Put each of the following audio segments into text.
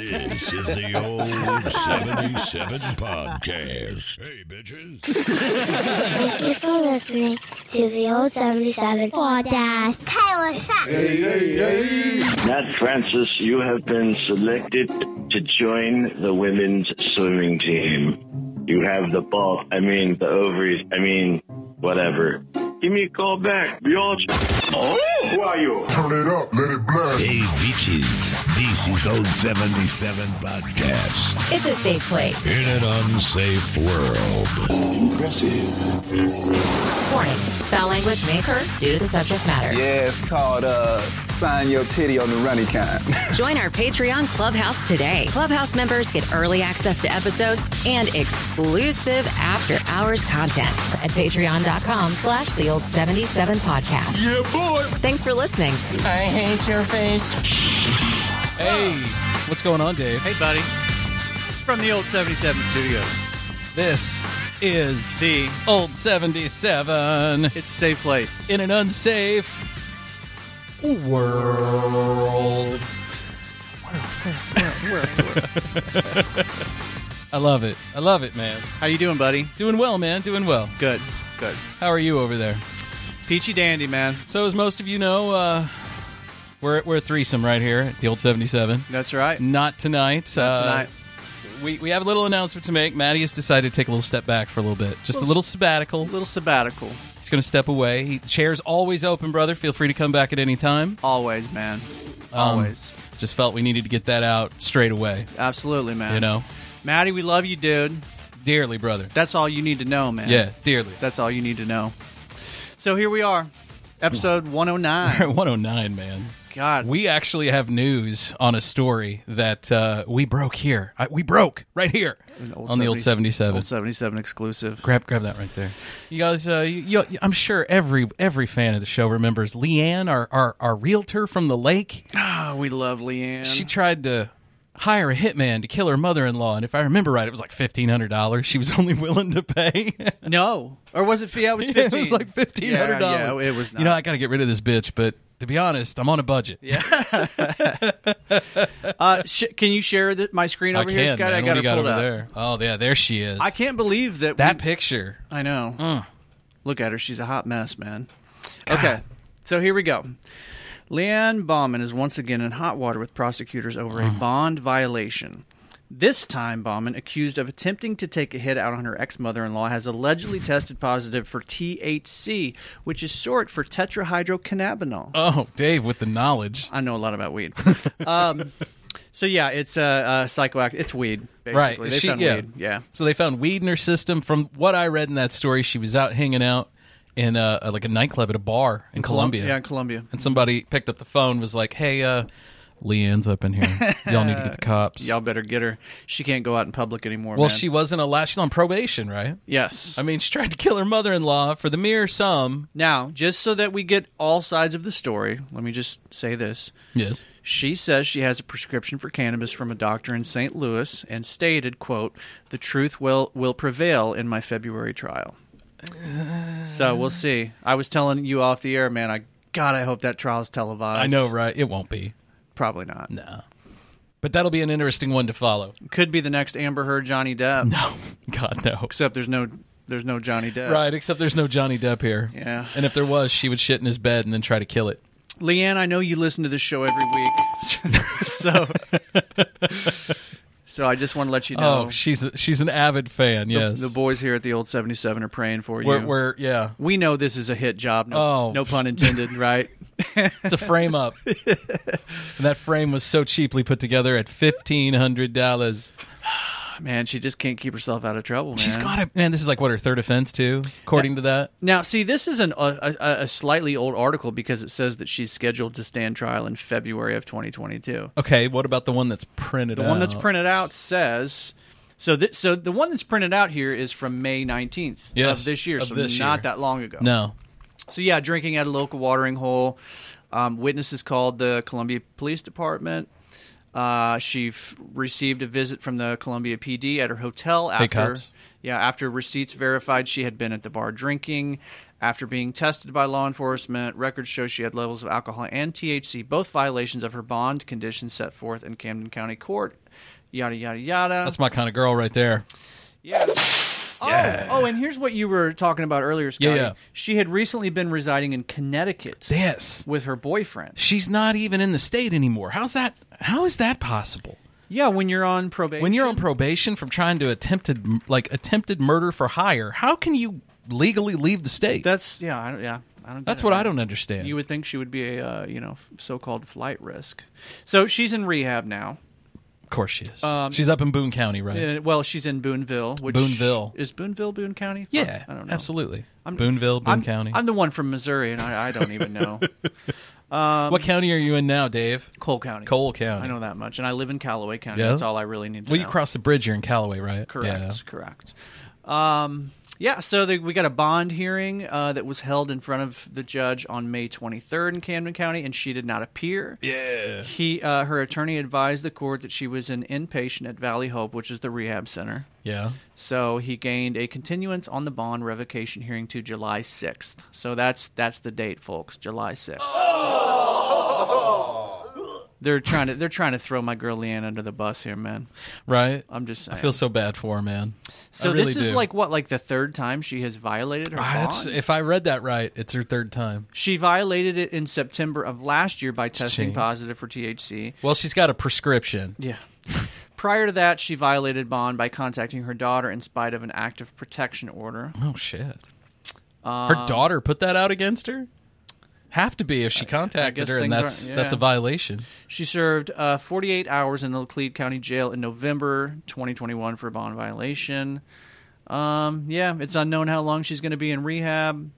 This is the old 77 podcast. Hey, bitches. Thanks for listening to the old 77 podcast. Hey, what's up? Matt Francis, you have been selected to join the women's swimming team. You have the ball. I mean, the ovaries. I mean, whatever. Give me a call back, bitch. Oh, Turn it up, let it blast. Hey, bitches. This is old 77 podcast. It's a safe place. In an unsafe world. Warning. Foul language may occur due to the subject matter. Yeah, it's called uh, Sign Your Pity on the Runny Kind. Join our Patreon Clubhouse today. Clubhouse members get early access to episodes and exclusive after hours content at patreon.com slash the old 77 podcast. Yeah, boy. Thanks for listening. I hate your face. Hey, what's going on, Dave? Hey, buddy. From the old 77 studios. This is The Old 77 It's a Safe Place. in an unsafe world. I love it. I love it, man. How you doing, buddy? Doing well, man. Doing well. Good. Good. How are you over there? Peachy dandy, man. So, as most of you know, uh, we're, we're a threesome right here at the Old 77. That's right. Not tonight. uh, Tonight. We, we have a little announcement to make. Maddie has decided to take a little step back for a little bit. Just a little sabbatical. Little sabbatical. He's going to step away. He, chair's always open, brother. Feel free to come back at any time. Always, man. Um, Always. Just felt we needed to get that out straight away, Absolutely, man. you know? Maddie, we love you, dude. Dearly, brother. That's all you need to know, man. Yeah, dearly. That's all you need to know. So here we are. Episode 109. 109, man. God. We actually have news on a story that uh, we broke here. I, we broke right here on the old 77. Old 77 exclusive. Grab, grab that right there. You guys, uh, you, you, I'm sure every every fan of the show remembers Leanne, our, our, our realtor from the lake. Oh, we love Leanne. she tried to hire a hitman to kill her mother-in-law and if i remember right it was like $1500 she was only willing to pay no. Or was it, yeah, it was 15. it was like $1500 Yeah, yeah, it was you know not. i gotta get rid of this bitch but to be honest i'm on a budget yeah Uh, sh- can you share the, my screen i over here, can Scott? man. What I got do you it got pulled over up. there oh yeah there she is I can't believe that that we- picture I know. Mm. Look at her; she's a hot mess, man. Okay, so here we go. Leanne Bauman is once again in hot water with prosecutors over Mm. a bond violation. This time, Bauman, accused of attempting to take a hit out on her ex mother in law, has allegedly tested positive for THC, which is short for tetrahydrocannabinol. oh dave with the knowledge I know a lot about weed. um, so, yeah, it's uh, uh, psychoactive. It's weed, basically. right They She- found yeah. weed. Yeah. so they found weed in her system from what i read in that story she was out hanging out in a, like a nightclub at a bar in colombia Yeah, in Colombia. and somebody picked up the phone was like hey uh leanne's up in here y'all need to get the cops Y'all better get her. She can't go out in public anymore. well man. she wasn't allowed she's on probation right Yes. i mean she tried to kill her mother-in-law for the mere sum now, just so that we get all sides of the story, let me just say this. yes She says she has a prescription for cannabis from a doctor in St. Louis and stated, quote, "The truth will will prevail in my February trial." so, we'll see. I was telling you off the air, man, I God, I hope that trial's televised. i know right it won't be Probably not. no but that'll be an interesting one to follow Could be the next Amber Heard Johnny Depp. oh god no Except there's no there's no Johnny Depp. right except there's no johnny depp here Yeah. and if there was she would shit in his bed and then try to kill it Leanne, I know you listen to this show every week, so so I just want to let you know. oh she's a, she's an avid fan the, yes the boys here at the old seventy seven are praying for you. we're, we're yeah we know this is a hit job. No, Oh. no pun intended, right? It's a frame up. and that frame was so cheaply put together at fifteen hundred dollars. Man, she just can't keep herself out of trouble. Man. She's got it, man. This is like what her third offense too, according to that. now. See, this is an, a, a, a slightly old article because it says that she's scheduled to stand trial in February of twenty twenty two. Okay, what about the one that's printed? The one that's out? printed out says so. Th- so the one that's printed out here is from May nineteenth Yes, of this year. of so this not year. that long ago. No, So yeah, drinking at a local watering hole. Um, witnesses called the Columbia Police Department. Uh, she f- received a visit from the Columbia PD at her hotel after. cops. Yeah, after receipts verified she had been at the bar drinking. After being tested by law enforcement, records show she had levels of alcohol and THC, both violations of her bond conditions set forth in Camden County Court. Yada yada yada. That's my kind of girl right there. Yeah. Oh, oh, and here's what you were talking about earlier, Scotty. Yeah, yeah. She had recently been residing in Connecticut Yes. with her boyfriend. She's not even in the state anymore. How's that? How is that possible? Yeah, when you're on probation. When you're on probation from trying to attempted like attempted murder for hire, how can you legally leave the state? that's yeah, I don't, yeah, I don't. get That's it, what man. I don't understand. You would think she would be a uh, you know f- so-called flight risk. So she's in rehab now. of course she is. Um, She's up in Boone County, right? Uh, well, she's in Booneville. Which Booneville. is Booneville Boone County? Fuck, yeah, I don't know. absolutely. Booneville, Boone I'm, County. I'm the one from Missouri, and I, I don't even know what county are you in now, Dave? Cole County. Cole County. I know that much, and I live in Callaway County. Yeah? That's all I really need to Well, know. you cross the bridge. You're in Callaway, right? Correct. Yeah. Correct. Um, yeah. So the, we got a bond hearing uh, that was held in front of the judge on May 23rd in Camden County, and she did not appear. Yeah. He, uh, her attorney advised the court that she was an inpatient at Valley Hope, which is the rehab center. Yeah. So he gained a continuance on the bond revocation hearing to July 6th. So that's that's the date, folks. July 6th. They're trying to they're trying to throw my girl Leanne under the bus here, man. Right. I'm just saying. I feel so bad for her, man. I So really this is do. like what, like the third time she has violated her Ah, that's- bond? if I read that right, it's her third time. she violated it in September of last year by testing Gee. positive for THC. Well, she's got a prescription. Yeah. Prior to that, she violated bond by contacting her daughter in spite of an active protection order. Oh shit! Um, her daughter put that out against her. Have to be if she contacted guess her, and things aren't- that's that's a yeah. violation. She served uh, 48 hours in the Cleve County Jail in November 2021 for a bond violation. Um, yeah, it's unknown how long she's going to be in rehab.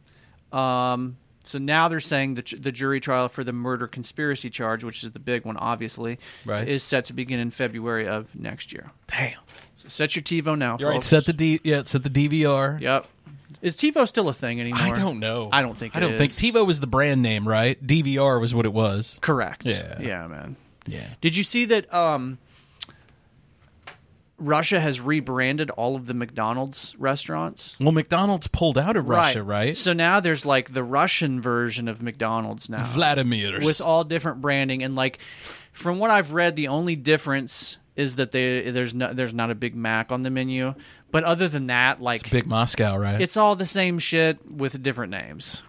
Um, so now they're saying the, the jury trial for the murder conspiracy charge, which is the big one, obviously, Right. is set to begin in February of next year. Damn! So set your TiVo now. You're right. folks. Set the D. Yeah, set the DVR. Yep. Is TiVo still a thing anymore? I don't know. I don't think. I it don't think is. TiVo was the brand name, right? DVR was what it was. Correct. Yeah. Yeah, man. Yeah. Did you see that um, Russia has rebranded all of the McDonald's restaurants? Well, McDonald's pulled out of Russia, right? So now there's like the Russian version of McDonald's now. Vladimir's. With all different branding and like from what I've read the only difference is that they there's no, there's not a Big Mac on the menu, but other than that like Big Moscow, right? It's, it's all the same shit with different names.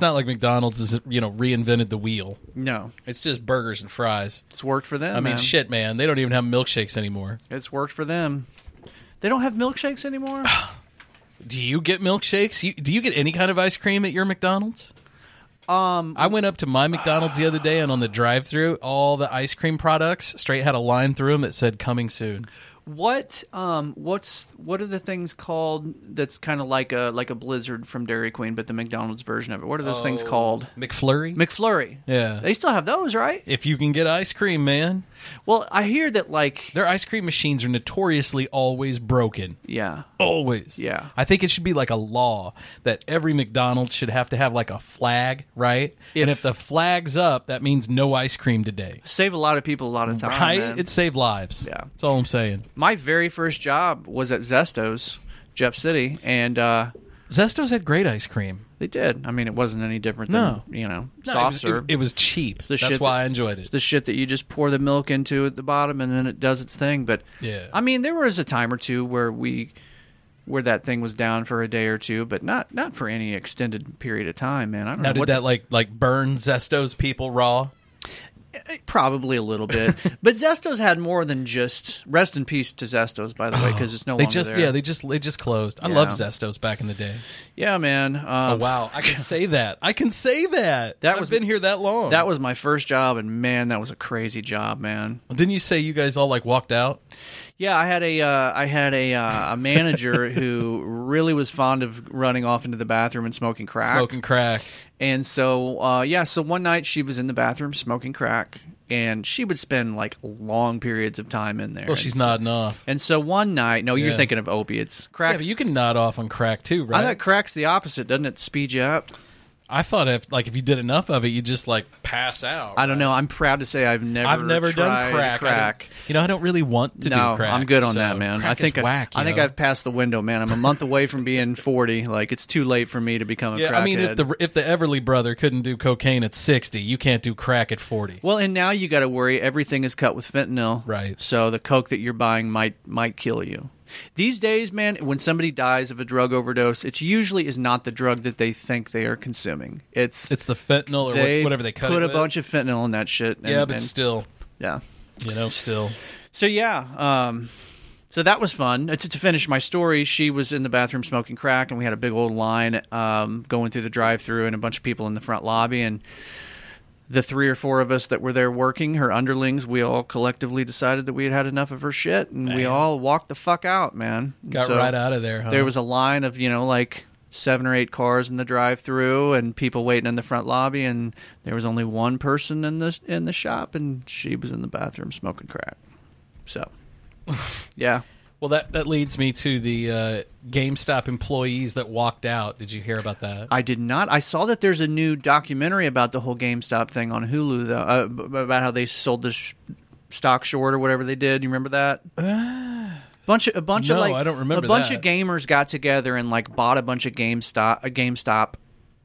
not like McDonald's is you know reinvented the wheel. No, It's just burgers and fries. it's worked for them. I mean, man. shit, man. They don't even have milkshakes anymore. It's worked for them. They don't have milkshakes anymore. Do you get milkshakes? You, do you get any kind of ice cream at your McDonald's? Um, I went up to my McDonald's the other day, and on the drive-through, all the ice cream products straight had a line through them that said "Coming soon." What um what's what are the things called that's kind of like a like a blizzard from Dairy Queen but the McDonald's version of it. What are those things called? McFlurry. McFlurry. yeah. They still have those, right? if you can get ice cream, man, Well, I hear that like their ice cream machines are notoriously always broken. yeah. Always. Yeah. I think it should be like a law that every McDonald's should have to have like a flag, right? and If- if the flag's up, that means no ice cream today. Save a lot of people a lot of time. Right? man. It saved lives. Yeah. That's all I'm saying. My very first job was at Zesto's, Jeff City, and uh Zesto's had great ice cream. they did. I mean, it wasn't any different No. than, you know, No, soft it was, serve. It, it was cheap. the That's shit why that- I enjoyed it. the shit that you just pour the milk into at the bottom and then it does its thing. But Yeah. I mean, there was a time or two where we where that thing was down for a day or two, but not not for any extended period of time, man. I don't now, know did what that like like burn Zesto's people raw? the- probably a little bit, but Zesto's had more than just rest in peace to Zesto's, by the way, because it's no Oh. They longer just there. yeah, they just they just closed. I Yeah. loved Zesto's back in the day. yeah, man. Um, Oh wow, I can say that. I can say that. That I've was- been here that long. That was my first job, and man, that was a crazy job, man. Didn't you say you guys all like walked out? Yeah, I had a uh, I had a uh, a manager who really was fond of running off into the bathroom and smoking crack. Smoking crack. And so, uh, yeah, so one night she was in the bathroom smoking crack, and she would spend like long periods of time in there. Well, she's And so- nodding off. And so one night, no, Yeah. you're thinking of opiates. Yeah, Crack's, but you can nod off on crack too, I right? thought crack's the opposite. Doesn't it speed you up? I thought if like if you did enough of it, you just like pass out. I don't know. I'm proud to say I've never I've never done tried crack. I crack. don't- you know, I don't really want to no, do crack. I'm good on so that, man. crack I think is I- whack. I, you think know? I've passed the window, man. I'm a month away from being 40. Like it's too late for me to become a Yeah, crackhead. I mean, if the if the Everly brother couldn't do cocaine at sixty, you can't do crack at forty. well, and now you got to worry everything is cut with fentanyl. Right. So the coke that you're buying might might kill you. These days, man, when somebody dies of a drug overdose, it usually is not the drug that they think they are consuming. It's It's the fentanyl or they what, whatever they cut. put it a with. bunch of fentanyl in that shit. And, Yeah, but and- still, yeah. you know, still. So yeah, um, so that was fun. Uh, To, to finish my story, she was in the bathroom smoking crack, and we had a big old line um, going through the drive-through, and a bunch of people in the front lobby, and the three or four of us that were there working, her underlings, we all collectively decided that we had had enough of her shit, and we all walked the fuck out, man. And Got so right out of there. Huh? There was a line of you know like. Seven or eight cars in the drive-through, and people waiting in the front lobby, and there was only one person in the in the shop, and she was in the bathroom smoking crack. So, yeah. well that that leads me to the uh, GameStop employees that walked out. Did you hear about that? I did not. I saw that there's a new documentary about the whole GameStop thing on Hulu, though, uh, b- about how they sold the sh- stock short or whatever they did. You remember that? bunch of a bunch of Uh, No, like I don't remember A bunch that. of gamers got together and like bought a bunch of GameStop a GameStop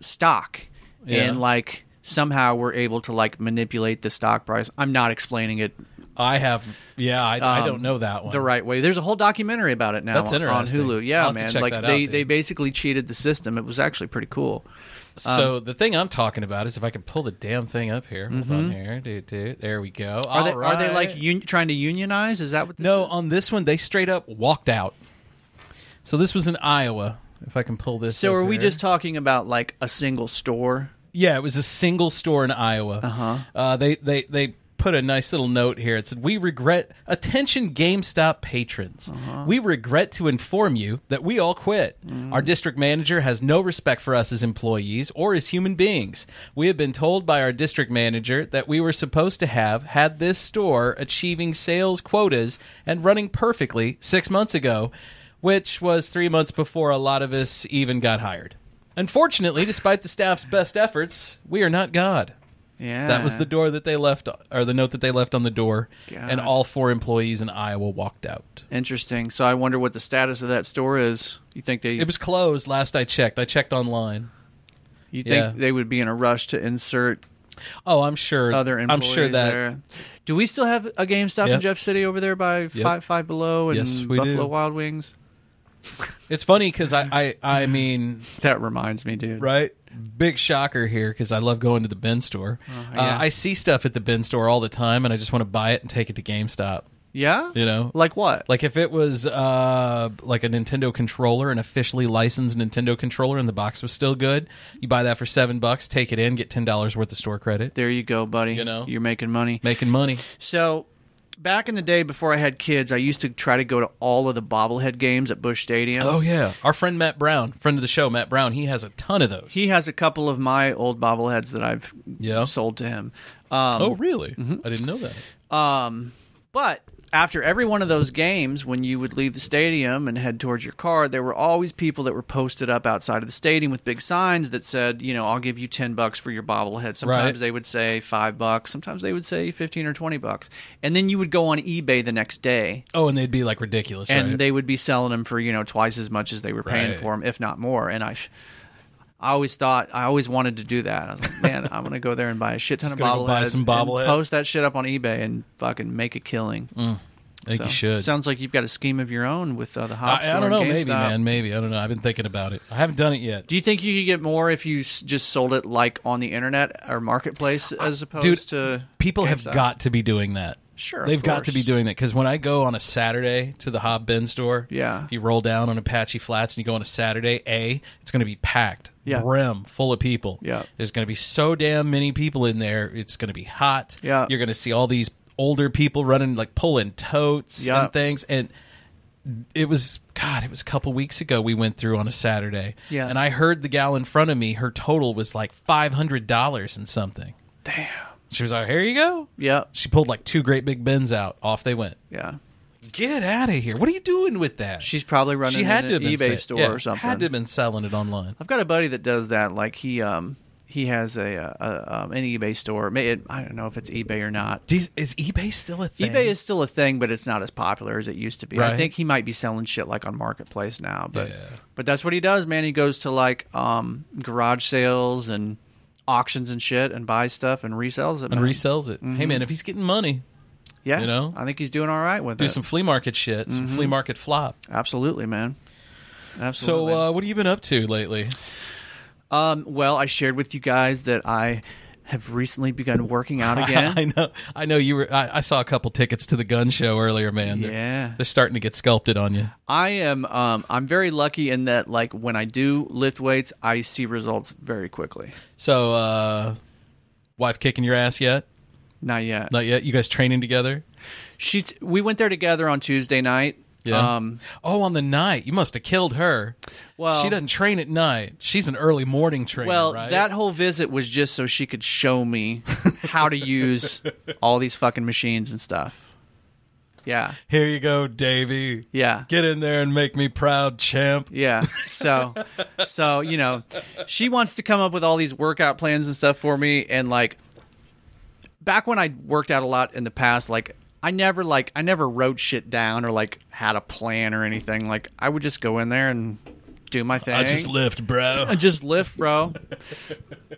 stock, Yeah. and like somehow were able to like manipulate the stock price. I'm not explaining it I have. Yeah, I, I don't know that one. Um, the right way. There's a whole documentary about it now That's on- interesting. on Hulu. Yeah, I'll have to man. check like that out, they dude. they basically cheated the system. It was actually pretty cool. So um, the thing I'm talking about is if I can pull the damn thing up here. Hold on here. Do, do. There we go. mm-hmm. Are they are they like un- trying to unionize? Is that what? This No, um, Is? on this one they straight up walked out. So this was in Iowa. If I can pull this. So up are we here. just talking about like a single store? Yeah, it was a single store in Iowa. Uh-huh. They they they put a nice little note here. It said, "We regret attention GameStop patrons. We regret to inform you that we all quit. Our district manager has no respect for us as employees or as human beings. We have been told by our district manager that we were supposed to have had this store achieving sales quotas and running perfectly 6 months ago." Which was three months before a lot of us even got hired. Unfortunately, despite the staff's best efforts, we are not God. Yeah, That was the door that they left, or the note that they left on the door, and Ah. God. all four employees in Iowa walked out. interesting. So I wonder what the status of that store is. You think they? It was closed last I checked. I checked online. you think yeah. they would be in a rush to insert Oh, I'm sure. other I'm employees sure that there? Do we still have a GameStop Yep. in Jeff City over there by Five Five Below and Yes, we do. Buffalo Wild Wings? it's funny because I, I, I mean, That reminds me, dude. right? Big shocker here because I love going to the bin store. yeah. uh, I see stuff at the bin store all the time, and I just want to buy it and take it to GameStop. Yeah. You know, Like what? Like if it was uh, like a Nintendo controller, an officially licensed Nintendo controller, and the box was still good, you buy that for seven bucks, take it in, get ten dollars worth of store credit, There you go, buddy. You know? you're making money. making money. So, back in the day before I had kids, I used to try to go to all of the bobblehead games at Bush Stadium. Oh yeah, our friend Matt Brown, friend of the show, Matt Brown, he has a ton of those. He has a couple of my old bobbleheads that I've Yeah. sold to him. Um, oh really? I didn't know that. But after every one of those games, when you would leave the stadium and head towards your car, there were always people that were posted up outside of the stadium with big signs that said, you know, I'll give you 10 bucks for your bobblehead. Sometimes Right. they would say 5 bucks, sometimes they would say 15 or 20 bucks. And then you would go on eBay the next day Oh, and they'd be like ridiculous, and right? they would be selling them for you know twice as much as they were paying Right. for them, if not more. And I, I always thought I always wanted to do that. I was like, man, I'm gonna go there and buy a shit ton of gonna go bobbleheads, buy some and bobbleheads. post that shit up on eBay, and fucking make a killing. Mm. I think So, you should. Sounds like you've got a scheme of your own with uh, the hop I, store I don't and know, maybe GameStop. man, maybe I don't know. I've been thinking about it. I haven't done it yet. Do you think you could get more if you s- just sold it like on the internet or marketplace as opposed to people have GameStop? got to be doing that. Sure, of they've got to course. be doing that because when I go on a Saturday to the Hob Bin store, Yeah. if you roll down on Apache Flats and you go on a Saturday, a it's going to be packed, Yeah. brim full of people. Yeah. there's going to be so damn many people in there. It's going to be hot. Yeah. you're going to see all these older people running like pulling totes Yeah. and things and. It was God. It was a couple weeks ago. We went through on a Saturday, Yeah. And I heard the gal in front of me. Her total was like five hundred dollars and something. She was like, "Here you go." Yeah, She pulled like two great big bins out. Off they went. yeah. Get out of here! What are you doing with that? She's probably running she had an to have been eBay sa- store yeah, or something. Had to have been selling it online. I've got a buddy that does that. Like he um he has a, uh uh um, an eBay store. May- it- I don't know if it's eBay or not. Do you- Is eBay still a thing? eBay is still a thing, but it's not as popular as it used to be. I Right. think he might be selling shit like on marketplace now, but Yeah. but that's what he does, man. He goes to like um, garage sales and auctions and shit and buys stuff and resells it. and man. resells it. Mm-hmm. Hey man, if he's getting money, yeah, you know? I think he's doing all right with do it. some flea market shit, some Mm-hmm. flea market flop. Absolutely, man. So, Absolutely. uh, what have you been up to lately? um, well, I shared with you guys that I have recently begun working out again. I know, I know you were. I, I saw a couple tickets to the gun show earlier, man. They're- Yeah. they're starting to get sculpted on you. I am um, I'm very lucky in that like when I do lift weights, I see results very quickly. So, uh, wife kicking your ass yet? Not yet. Not yet. You guys training together? She t- we went there together on Tuesday night. Yeah. Um, oh, on the night you must have killed her. Well- she doesn't train at night. She's an early morning trainer. well, right? that whole visit was just so she could show me how to use all these fucking machines and stuff. Yeah. Here you go, Davy. Yeah. Get in there and make me proud, champ. Yeah. So, so you know, she wants to come up with all these workout plans and stuff for me. And like, back when I worked out a lot in the past, like I never like I never wrote shit down or like had a plan or anything. Like I would just go in there and do my thing. I just lift, bro. I just lift, bro.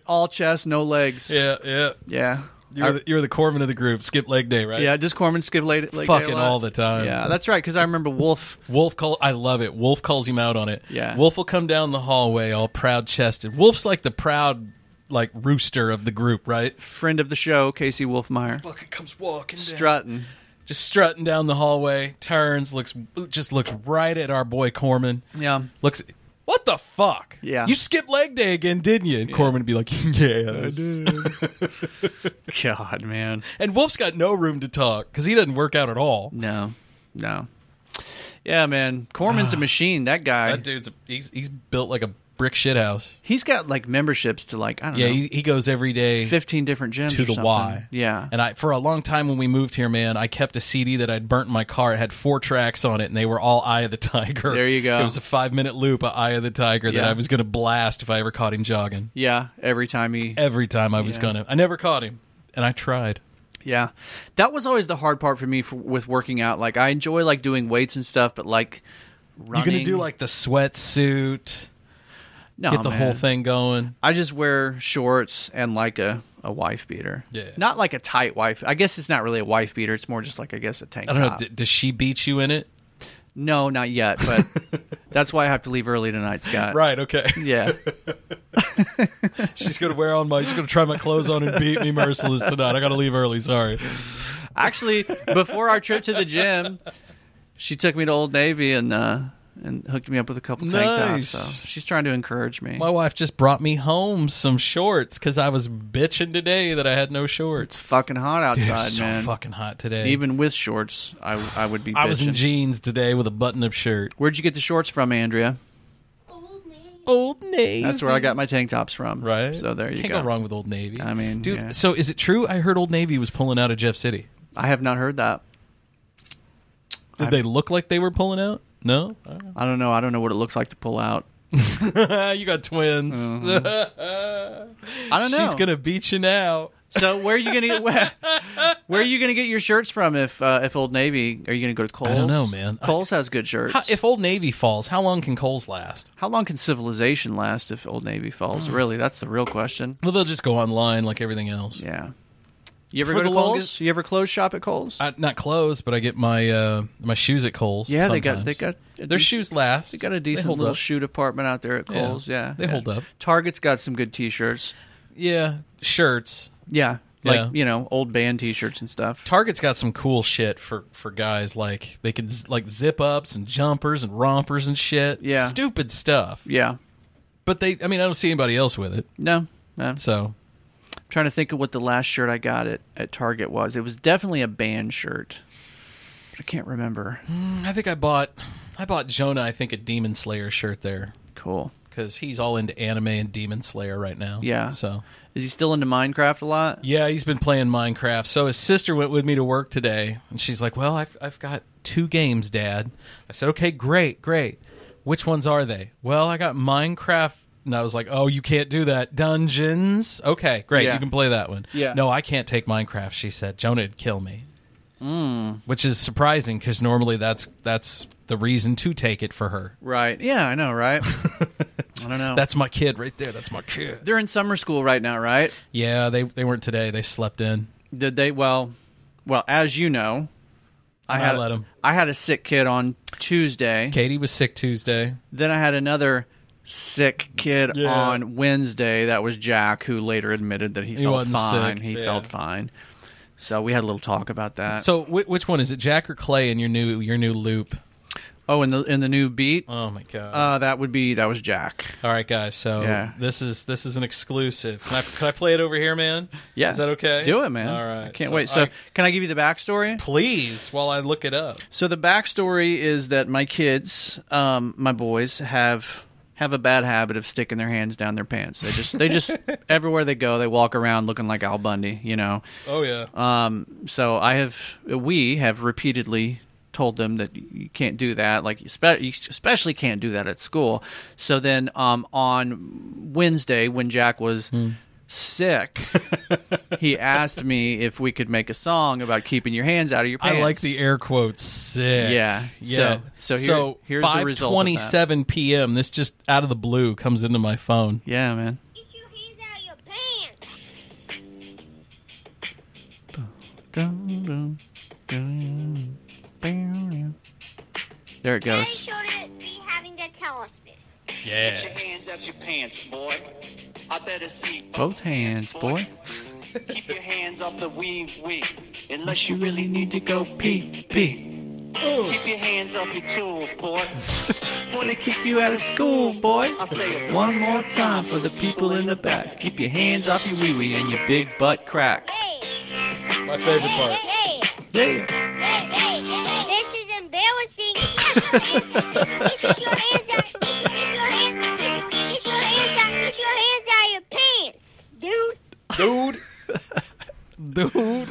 all chest, no legs. yeah, yeah. Yeah. You were, the, you were the corpsman of the group. Skip leg day, right? Yeah, just Corman skip late, like Fucking all the time. Yeah, that's right. Because I remember Wolf. Wolf call. I love it. Wolf calls him out on it. Yeah. Wolf will come down the hallway all proud chested. Wolf's like the proud, like rooster of the group, right? friend of the show, Casey Wolfmeyer, Fucking comes walking, strutting. just strutting down the hallway. Turns, looks, just looks right at our boy Corman. Yeah. Looks. What the fuck? Yeah. You skipped leg day again, didn't you? And Corman would be like, yeah. God, man. And Wolf's got no room to talk because he doesn't work out at all. No, no. Yeah, man. Corman's a machine. That guy. Ah. That dude's he's he's built like a brick shit house. He's got like memberships to like I don't Yeah, know, he, he goes every day. fifteen different gyms to or the something. Y. Yeah, And I for a long time when we moved here, man, I kept a CD that I'd burnt in my car. It had four tracks on it, and they were all Eye of the Tiger. There you go. It was a five minute loop of Eye of the Tiger that Yeah. I was going to blast if I ever caught him jogging. yeah. Every time he. Every time I was Yeah. going to, I never caught him, and I tried. Yeah, that was always the hard part for me for, with working out. Like I enjoy like doing weights and stuff, but like running. You're going to do like the sweatsuit, no, get the man. whole thing going. I just wear shorts and like a, a wife beater. Yeah. Not like a tight wife. I guess it's not really a wife beater. It's more just like I guess a tank I don't know. top. D- does she beat you in it? no, not yet. But that's why I have to leave early tonight, Scott. Right. Okay. Yeah. she's going to wear on my. She's going to try my clothes on and beat me merciless tonight. I got to leave early. Sorry. Actually, before our trip to the gym, she took me to Old Navy and uh, and hooked me up with a couple tank Nice. tops. So she's trying to encourage me. My wife just brought me home some shorts because I was bitching today that I had no shorts. fucking hot Dude, outside, it's so man. fucking hot today. Even with shorts, I I would be. I was in bitching. jeans today with a button-up shirt. Where'd you get the shorts from, Andrea? Old Navy. That's where I got my tank tops from. right. So there you Can't go. wrong with Old Navy. I mean, dude. yeah. So is it true? I heard Old Navy was pulling out of Jeff City. I have not heard that. Did they look like they were pulling out? No. I don't know. I don't know what it looks like to pull out. you got twins. Mm-hmm. I don't know. She's gonna beat you now. So where are you gonna get where, where are you gonna get your shirts from? If uh, if Old Navy, are you gonna go to Kohl's? don't know, man. Kohl's has good shirts. How, if Old Navy falls, how long can Coles last? How long can civilization last if Old Navy falls? Hmm. Really, that's the real question. Well, they'll just go online like everything else. Yeah. You ever For go to the Kohl's? longest- You ever close shop at Kohl's? I, not clothes, but I get my uh, my shoes at Coles. yeah, they got they sometimes. got a Their dec- shoes last. They got a They decent hold little up. shoe department out there at Yeah. Kohl's. Yeah, They yeah. hold up. Target's got some good T-shirts. Yeah, shirts. Yeah, like Yeah. you know, old band T-shirts and stuff. Target's got some cool shit for for guys. Like they can z- like zip ups and jumpers and rompers and shit. Yeah. stupid stuff. yeah, But they, I mean, I don't see anybody else with it. no, no. So trying to think of what the last shirt I got at, at Target was. It was definitely a band shirt. But I can't remember. I think I bought I bought Jonah. I think a Demon Slayer shirt there Cool. because he's all into anime and Demon Slayer right now. Yeah. So Is he still into Minecraft a lot? Yeah, he's been playing Minecraft. So his sister went with me to work today, and she's like, "Well, I've I've got two games, Dad." I said, "Okay, great, great. Which ones are they?" Well, I got Minecraft and I was like, "Oh, you can't do that." Dungeons. Okay, great. Yeah. You can play that one. Yeah. No, I can't take Minecraft. She said, "Jonah would kill me," Mm. which is surprising because normally that's that's the reason to take it for her. Right. Yeah, I know, right? I don't know. That's my kid right there. That's my kid. They're in summer school right now, right? Yeah, they they weren't today. They slept in. Did they? Well, well, as you know, I I had let 'em. I had a sick kid on Tuesday. Katie was sick Tuesday. Then I had another sick kid Yeah. on Wednesday. That was Jack, who later admitted that he, felt wasn't fine. sick. He Yeah. felt fine. So we had a little talk about that. So whi which one is it, Jack or Clay in your new your new loop? oh, in the in the new beat, Oh my god! uh, that would be that was Jack. All right, guys. So Yeah. this is this is an exclusive. Can I can I play it over here, man? Yeah, Is that okay? Do it, man. All right. I can't wait. So I- can I give you the backstory? please, while I look it up. So the backstory is that my kids, um, my boys, have have a bad habit of sticking their hands down their pants. They just they just everywhere they go, they walk around looking like Al Bundy, you know. Oh yeah. Um, so I have we have repeatedly told them that you can't do that. Like you, spe- you especially can't do that at school. So then um, on Wednesday when Jack was. Hmm. Sick. he asked me if we could make a song about keeping your hands out of your pants. I like the air quotes. Sick. Yeah. Yeah. So- so here- so here's the result of that. 5:27 p.m. This just out of the blue comes into my phone. Yeah, man. Get your hands out of your pants. There it goes. sure to be having to tell us this. Yeah. hands up your pants, boy. I better see Both hands, boy. Keep your hands off the weave, weave. Unless you really need to go pee, pee. Keep your hands off your tools, boy. Wanna kick you out of school, boy. I'll say it. One more time for the people in the back. Keep your hands off your wee wee and your big butt crack. Hey, My favorite part. hey, hey, Yeah. hey, hey. This is embarrassing. Get your hands out. Get your hands Get your hands out. Get your hands out of your pants, dude. Dude. Dude.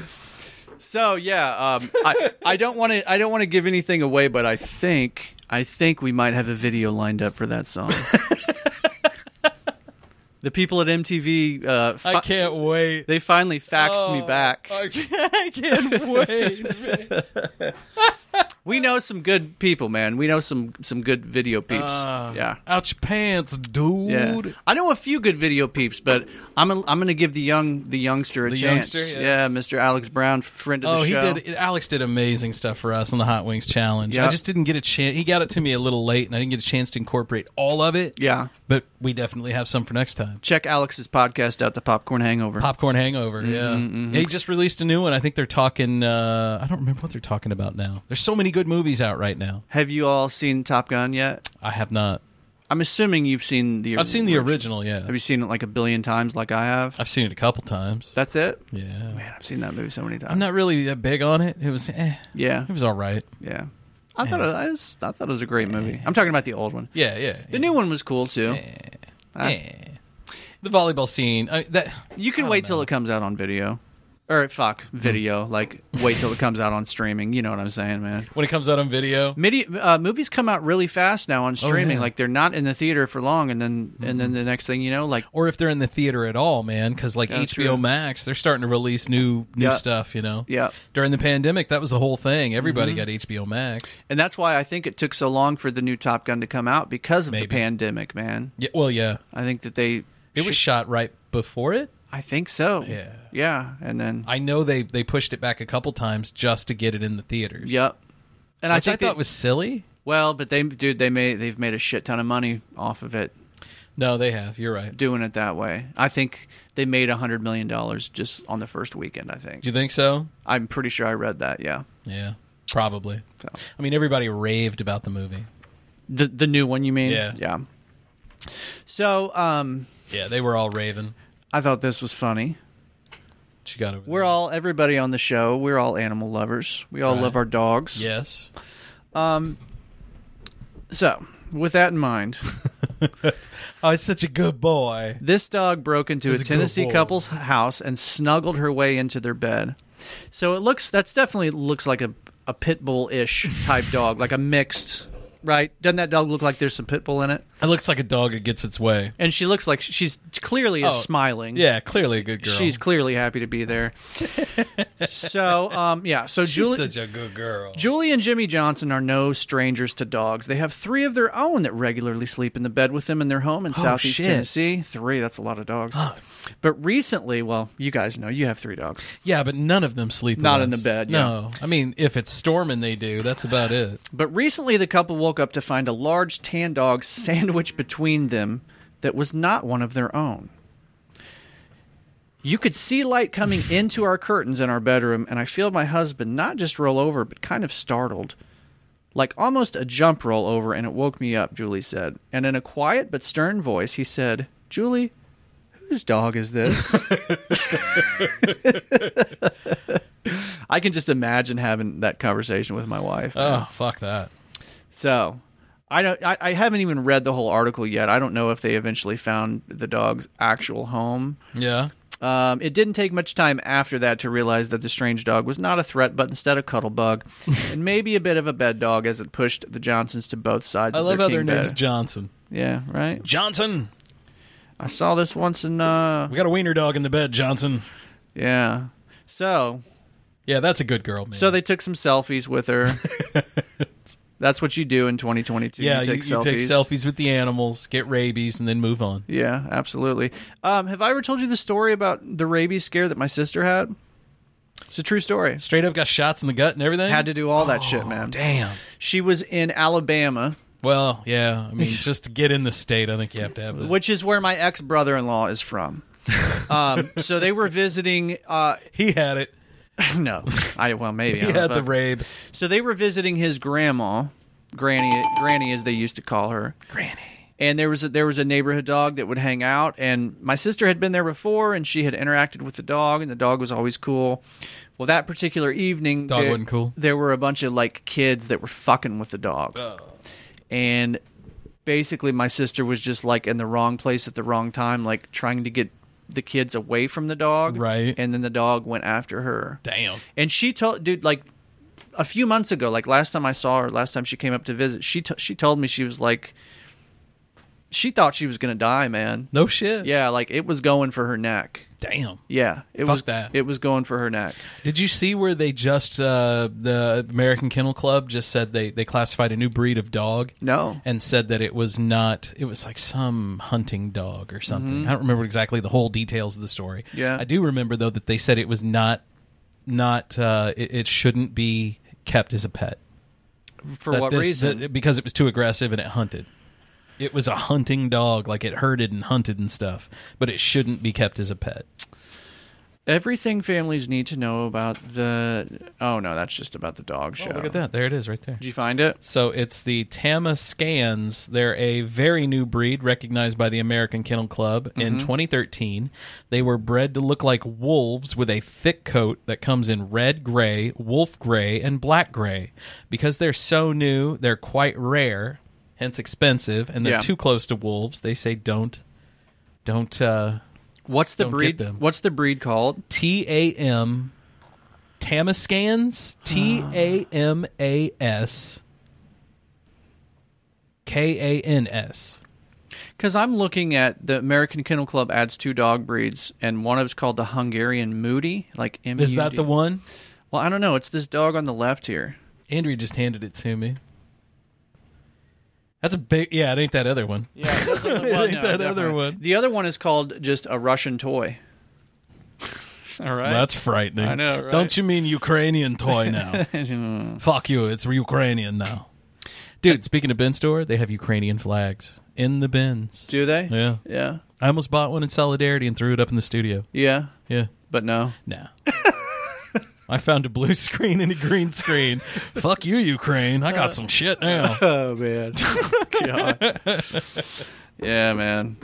So yeah, um, I I don't want to I don't want to give anything away, but I think I think we might have a video lined up for that song. the people at MTV uh, fi- I can't wait. they finally faxed me Oh, back. I can't, I can't wait. man. We know some good people, man. We know some some good video peeps. Uh, yeah. Out your pants, dude. Yeah. I know a few good video peeps, but I'm a, I'm going to give the young the youngster a The chance. youngster, Yeah, yes. Mr. Alex Brown, friend of Oh, the he show. did. Alex did amazing stuff for us on the Hot Wings Challenge. Yeah. I just didn't get a chance. He got it to me a little late, and I didn't get a chance to incorporate all of it. Yeah. but we definitely have some for next time. Check Alex's podcast out, The Popcorn Hangover. Popcorn Hangover. Mm-hmm, Yeah, he just released a new one. I think they're talking. Uh, I don't remember what they're talking about now. There's so many good movies out right now. Have you all seen Top Gun yet? I have not. I'm assuming you've seen the I've seen the original. Yeah, Have you seen it like a billion times like I have? I've seen it a couple times. That's it? yeah, Man, I've seen that movie so many times. I'm not really that big on it. It was. Eh, yeah. it was all right. Yeah. I thought it, I, just, I thought it was a great movie. I'm talking about the old one. Yeah, yeah. The new one was cool too. Eh. The volleyball scene. I, Hmm. that You can wait till it comes out on video. Or fuck video, like wait till it comes out on streaming. You know what I'm saying, man. when it comes out on video. Midi- uh, movies come out really fast now on streaming. Oh, yeah. Mm-hmm. Like they're not in the theater for long, and then and then the next thing you know, like or if they're in the theater at all, man. Because like That's HBO true. Max, they're starting to release new new Yeah. stuff. You know, Yeah. Mm-hmm. During the pandemic, that was the whole thing. Everybody got HBO Max. and that's why I think it took so long for the new Top Gun to come out because of Maybe. the pandemic, man. Yeah, well, yeah, I think that they it was sh- shot right before it. I think so. Yeah. yeah, and then I know they they pushed it back a couple times just to get it in the theaters. yep. which And I, I think thought they- was silly. well, but they dude, they made they've made a shit ton of money off of it. No, they have. You're right. Do doing it that way. I think they made a hundred million dollars just on the first weekend. I think you think so? I'm pretty sure I read that. Yeah, Yeah, probably. So- I mean, everybody raved about the movie. the the new one you mean? Yeah. yeah. So um, Yeah, they were all raving. I thought this was funny. She got over. We're there. all everybody on the show. We're all animal lovers. We all Right. love our dogs. yes. So with that in mind, Oh, he's such a good boy. this dog broke into a He's a good Tennessee boy. couple's house and snuggled her way into their bed. So it looks that's definitely looks like a a pit bull ish type dog, like a mixed right? Doesn't that dog look like there's some pit bull in it? It looks like a dog that gets its way. And she looks like she's clearly Oh, is smiling. Yeah, clearly a good girl. She's clearly happy to be there. so, um, yeah. So She's Julie, such a good girl. Julie and Jimmy Johnson are no strangers to dogs. They have three of their own that regularly sleep in the bed with them in their home in Oh, Southeast shit. Tennessee. Three, that's a lot of dogs. but recently, well, you guys know you have three dogs. Yeah, but none of them sleep. Not with in us. the bed, No, I mean if it's storming, they do. That's about it. But recently, the couple woke up to find a large tan dog sandwiched between them that was not one of their own. You could see light coming into our curtains in our bedroom, and I feel my husband not just roll over, but kind of startled. Like almost a jump roll over, and it woke me up, Julie said. And in a quiet but stern voice, he said, Julie, whose dog is this? I can just imagine having that conversation with my wife. Oh, fuck that. So I don't. I, I haven't even read the whole article yet. I don't know if they eventually found the dog's actual home. Yeah. Um, it didn't take much time after that to realize that the strange dog was not a threat, but instead a cuddle bug, and maybe a bit of a bed dog, as it pushed the Johnsons to both sides. I of love their how king their name's bed. Johnson. Yeah, right. Johnson. I saw this once in. Uh, We got a wiener dog in the bed, Johnson. yeah. So Yeah, that's a good girl, man. so they took some selfies with her. That's what you do in 2022. yeah, you you, take you take selfies with the animals, get rabies, and then move on. Yeah, absolutely. Um, have I ever told you the story about the rabies scare that my sister had? It's a true story. Straight up got shots in the gut and everything. Had to do all that shit, man. Damn. She was in Alabama, Well, yeah. I mean, just to get in the state, I think you have to have that. which is where my ex brother in law is from. um, so they were visiting. Uh, he had it. no, I well maybe I He don't know, had the but- rabe. So they were visiting his grandma, Granny, Granny as they used to call her. Granny. and there was a, there was a neighborhood dog that would hang out and my sister had been there before and she had interacted with the dog and the dog was always cool well that particular evening Dog there, wasn't cool. there were a bunch of like kids that were fucking with the dog Oh. and basically my sister was just like in the wrong place at the wrong time like trying to get the kids away from the dog Right. and then the dog went after her Damn. and she told dude like a few months ago, like last time I saw her, last time she came up to visit, she t- she told me she was like she thought she was going to die, man. No shit. Yeah, like it was going for her neck. Damn. Yeah, it Fuck was that. It was going for her neck. Did you see where they just uh, the American Kennel Club just said they they classified a new breed of dog? No. and said that it was not. It was like some hunting dog or something. I don't remember exactly the whole details of the story. Mm-hmm. Yeah. I do remember though that they said it was not not. Uh, it, it shouldn't be kept as a pet. For That what this- reason? that- because it was too aggressive and it hunted. It was a hunting dog, like it herded and hunted and stuff, but it shouldn't be kept as a pet. Everything families need to know about the Oh no, that's just about the dog show. Oh, look at that! There it is, right there. Did you find it? So it's the Tama Scans. They're a very new breed recognized by the American Kennel Club in 2013. They were bred to look like wolves with a thick coat that comes in red, gray, wolf gray, and black gray. Because they're so new, they're quite rare, hence expensive, and they're Yeah. too close to wolves. They say don't, don't. uh What's the Don't get breed? them. What's the breed called? T A M Tamascans T A M A S K A N S. Because I'm looking at the American Kennel Club adds two dog breeds, and one of them's called the Hungarian Moody, like M. Is that the one? Well, I don't know. It's this dog on the left here. Andrea just handed it to me. That's a big yeah, it ain't that other one. Yeah, that's not the It ain't that other one. The other one is called just a Russian toy. All right. That's frightening. I know, right? Don't you mean Ukrainian toy now? Fuck you, it's Ukrainian now. Dude, speaking of bin store, they have Ukrainian flags in the bins. Do they? Yeah. Yeah. I almost bought one in solidarity and threw it up in the studio. Yeah. Yeah. But no. No. I found a blue screen and a green screen. Fuck you, Ukraine. I got some shit now. Oh man. yeah, man.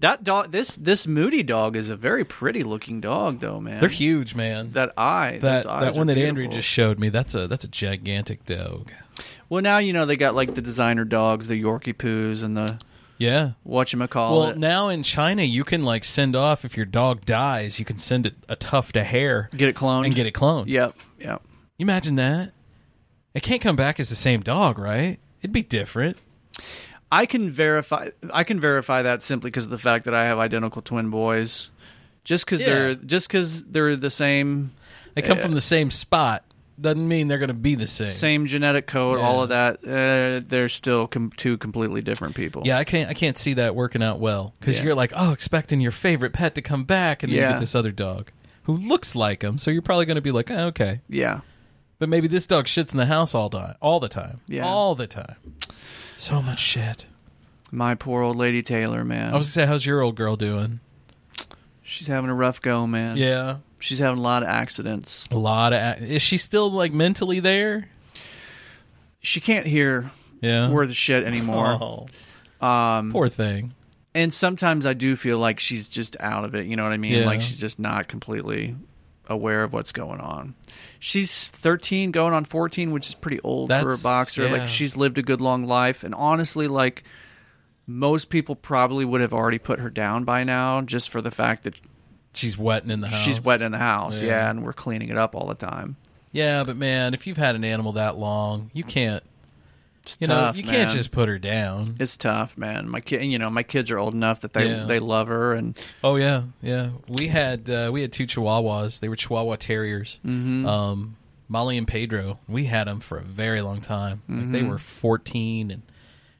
That dog this this moody dog is a very pretty looking dog though, man. They're huge, man. That That eye, that, those eyes that one are that Andrew beautiful. just showed me, that's a that's a gigantic dog. Well, now you know they got like the designer dogs, the Yorkie poos, and the Yeah. whatchamacallit. Well, now in China you can like send off if your dog dies, you can send it a tuft to hair get it cloned and get it cloned. Yep. Yep. You imagine that? It can't come back as the same dog, right? It'd be different. I can verify. I can verify that simply because of the fact that I have identical twin boys. Just because Yeah. they're just because they're the same. They come uh, from the same spot. Doesn't mean they're going to be the same. same genetic code. All Yeah. of that. Uh, they're still com- two completely different people. Yeah, I can't. I can't see that working out well because Yeah. you're like, oh, expecting your favorite pet to come back, and then you Yeah. get this other dog who looks like him. So you're probably going to be like, oh, okay, Yeah. but maybe this dog shits in the house all time, all the time, Yeah. all the time. So much shit. My poor old lady Taylor, man. I was gonna say, how's your old girl doing? She's having a rough go, man. Yeah. She's having a lot of accidents. A lot of. a- Is she still like mentally there? She can't hear Yeah. Oh. worth a shit anymore. Um, Poor thing. And sometimes I do feel like she's just out of it. You know what I mean? Yeah. Like she's just not completely aware of what's going on. She's 13, going on 14, which is pretty old for a That's- boxer. yeah. Like she's lived a good long life. And honestly, like most people probably would have already put her down by now just for the fact that She's wetting in the house. she's wet in the house. Yeah. yeah. And we're cleaning it up all the time. Yeah, but man, if you've had an animal that long, you can't. It's you tough, know, you can't man. just put her down. It's tough, man. My kid, you know, my kids are old enough that they Yeah. they love her, and Oh yeah, yeah. We had uh, we had two Chihuahuas. They were Chihuahua Terriers. Mhm. Um, Molly and Pedro. We had them for a very long time. Like they Mhm. were fourteen and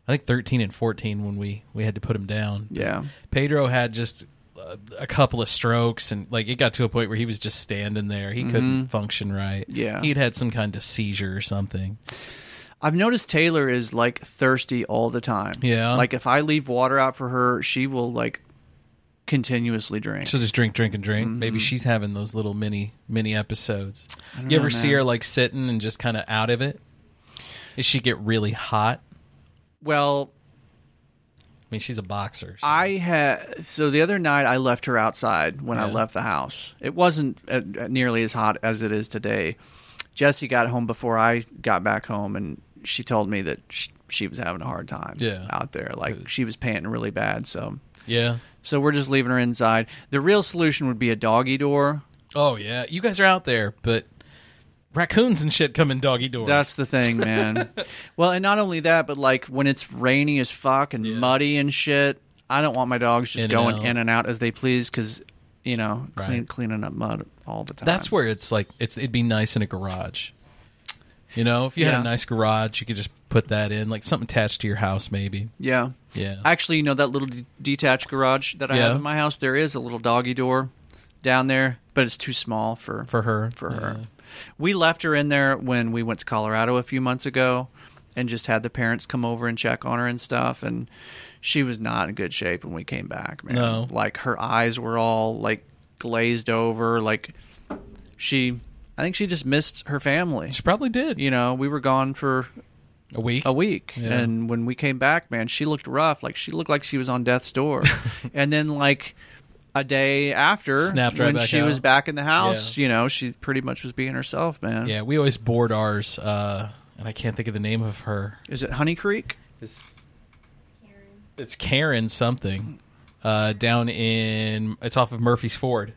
I think thirteen and fourteen when we we had to put them down. But Yeah. Pedro had just uh, a couple of strokes and like it got to a point where he was just standing there. He couldn't Mhm. function right. Yeah. he'd had some kind of seizure or something. I've noticed Taylor is like thirsty all the time. Yeah. like if I leave water out for her, she will like continuously drink. She'll just drink, drink, and drink. Maybe she's having those little mini mini episodes. You Mm-hmm. don't ever know, see man. her like sitting and just kind of out of it? Does she get really hot? well, I mean, she's a boxer. so- I had so the other night I left her outside when I Yeah. left the house. It wasn't uh, nearly as hot as it is today. Jesse got home before I got back home, and she told me that she, she was having a hard time. Yeah. out there, like she was panting really bad. So Yeah. So we're just leaving her inside. The real solution would be a doggy door. Oh yeah, you guys are out there, but raccoons and shit come in doggy doors. That's the thing, man. well, and not only that, but like when it's rainy as fuck and muddy and shit, I don't want my dogs just In and going out. in and out as they please because, you know, Right. clean, cleaning up mud all the time. That's where it's like it's it'd be nice in a garage. You know, if you had Yeah. a nice garage, you could just put that in, like something attached to your house, maybe. yeah. Yeah. Actually, you know, that little de- detached garage that I Yeah. have in my house, there is a little doggy door down there, but it's too small for, For her. for her. We left her in there when we went to Colorado a few months ago and just had the parents come over and check on her and stuff and she was not in good shape when we came back, man. No. Like her eyes were all like glazed over, like she I think she just missed her family. She probably did. You know, we were gone for A week. a week Yeah. and when we came back, man, she looked rough, like she looked like she was on death's door. and then like a day after Snapped right when back she was out. back in the house, Yeah. you know, she pretty much was being herself, man. Yeah, we always board ours, uh, and I can't think of the name of her. Is it Honey Creek? It's it's Karen something uh, down in it's off of Murphy's Ford,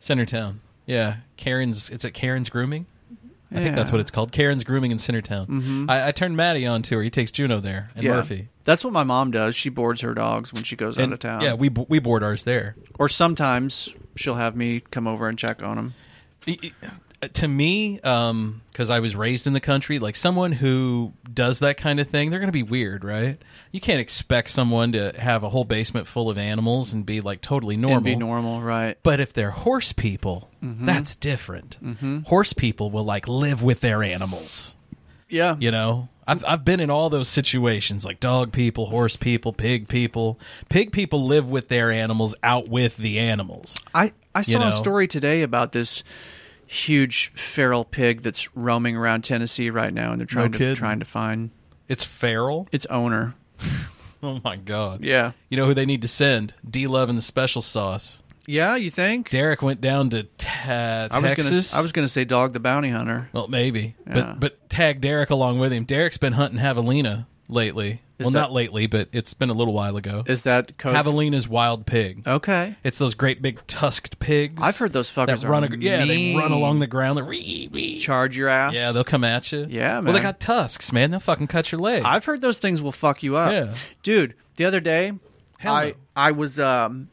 Centertown. Yeah, Karen's. It's at Karen's Grooming. I think that's Yeah. what it's called. Karen's Grooming in Centertown. Mhm. I, I turned Maddie on to her. He takes Juno there and yeah. Murphy. That's what my mom does. She boards her dogs when she goes out And, of town. Yeah, we bo- we board ours there. or sometimes she'll have me come over and check on them. Uh, to me, because I was raised in the country, like someone who does that kind of thing, they're going to be weird, right? You can't expect someone to have a whole basement full of animals and be like totally normal. And be normal, right? But if they're horse people, Mm-hmm. that's different. Horse people will like live with their animals. Yeah. You know, I've I've been in all those situations, like dog people, horse people, pig people. Pig people live with their animals, out with the animals. I, I You saw know. a story today about this huge feral pig that's roaming around Tennessee right now, and they're trying to kidding. trying to find It's feral. its owner. Oh my god. Yeah. You know who they need to send? D Love and the Special Sauce. Yeah, you think? Derek went down to ta- I was Texas. gonna I was gonna say Dog the Bounty Hunter. well, maybe, Yeah. but but tag Derek along with him. Derek's been hunting javelina lately. Is well, that- not lately, but it's been a little while ago. Is that Coke- Javelina's wild pig? Okay, it's those great big tusked pigs. Oh. I've heard those fuckers that run. are ag- yeah, they run mean. along the ground. They're charge your ass. Yeah, they'll come at you. Yeah, Well, they man. got tusks, man. They'll fucking cut your leg. I've heard those things will fuck you up. Yeah. Dude, the other day Hell I no. I was um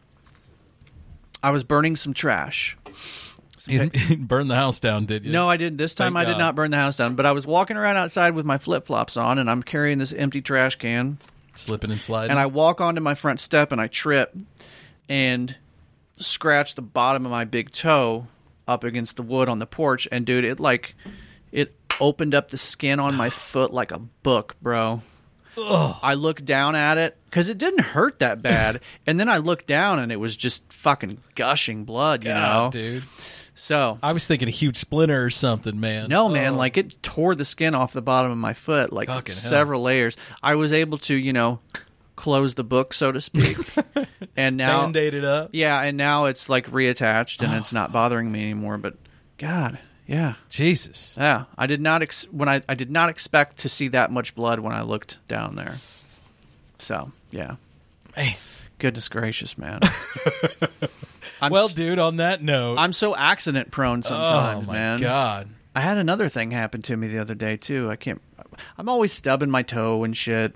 I was burning some trash. You didn't- you burned the house down, did you? No, I didn't. This time Thank I did God. not burn the house down, but I was walking around outside with my flip flops on and I'm carrying this empty trash can Slipping and sliding. and I walk onto my front step and I trip and scratch the bottom of my big toe up against the wood on the porch and dude it like it opened up the skin on my foot like a book, bro. I looked down at it because it didn't hurt that bad, and then I looked down and it was just fucking gushing blood, you know, God, Ah, dude. So I was thinking a huge splinter or something, man. no, man, like it tore the skin off the bottom of my foot, like Oh. Fucking hell. several layers. I was able to, you know, close the book, so to speak, and now, Band-Aid Oh. it up. yeah, and now it's like reattached and it's not bothering me anymore. But God, yeah, Jesus. yeah, I did not ex- when I I did not expect to see that much blood when I looked down there. So yeah, Man. goodness gracious, man. I'm well, s- dude, on that note. I'm so accident prone oh, sometimes, my man. God. I had another thing happen to me the other day too. I can't. I'm always stubbing my toe and shit.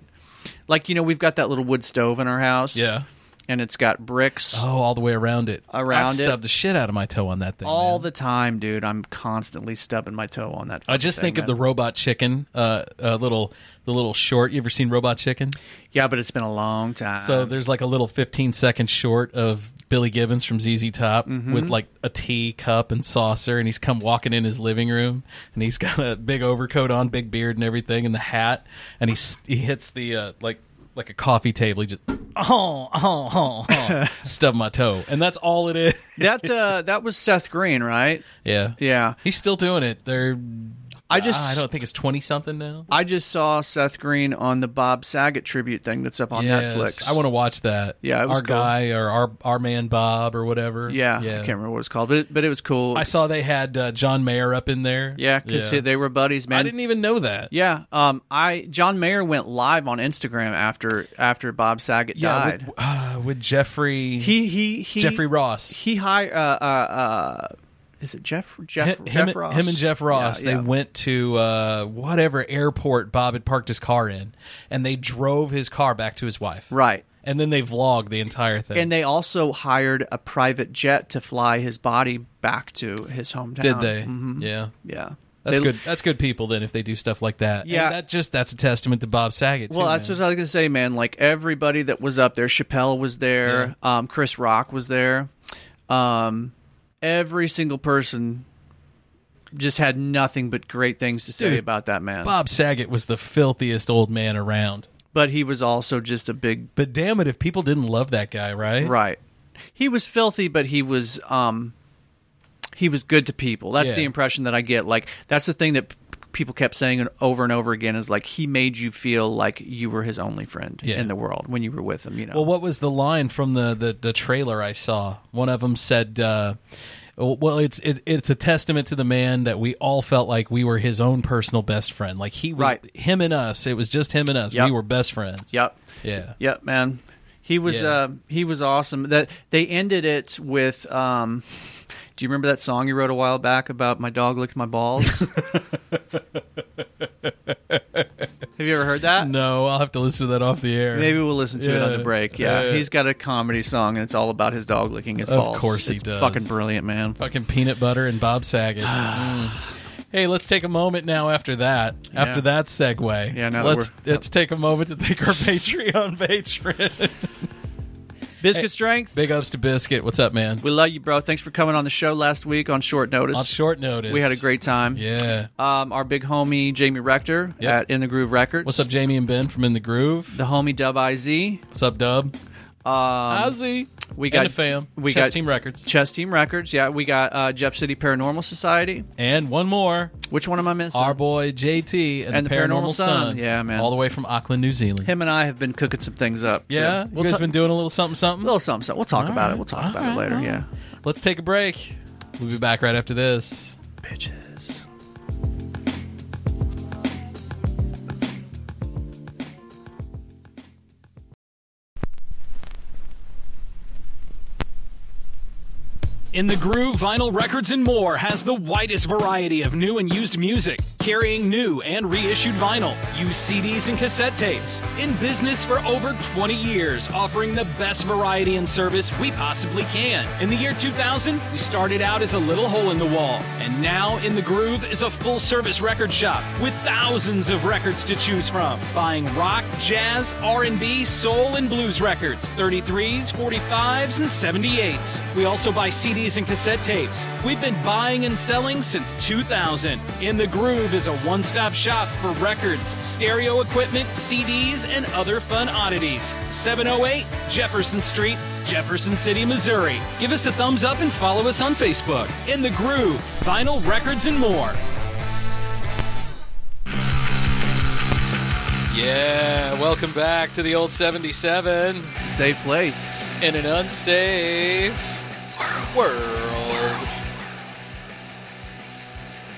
Like you know, we've got that little wood stove in our house. Yeah. and it's got bricks Oh, all the way around it. Around I it. stubbed the shit out of my toe on that thing. all man. the time, dude. I'm constantly stubbing my toe on that. I just think of the robot chicken, uh, uh, little the little short. You ever seen Robot Chicken? yeah, but it's been a long time. So there's like a little 15 second short of Billy Gibbons from ZZ Top Mm-hmm. with like a tea cup and saucer, and he's come walking in his living room, and he's got a big overcoat on, big beard and everything, and the hat, and he s- he hits the uh, like like a coffee table. He just oh oh oh, oh stub my toe, and that's all it is. that uh, that was Seth Green, right? yeah, Yeah. He's still doing it. They're I I just don't think it's 20 something now. I just saw Seth Green on the Bob Saget tribute thing that's up on Yes, Netflix. I want to watch that. Yeah, it was our cool. guy or our our man Bob or whatever. yeah, I can't remember what it's called, but it, but it was cool. I saw they had uh, John Mayer up in there. yeah, because they were buddies, man. I didn't even know that. Yeah, um, I John Mayer went live on Instagram after after Bob Saget died. with, uh, with Jeffrey. he he he Jeffrey Ross. He hired. Uh, uh, uh, is it Jeff Jeff him, Jeff him- Ross? him and Jeff Ross, Yeah, they yeah. went to uh, whatever airport Bob had parked his car in, and they drove his car back to his wife. right, And then they vlogged the entire thing. and they also hired a private jet to fly his body back to his hometown. did they? Mhm. Yeah. Yeah, That's They- good. That's good people. Then if they do stuff like that, And Yeah. that just that's a testament to Bob Saget. Well, too, that's man. what I was gonna say, man. Like everybody that was up there, Chappelle was there, um, Chris Rock was there. Um, every single person just had nothing but great things to say Dude, about that man. Bob Saget was the filthiest old man around. But he was also just a big But damn it, if people didn't love that guy, right? right. He was filthy, but he was um, he was good to people. That's Yeah. the impression that I get. Like that's the thing that p- people kept saying and- over and over again is like he made you feel like you were his only friend Yeah. in the world when you were with him. You know. Well, what was the line from the the, the trailer I saw? One of them said, uh, "Well, it's it, it's a testament to the man that we all felt like we were his own personal best friend. Like he was Right. him and us. It was just him and us. Yep. We were best friends. Yep. Yeah. Yep, man. He was Yeah. uh, he was awesome. That they ended it with. Um, do you remember that song you wrote a while back about my dog licked my balls? Have you ever heard that? No, I'll have to listen to that off the air. Maybe we'll listen to it on Yeah. the break. Yeah, Yeah. he's got a comedy song and it's all about his dog licking his Of balls. course he It's does. Fucking brilliant, man. Fucking peanut butter and Bob Saget. Mm. Hey, let's take a moment now after that. After Yeah. that segue. Yeah, now that let's we're- let's take a moment to thank our Patreon patron. Biscuit strength. Big ups to Biscuit. What's up, man? we love you, bro. Thanks for coming on the show last week on short notice. On short notice. we had a great time. Yeah. Um, our big homie Jamie Rector Yep. at In the Groove Records. What's up, Jamie and Ben from In the Groove? The homie Dub IZ. What's up, Dub? Uh, Um, Ozzy. we And got- the fam. we Chess got- Team Records. Chess Team Records. Yeah, we got uh, Jeff City Paranormal Society. And one more, Which one am I missing? our boy JT and, And the Paranormal Sun. Yeah, man. All the way from Auckland, New Zealand. Him and I have been cooking some things up. too. yeah, you we'll guys ta- been doing a little something, a something. little something. something. We'll talk All about right. it. We'll talk about All it right, later. all Yeah, Let's take a break. We'll be back right after this. bitches. In the Groove Vinyl Records and More has the widest variety of new and used music, carrying new and reissued vinyl, used CDs and cassette tapes. In business for over 20 years, offering the best variety and service we possibly can. In the year 2000, we started out as a little hole in the wall, and now In the Groove is a full service record shop with thousands of records to choose from, buying rock, jazz, R&B, soul and blues records, 33s, 45s and 78s. We also buy CDs and cassette tapes. We've been buying and selling since 2000. In the Groove is a one-stop shop for records, stereo equipment, CDs and other fun oddities. 708 Jefferson Street, Jefferson City, Missouri. Give us a thumbs up and follow us on Facebook. In the Groove, vinyl records and more. Yeah, welcome back to the old 77. It's a safe place. In an unsafe world.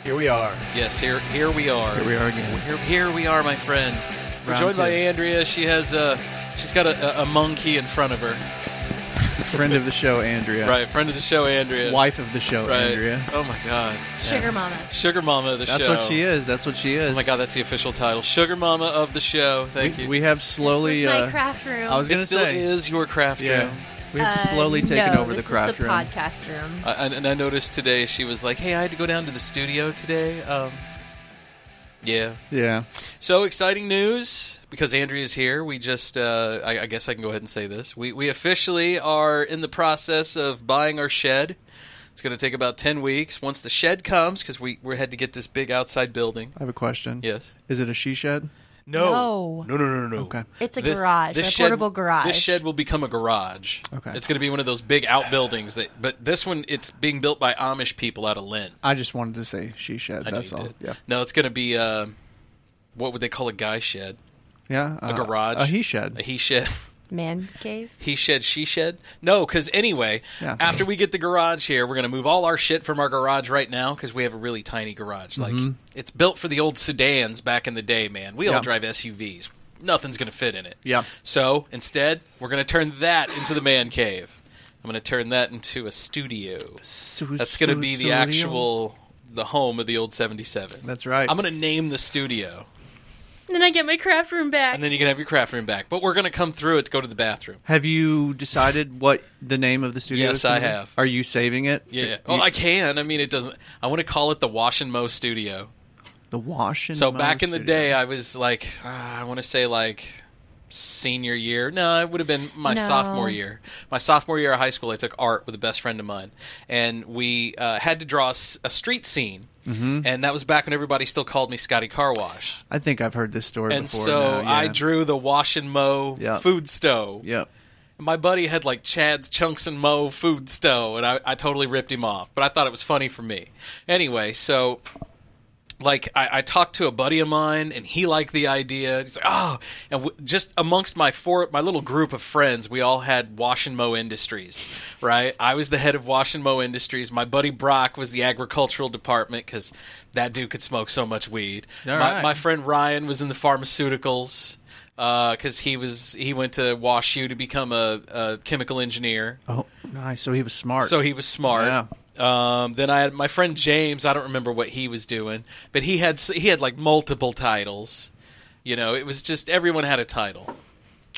Here we are. Yes, here here we are. Here we are again. Here, here we are, my friend. We're Round joined by two. Andrea. She has a she's got a, a monkey in front of her. Friend of the show, Andrea. Right, friend of the show, Andrea. Wife of the show, Right. Andrea. Oh my God. Yeah. Sugar mama. Sugar Mama of the That's show. what she is. That's what she is. Oh my God, that's the official title. Sugar Mama of the show. Thank you. We have slowly. This is my uh, craft room. I was It going to still say is your craft yeah. room. We have Uh, slowly taken no, over this the craft is the room. podcast room. I, and and I noticed today she was like, "Hey, I had to go down to the studio today." Um, yeah. Yeah. So exciting news because Andrea's here. We just, uh, I, I guess I can go ahead and say this. We, we officially are in the process of buying our shed. It's going to take about 10 weeks. Once the shed comes, because we, we had to get this big outside building. I have a question. Yes. Is it a she shed? No. No, no, no, no. no. Oh. Okay. It's a garage, a portable garage. This shed will become a garage. Okay. It's going to be one of those big outbuildings that, but this one, it's being built by Amish people out of Lynn. I just wanted to say she shed. I know That's you all. did. Yeah. No, it's going to be, uh, what would they call a guy shed? Yeah. A uh, garage. A he shed. A he shed. Man cave. He shed, she shed. No, because anyway, Yeah. after we get the garage here, we're gonna move all our shit from our garage right now because we have a really tiny garage. Like Mhm. it's built for the old sedans back in the day, man. We Yeah. all drive SUVs. Nothing's gonna fit in it. Yeah. So instead, we're gonna turn that into the man cave. I'm gonna turn that into a studio. Su- That's gonna be the studio. actual the home of the old 77. That's right. I'm gonna name the studio, And then I get my craft room back. and then you can have your craft room back. But we're gonna come through it to go to the bathroom. Have you decided what the name of the studio Yes, is? gonna I be? have. Are you saving it? Yeah. Well, I can. I mean, it doesn't. I want to call it the Wash and Mow Studio. The wash and so Mow back in the Studio. day, I was like, ah, I want to say like senior year. No, it would have been my No. sophomore year. My sophomore year of high school, I took art with a best friend of mine, and we uh, had to draw a, s- a street scene. Mhm. And that was back when everybody still called me Scotty Car Wash I think I've heard this story and before. so now, yeah. I drew the wash and mow Yep. food stove. Yep. My buddy had like Chad's Chunks and Mow food stove, and I, I totally ripped him off. But I thought it was funny for me. Anyway, so like I, I talked to a buddy of mine, and he liked the idea. He's like, oh, and w- just amongst my four, my little group of friends, we all had Wash and Mow Industries, right? I was the head of Wash and Mow Industries. My buddy Brock was the agricultural department because that dude could smoke so much weed. All my, right. my friend Ryan was in the pharmaceuticals because he was he went to Wash U to become a, a chemical engineer. Oh, nice. So he was smart. So he was smart. Um, then I had my friend James. I don't remember what he was doing, but he had s- he had like multiple titles. You know, it was just everyone had a title.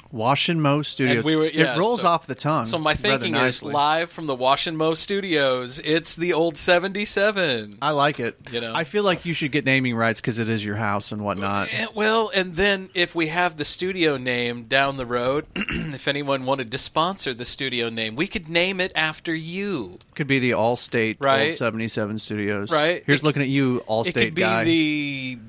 Wash and Mow Studios. And we were, yeah, it rolls so- off the tongue. So my rather thinking is nicely. live from the Wash and Mow Studios. It's the old '77. I like it. You know? I feel like you should get naming rights because it is your house and whatnot. Eh, Well, and then if we have the studio name down the road, if anyone wanted to sponsor the studio name, we could name it after you. Could be the Allstate Right. Old 77 Studios. Right. Here's It- looking at you, Allstate it could be guy. the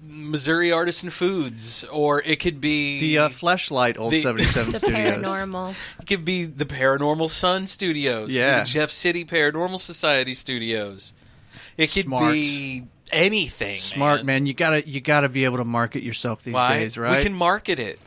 Missouri Artisan Foods, or it could be The, uh, Fleshlight Old 77 The Studios. paranormal. It could be the Paranormal Sun Studios. Or Yeah. the Jeff City Paranormal Society Studios. It could Smart. be anything. Smart man. you gotta you gotta be able to market yourself these Why? days, right? We can market it.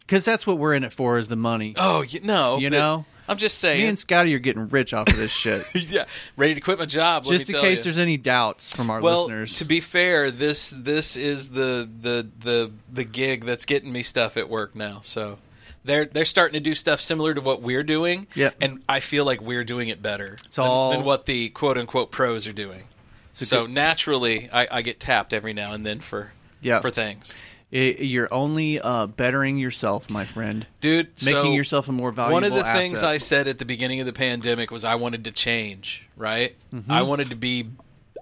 Because that's what we're in it for is the money. Oh, you, no. you but know, I'm just saying. me and Scotty are getting rich off of this shit. yeah, ready to quit my job. let Just me in tell case you. there's any doubts from our well, listeners. to be fair, this this is the the the the gig that's getting me stuff at work now. So They're they're starting to do stuff similar to what we're doing. Yeah. and I feel like we're doing it better It's than, all- than what the quote unquote pros are doing. It's a So good- naturally, I, I get tapped every now and then for Yeah. for things. I- you're only uh, bettering yourself, my friend. Dude, making so yourself a more valuable. One of the asset. things I said at the beginning of the pandemic was I wanted to change. Right, Mm-hmm. Mhm. I wanted to be,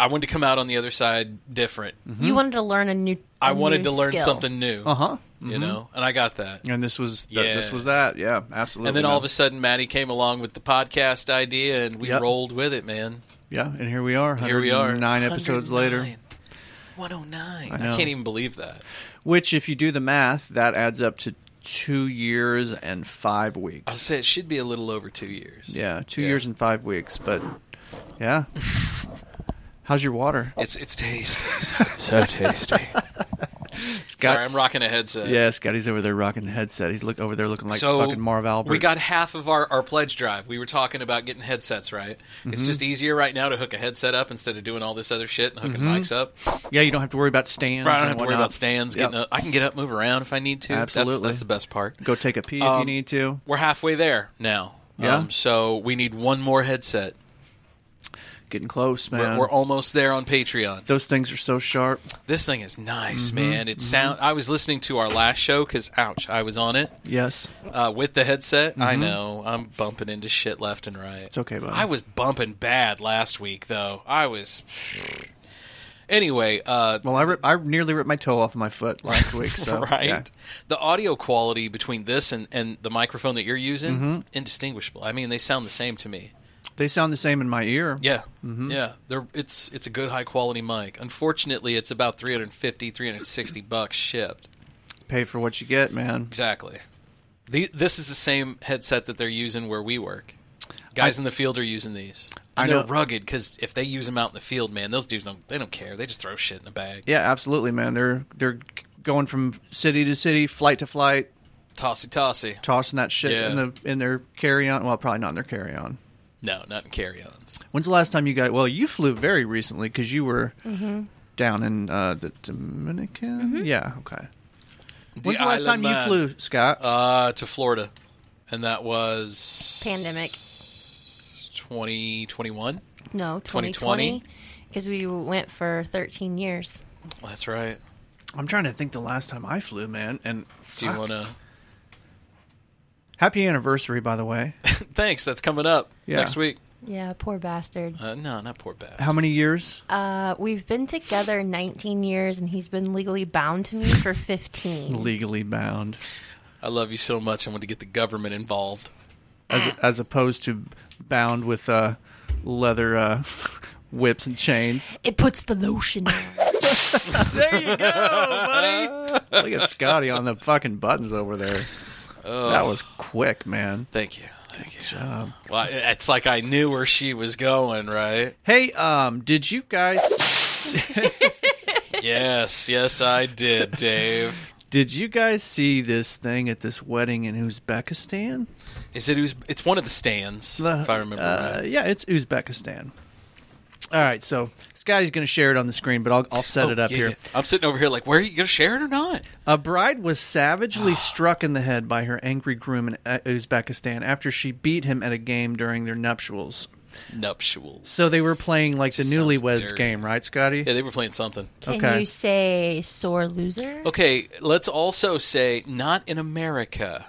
I wanted to come out on the other side different. Mm-hmm. You wanted to learn a new. I Mm-hmm. I wanted to learn something new. Uh huh. You know, and I got that. And this was th- Yeah. this was that. Yeah, absolutely. and then all man. of a sudden, Maddie came along with the podcast idea, and we Yep. rolled with it, man. yeah, and here we are. Here we are. Nine episodes later. 109. I I, know. can't even believe that. Which, if you do the math, that adds up to two years and five weeks. I'll say it should be a little over two years. Yeah, two years and five weeks. But yeah, how's your water? It's it's tasty. So, So tasty. Scott- Sorry, I'm rocking a headset. Yeah, Scotty's over there rocking the headset. He's look over there looking like so fucking Marv Albert. we got half of our, our pledge drive. We were talking about getting headsets, right? It's Mhm. just easier right now to hook a headset up instead of doing all this other shit and hooking Mhm. mics up. Yeah, you don't have to worry about stands. Right, I don't and have to worry whatnot. about stands. Yep. Getting up. I can get up, move around if I need to. That's- Absolutely, that's the best part. Go take a pee if you Um, need to. We're halfway there now. Um, Yeah. so we need one more headset. Getting close, We're, man. we're almost there on Patreon. Those things are so sharp. This thing is nice, Mhm, man. It mhm. sound. I was listening to our last show because ouch, I was on it Yes, uh, with the headset. I Mhm. know I'm bumping into shit left and right. it's okay, bud. I was bumping bad last week though. I was. Anyway, uh, well, I, rip, I nearly ripped my toe off my foot last week. So right, yeah. the audio quality between this and, and the microphone that you're using Mhm. indistinguishable. I mean, they sound the same to me. they sound the same in my ear. Yeah. Mhm. Yeah. They're, it's it's a good high quality mic. Unfortunately, it's about 350 360 bucks shipped. Pay for what you get, man. Exactly. The, this is the same headset that they're using where we work. Guys in the field are using these. And I they're know. rugged cuz if they use them out in the field, man, those dudes don't they don't care. They just throw shit in a bag. Yeah, absolutely, man. They're they're going from city to city, flight to flight, Tossy tossy. tossing that shit Yeah. in the in their carry on. Well, probably not in their carry on. No, not in carry-ons. When's the last time you got? Well, you flew very recently because you were Mhm. down in uh, the Dominican. Yeah. Okay. The When's the last island time you man. flew, Scott? Uh to Florida. And that was Pandemic. 2021? No, 2020. Because we went for 13 years. That's right. I'm trying to think the last time I flew, man. And Do you fuck. want to Happy anniversary, by the way. Thanks. That's coming up Yeah. next week. Yeah, poor bastard. Uh, no, not poor bastard. How many years? Uh, we've been together 19 years, and he's been legally bound to me for 15. Legally bound, I love you so much. I want to get the government involved. as as opposed to bound with uh, leather uh, whips and chains. It puts the lotion on. there you go, buddy. Look at Scotty on the fucking buttons over there. Oh. That was quick, man. Thank you. Thank you. Job. Well, it's like I knew where she was going, right? Hey, um, did you guys yes, yes, I did, Dave. did you guys see this thing at this wedding in Uzbekistan? Is it? Uz- It's one of the stands, if I remember Uh, right. yeah, it's Uzbekistan. All right, so Scotty's going to share it on the screen, but I'll, I'll set Oh, it up yeah, here. yeah. I'm sitting over here like, where are you going to share it or not? A bride was savagely struck in the head by her angry groom in uh, Uzbekistan after she beat him at a game during their nuptials. Nuptials. So they were playing like the Just sounds newlyweds dirty. game, right, Scotty? Yeah, they were playing something. Can you say sore loser? Okay, let's also say not in America.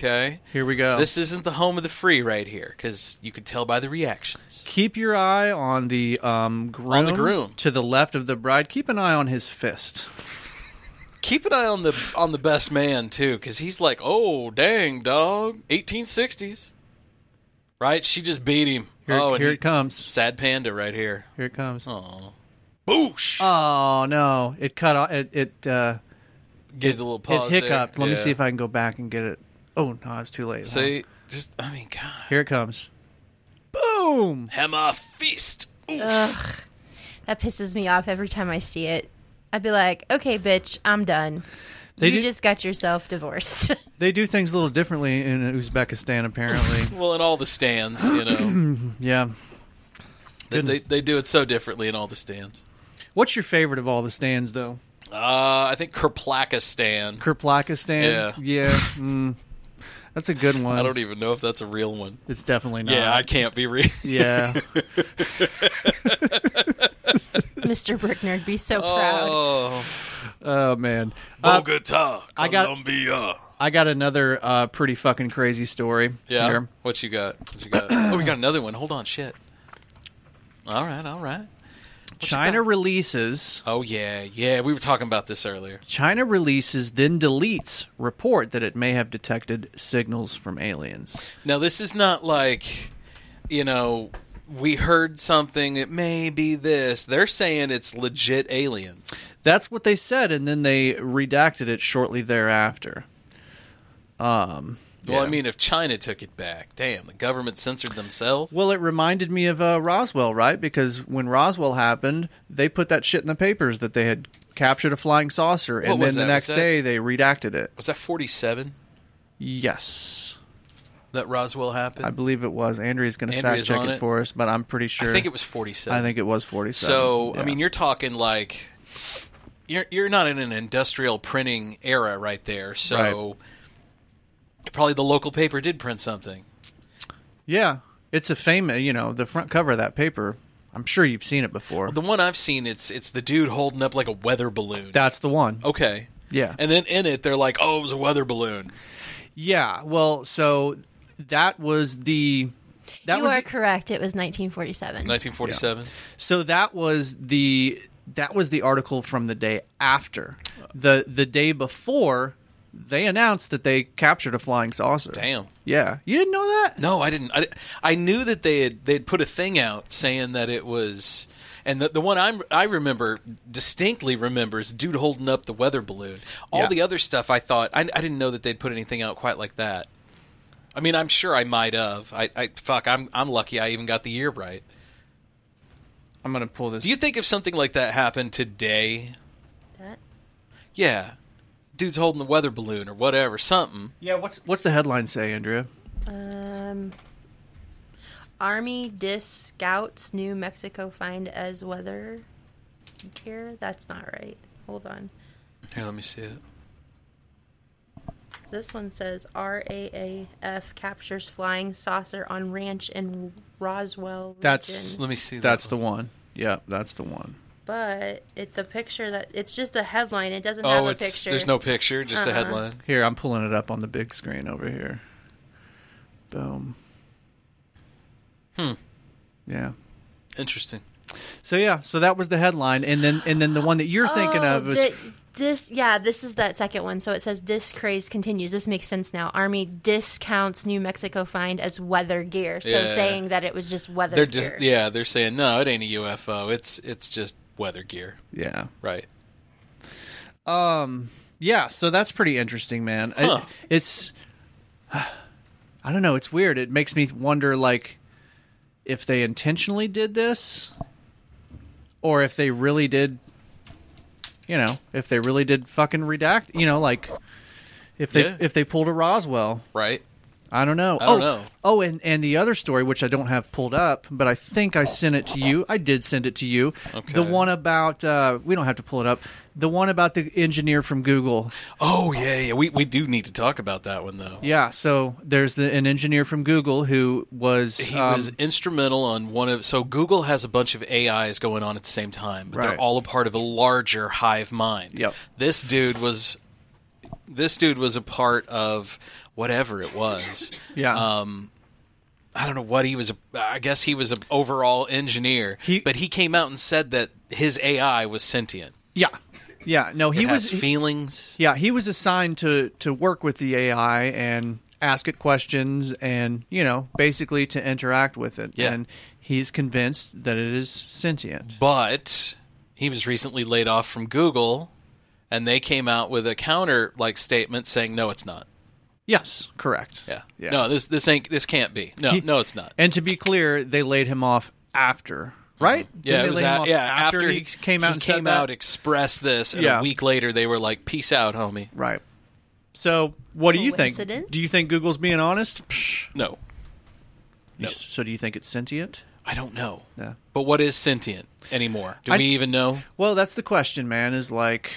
Okay, Here we go. This isn't the home of the free right here because you could tell by the reactions. Keep your eye on the um, groom. On the groom. to the left of the bride. Keep an eye on his fist. Keep an eye on the on the best man too, because he's like, oh dang dog, 1860s, right? She just beat him. Here- oh, and here he- it comes. Sad panda right here. Here it comes. Oh, Boosh! Oh no! It cut off. It it uh, Gave the little pause It hiccuped. there. Let me Yeah. see if I can go back and get it. Oh no! It's too late. see, just I mean, God, Here it comes. Boom! hammer feast. Oof. Uh. Ugh, that pisses me off every time I see it. I'd be like, okay, bitch, I'm done. They you do- just got yourself divorced. They do things a little differently in Uzbekistan, apparently. Well, in all the stands, you know, yeah. they, they they do it so differently in all the stands. What's your favorite of all the stands, though? Uh, I think Kerplakistan. Kerplakistan. Yeah. Yeah. Mm. That's a good one. I don't even know if that's a real one. It's definitely not. Yeah, I can't be real. Yeah. Mr. Brickner'd be so proud. Oh, Oh man, Uh, Bogota, I got- Colombia. I got another uh, pretty fucking crazy story. yeah. here. What you got? What you got? oh, we got another one. Hold on, shit. All right, all right. China releases. Oh yeah, yeah. We were talking about this earlier. China releases then deletes report that it may have detected signals from aliens. Now, this is not like, you know, we heard something, it may be this. They're saying it's legit aliens. That's what they said, and then they redacted it shortly thereafter. Um. Well, I yeah. mean, if China took it back, damn, the government censored themselves. Well, it reminded me of uh, Roswell, right? Because when Roswell happened, they put that shit in the papers that they had captured a flying saucer, What and then was the that? Was next that- day they redacted it. Was that 47 Yes, that Roswell happened? I believe it was. Andrea's going to fact Andrea's check on it, it. for us, but I'm pretty sure. I think it was 47. I think it was 47. So, Yeah. I mean, you're talking like you're you're not in an industrial printing era right there. So probably the local paper did print something. yeah, it's a famous. You know, the front cover of that paper. I'm sure you've seen it before. The one I've seen, it's it's the dude holding up like a weather balloon. That's the one. Okay. Yeah. Oh, And then in it, they're like, "Oh, it was a weather balloon." Yeah. Well, so that was the. That you was are the- correct. It was 1947. 1947. So that was the that was the article from the day after. The the day before they announced that they captured a flying saucer. Damn. Yeah. You didn't know that? No, I didn't. I, di- I knew that they had they'd put a thing out saying that it was, and the the one I I remember distinctly remembers dude holding up the weather balloon. All Yeah. the other stuff I thought I, I didn't know that they'd put anything out quite like that. I mean, I'm sure I might have. I, I fuck, I'm I'm lucky I even got the year right. I'm going to pull this. Do you think if something like that happened today? That? Yeah, dude's holding the weather balloon or whatever, something. Yeah, what's what's the headline say, Andrea? Um, Army dis scouts New Mexico find as weather gear. That's not right. Hold on. Here, let me see it. This one says RAAF captures flying saucer on ranch in Roswell. That's region. That's the one. Yeah, that's the one. But it the picture that it's just a headline. It doesn't have Oh, a it's picture. there's no picture, just a Uh-uh. headline. Here, I'm pulling it up on the big screen over here. Boom. Hmm. Yeah. Interesting. So yeah, so that was the headline and then and then the one that you're thinking Oh, of was thi- this yeah this is that second one so it says this craze continues this makes sense now army discounts new mexico find as weather gear so Yeah. saying that it was just weather They're gear just yeah, they're saying no, it ain't a UFO. It's it's just weather gear. Yeah. Right. Um. Yeah. So that's pretty interesting, man. I- Huh. it's. I don't know. It's weird. It makes me wonder, like, if they intentionally did this, or if they really did. You know, if they really did fucking redact. You know, like, if they Yeah. if they pulled a Roswell. Right. I don't know. I don't oh, know. Oh, and, and the other story, which I don't have pulled up, but I think I sent it to you. I did send it to you. Okay. The one about uh, we don't have to pull it up. The one about the engineer from Google. Oh yeah, yeah. We we do need to talk about that one though. Yeah. So there's the, an engineer from Google who was He um, was instrumental on one of so Google has a bunch of AIs going on at the same time, but Right. they're all a part of a larger hive mind. Yep. This dude was this dude was a part of whatever it was. Yeah. Um I don't know what he was. a- I guess he was an overall engineer, but he came out and said that his AI was sentient. Yeah. Yeah. No, he It was has feelings. Yeah, he was assigned to to work with the AI and ask it questions and, you know, basically to interact with it. Yeah. And he's convinced that it is sentient. But he was recently laid off from Google, and they came out with a counter like statement saying, "No, it's not. Yes, correct. Yeah, Yeah. no, this this ain't this can't be. No, He- no, it's not. And to be clear, they laid him off after, right? Didn't Yeah, they it was lay him a- off yeah. After, he came out e-, he and said came that? out expressed this, and Yeah. a week later they were like, "Peace out, homie." Right. So, what do you think? Coincidence? Do you think Google's being honest? Psh. No, No. So, do you think it's sentient? I don't know. Yeah. But what is sentient anymore? Do I- we even know Well, that's the question, man. Is like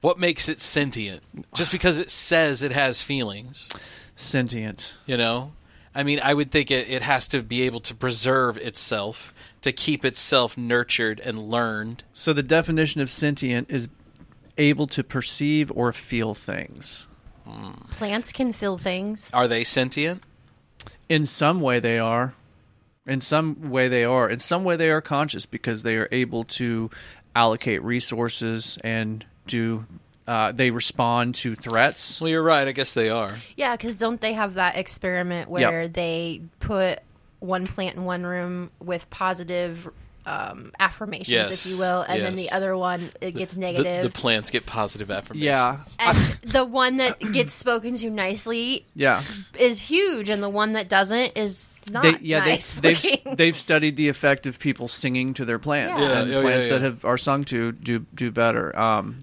what makes it sentient? Just because it says it has feelings, sentient. You know, I mean, I would think it, it has to be able to preserve itself, to keep itself nurtured and learned. So the definition of sentient is able to perceive or feel things. Plants can feel things. Are they sentient? In some way, they are. In some way, they are. In some way, they are conscious because they are able to allocate resources and do. Uh, they respond to threats. Well, you're right. I guess they are. Yeah, because don't they have that experiment where they put one plant in one room with positive um, affirmations, Yes, if you will, and then the yes. other one it gets negative. The, the plants get positive affirmation. Yeah. and the one that gets spoken to nicely Yeah. is huge, and the one that doesn't is not They, yeah, nice. they, looking. they've they've studied the effect of people singing to their plants, Yeah. and Yeah, yeah, plants yeah. that have are sung to do do better. Um,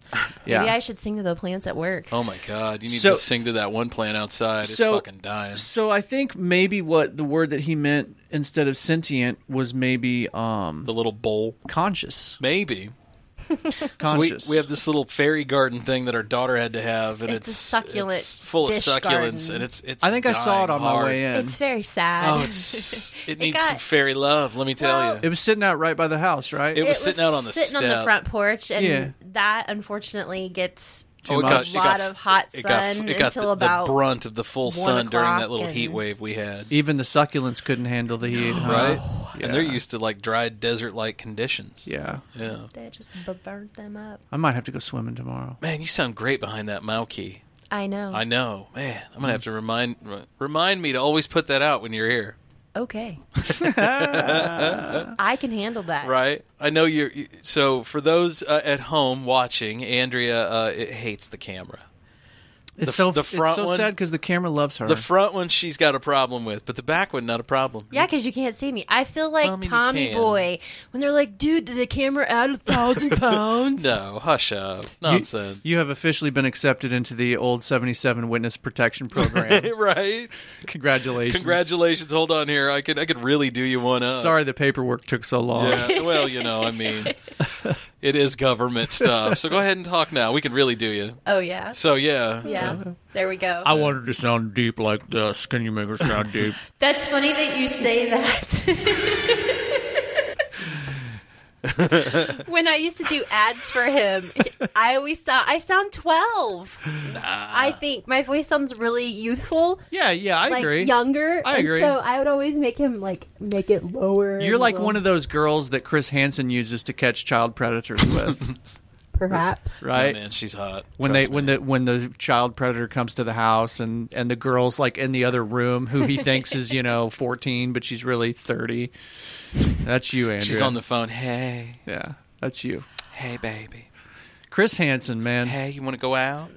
yeah, Maybe I should sing to the plants at work. Oh my God! You need So- to sing to that one plant outside. It's So- fucking dying. So I think maybe what the word that he meant instead of sentient was maybe um the little bowl conscious. Maybe. So we, Conscious. we have this little fairy garden thing that our daughter had to have, and It's it's, a succulent it's full of dish succulents, garden. and it's it's. I think I saw it dying on my hard. way in. It's very sad. Oh, it's it needs got- some fairy love. Let me tell you. It was sitting out right by the house, right? It was sitting out on the sitting on the step. front porch, and Yeah. that unfortunately gets Oh, a it got- it lot got- of hot sun it got- it got until the- the about brunt of the full one sun during that o'clock little heat and- wave we had. Even the succulents couldn't handle the heat, huh? right? Oh, Yeah. And they're used to like dry desert like conditions. Yeah. Yeah. They just b- burned them up. I might have to go swimming tomorrow. Man, you sound great behind that Mao key. I know. I know. Man, I'm going to have Mm. to remind re- remind me to always put that out when you're here. Okay, I can handle that. right? I know you're. you- So, for those uh, at home watching, Andrea uh, it hates the camera. It's The f- so the front it's so one- sad because the camera loves her. The front one she's got a problem with, but the back one, not a problem. Yeah, because you can't see me. I feel like Well, I mean, you Tommy can. Boy when they're like, "Dude, did the camera add a thousand pounds?" No, hush up. You- Nonsense. You, have officially been accepted into the old 77 witness protection program. right? Congratulations. Congratulations. Hold on here. I could I could really do you one up. Sorry the paperwork took so long. Yeah. Well, you know, I mean, it is government stuff. So go ahead and talk now. We can really do you. Oh yeah. So yeah. yeah. There we go. wanted to sound deep like this. Can you make her sound deep? That's funny that you say that. when I used to do ads for him, I always sound I sound twelve. I think my voice sounds really youthful. Yeah, yeah, I like, agree. Younger, I and agree. so I would always make him like make it lower. You're like one of those girls that Chris Hansen uses to catch child predators with. perhaps. Right, Oh, man, she's hot. When Trust they when the when the child predator comes to the house and and the girl's like in the other room who he thinks is you know fourteen but she's really thirty. That's you, Andrew. She's on the phone. Hey. Yeah, that's you, Hey, baby. Chris Hansen, man. Hey, you want to go out?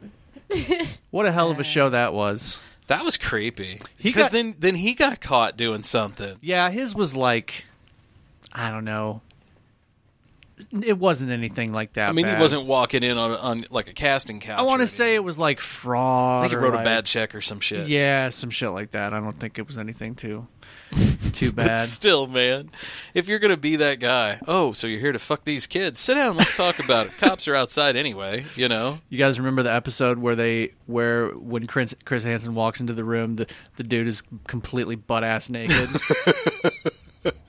What a hell of a show that was. That was creepy. He Because got- then then he got caught doing something. Yeah, his was like, I don't know. It wasn't anything like that. I mean, bad. he wasn't walking in on, on like a casting couch. I want or to say it was like fraud. I think he or, wrote a like- bad check or some shit. Yeah, some shit like that. I don't think it was anything too too But bad. still, man, if you're gonna be that guy, oh, so you're here to fuck these kids? Sit down, let's talk about it. Cops are outside anyway, you know. You guys remember the episode where they where when Chris Chris Hansen walks into the room, the the dude is completely butt ass naked,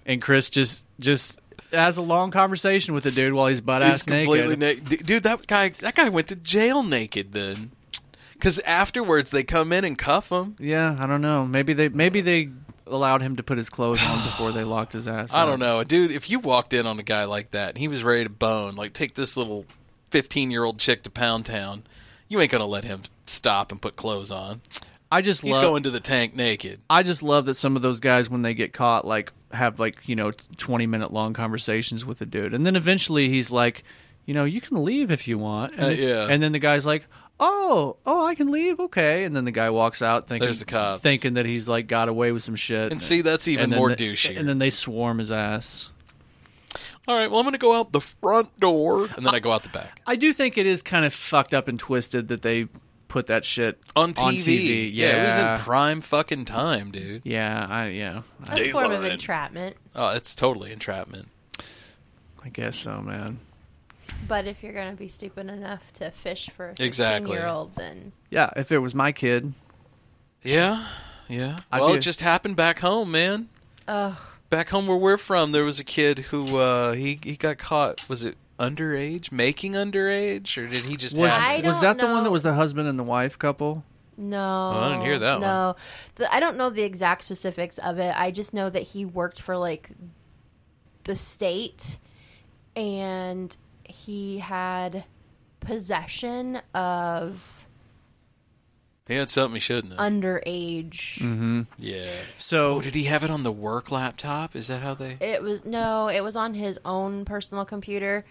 and Chris just just has a long conversation with the dude while he's butt He's ass naked. completely naked, dude. That guy, that guy went to jail naked then, because afterwards they come in and cuff him. yeah, I don't know. Maybe they maybe they allowed him to put his clothes on before they locked his ass. I up. don't know, dude. If you walked in on a guy like that and he was ready to bone, like take this little fifteen-year-old chick to Pound Town, you ain't gonna let him stop and put clothes on. I just He's love, going to the tank naked. I just love that some of those guys when they get caught like have like, you know, 20 minute long conversations with the dude. And then eventually he's like, you know, you can leave if you want. And Uh, yeah. And then the guy's like, "Oh, oh, I can leave. Okay." And then the guy walks out thinking There's the cops. thinking that he's like got away with some shit. And see, that's even then more the- douchey. And then they swarm his ass. All right, well, I'm going to go out the front door, and then I go out the back. I do think it is kind of fucked up and twisted that they put that shit On TV. TV. Yeah. Yeah, it was in prime fucking time, dude. Yeah, I yeah. A Daylight. form of entrapment. Oh, it's totally entrapment. I guess so, man. But if you're gonna be stupid enough to fish for a Exactly. year old, then Yeah, if it was my kid, Yeah, yeah. I'd well, be it a- just happened back home, man. Ugh. Back home where we're from, there was a kid who uh, he he got caught. Was it underage making underage, or did he just? Was, have it? was that the one that was the husband and the wife couple? No, Oh, I didn't hear that one. No, The- I don't know the exact specifics of it. I just know that he worked for like the state, and he had possession of He had something he shouldn't have. underage. Mm-hmm. Yeah. So, oh, did he have it on the work laptop? Is that how they? It was no, it was on his own personal computer.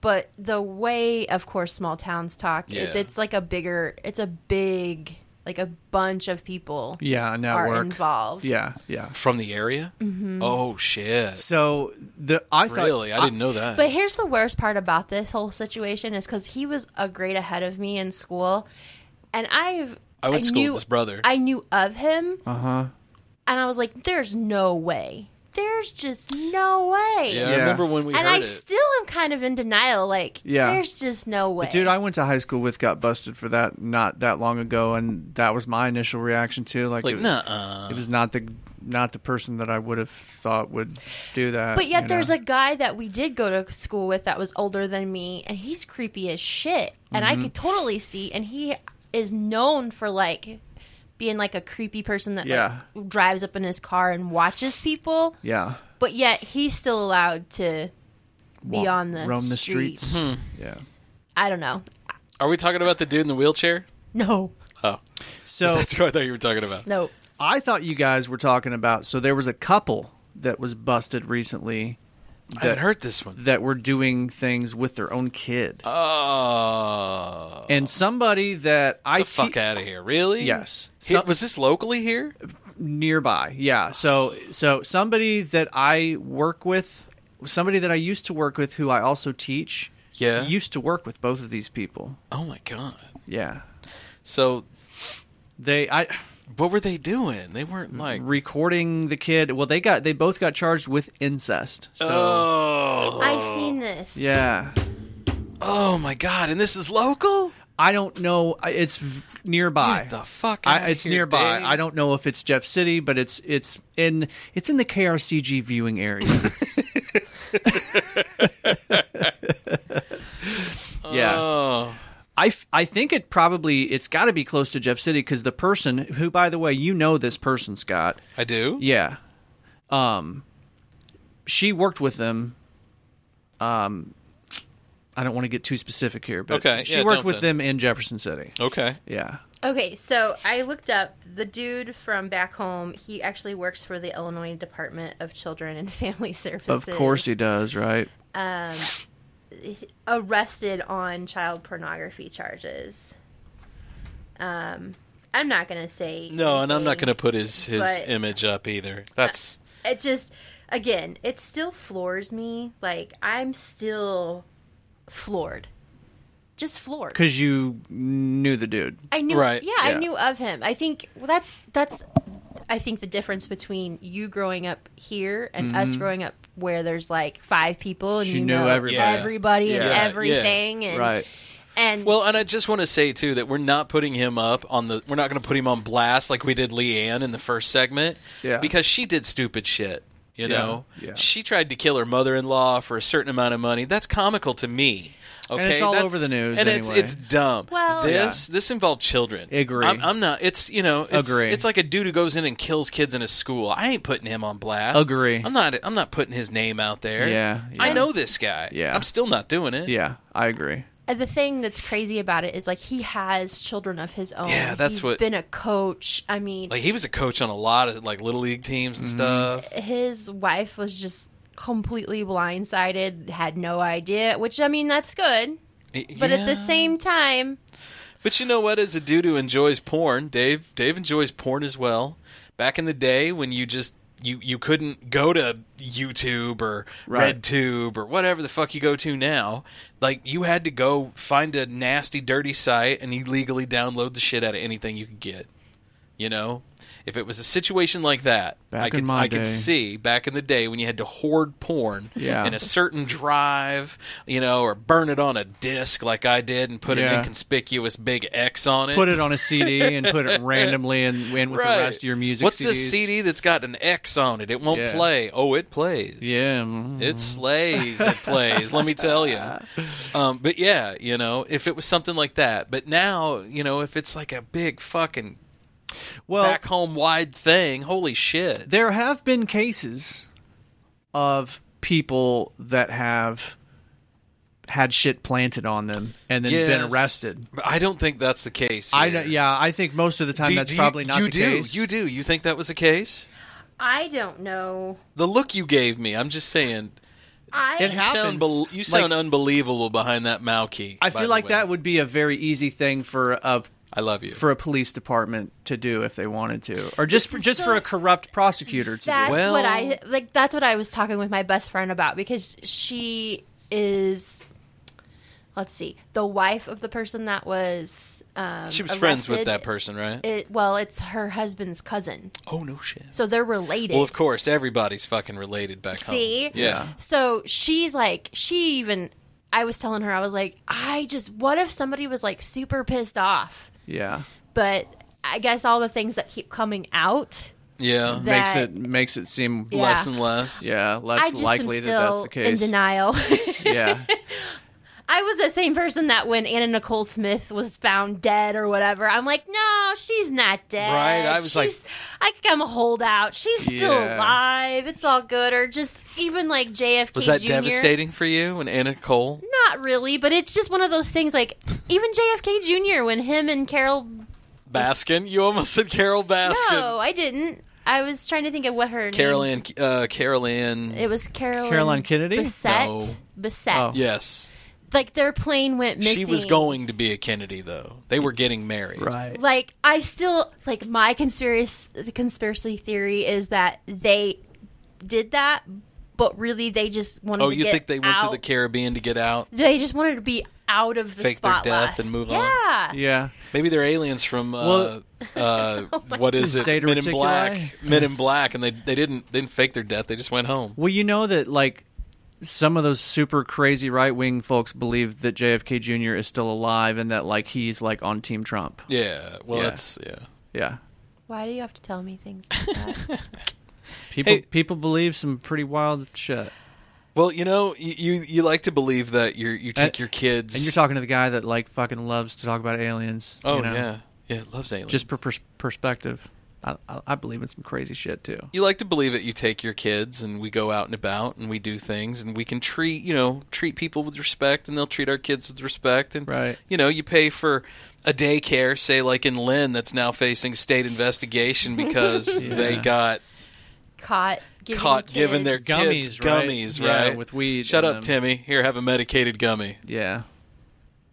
But the way, of course, small towns talk, it, Yeah. it's like a bigger, it's a big, like a bunch of people. Yeah, a are network. involved. Yeah, yeah. From the area? Mhm. Oh shit. So the I thought really I didn't know that. uh, But here's the worst part about this whole situation is because he was a grade ahead of me in school, and I've I went to school with knew- his brother. I knew of him, Uh huh. and I was like, "There's no way. There's just no way." Yeah, I Yeah. remember when we and heard I it. still am kind of in denial. Like, Yeah. there's just no way. But dude, I went to high school with got busted for that not that long ago, and that was my initial reaction too. Like, Like, it, was- nuh-uh. it was not the not the person that I would have thought would do that. But yet, you there's know? a guy that we did go to school with that was older than me, and he's creepy as shit. And I Mhm. could totally see, and he is known for like being like a creepy person that Yeah. like drives up in his car and watches people. yeah. But yet, he's still allowed to be Walk- on the roam the streets. streets. Yeah. I don't know. Are we talking about the dude in the wheelchair? No. Oh, So- that's who I thought you were talking about. Nope. I thought you guys were talking about. So there was a couple that was busted recently. I haven't heard this one. That were doing things with their own kid. Oh. And somebody that I The fuck te- outta here. Really? Yes. He- was this locally here? Nearby. Yeah. So so somebody that I work with, somebody that I used to work with, who I also teach. Yeah. Used to work with both of these people. Oh my god. Yeah. So they I what were they doing? They weren't like recording the kid. Well, they got they both got charged with incest. So oh. I've seen this. Yeah. Oh my god! And this is local. I don't know. I- It's v- nearby. Get the fuck I, outta it's here, nearby. Dave. I don't know if it's Jeff City, but it's it's in it's in the KRCG viewing area. yeah. Uh. Oh. I, f- I think it probably it's got to be close to Jeff City because the person who by the way you know this person Scott I do yeah um she worked with them um I don't want to get too specific here but Okay, she yeah, worked don't with then. them in Jefferson City okay yeah Okay, so I looked up the dude from back home. He actually works for the Illinois Department of Children and Family Services. of course he does right Um, arrested on child pornography charges. Um, I'm not gonna say No, and I'm not going to put his his But- image up either. That's it just again it still floors me like i'm still floored just floored because you knew the dude i knew yeah, i knew of him i think well that's that's i think the difference between you growing up here and us Mhm. growing up where there's like five people and Mm-hmm. She you knew know everybody. everybody Yeah. and Yeah, yeah. everything and and well, and I just want to say too that we're not putting him up on the. We're not going to put him on blast like we did Leanne in the first segment. Yeah. because she did stupid shit. You Yeah, know, yeah. she tried to kill her mother-in-law for a certain amount of money. That's comical to me. And Okay, it's all That's- over the news and anyway. it's it's dumb. Well- this this involved children. Agree. I'm, I'm not. It's you know. It's, Agree. It's like a dude who goes in and kills kids in a school. I ain't putting him on blast. Agree. I'm not. I'm not putting his name out there. Yeah, I yeah. know this guy. Yeah. I'm still not doing it. yeah I agree And the thing that's crazy about it is like he has children of his own. Yeah, that's He's what- been a coach. I mean, Like he was a coach on a lot of like little league teams and stuff. his wife was just completely blindsided, had no idea, which I mean, that's good. But at the same time, But you know what? As a dude who enjoys porn, Dave Dave enjoys porn as well. Back in the day when you just you you couldn't go to YouTube or Right. RedTube or whatever the fuck you go to now, like you had to go find a nasty, dirty site and illegally download the shit out of anything you could get. You know, if it was a situation like that, Back I in could my I day. could see back in the day when you had to hoard porn Yeah. in a certain drive, you know, or burn it on a disc like I did and put Yeah. an inconspicuous big X on it. Put it on a CD and put it randomly in, in with Right. the rest of your music. What's CDs. this CD that's got an X on it? It won't Yeah. play. Oh, it plays. Yeah, it slays. It plays. Let me tell you. Um, but yeah, you know, if it was something like that. But now, you know, if it's like a big fucking well, back home wide thing, holy shit. There have been cases of people that have had shit planted on them and then Yes. been arrested. But I don't think that's the case. I here. know, yeah, I think most of the time Do- that's do you- probably not you the do. case. You do. You think that was the case? I don't know. The look you gave me. I'm just saying. I you sound, bel- you sound unbelievable behind that Malky. I feel like that would be a very easy thing for a I love you for a police department to do if they wanted to, or just for, just for a corrupt prosecutor to That's do. what I like. That's what I was talking with my best friend about because she is, let's see, the wife of the person that was. Um, She was friends with arrested. that person, right? It, well, it's her husband's cousin, Oh no shit. so they're related. Well, of course, everybody's fucking related back home. See? Yeah. So she's like, she even, I was telling her, I was like, I just, what if somebody was like super pissed off? yeah, But I guess all the things that keep coming out, yeah, makes That- it makes it seem Yeah. Less and less. Yeah, less I just likely am that that's still the case. in denial. yeah, I was the same person that when Anna Nicole Smith was found dead or whatever, I'm like, no, she's not dead. Right, I was like- She's- I think I'm a holdout. She's still Yeah. alive. It's all good. Or just even like JFK Was that Jr. devastating for you when Anna Cole? Not really, but it's just one of those things. Like even JFK Jr. when him and Carol. Baskin? You almost said Carol Baskin. No, I didn't. I was trying to think of what her Carol name. Ann. Uh, Carol Ann. It was Carolyn. Caroline Kennedy? Oh. Bissett. No. Bissett. Yes. Like their plane went missing. She was going to be a Kennedy, though. They were getting married. Right. Like I still like my conspiracy the conspiracy theory is that they did that, but really they just wanted. Oh, to you get think they went out. to the Caribbean to get out? They just wanted to be out of the fake spotlight. their death and move Yeah. on. Yeah. Maybe they're aliens from uh, Well- uh, what is it? Zeta Men in Reticuli? Black. Men in Black, and they they didn't they didn't fake their death. They just went home. Well, you know that like some of those super crazy right wing folks believe that JFK Jr. is still alive and that like he's like on Team Trump. Yeah. Well, that's yeah. yeah. Why do you have to tell me things like that? People people believe some pretty wild shit. Well, you know, you you, you like to believe that you you take your kids and you're talking to the guy that like fucking loves to talk about aliens. Oh, you know? yeah. Yeah, loves aliens. Just for pers- perspective, I, I, I believe in some crazy shit too. you like to believe it. You take your kids and we go out and about and we do things and we can treat, you know, treat people with respect and they'll treat our kids with respect. And, Right. you know, you pay for a daycare, say like in Lynn, that's now facing state investigation because Yeah. they got Caught. Giving caught kids. giving their kids Gummies, right? gummies, Yeah, right? with weed Shut in up, them. Timmy. Here, have a medicated gummy. Yeah.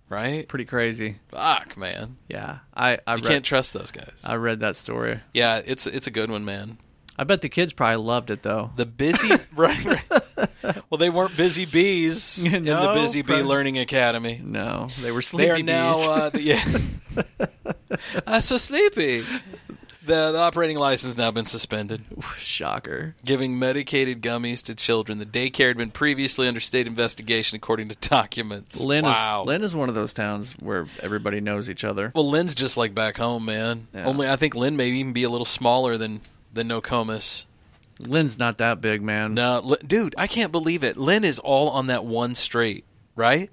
Right? Pretty crazy. Fuck, man. Yeah. I, I you read- can't trust those guys. I read that story. Yeah, it's it's a good one, man. I bet the kids probably loved it though. The busy right, right. Well, they weren't busy bees in the No, Busy Bee probably- Learning Academy. No, they were They sleepy are now. bees. Uh, the- yeah, I'm so sleepy. The, the operating license has now been suspended. Shocker. Giving medicated gummies to children. The daycare had been previously under state investigation, according to documents. Lynn wow. is Lynn is one of those towns where everybody knows each other. well, Lynn's just like back home, man. Only I think Lynn may even be a little smaller than than Nokomis. Lynn's not that big, man. No, Lin- dude, I can't believe it. Lynn is all on that one street, right?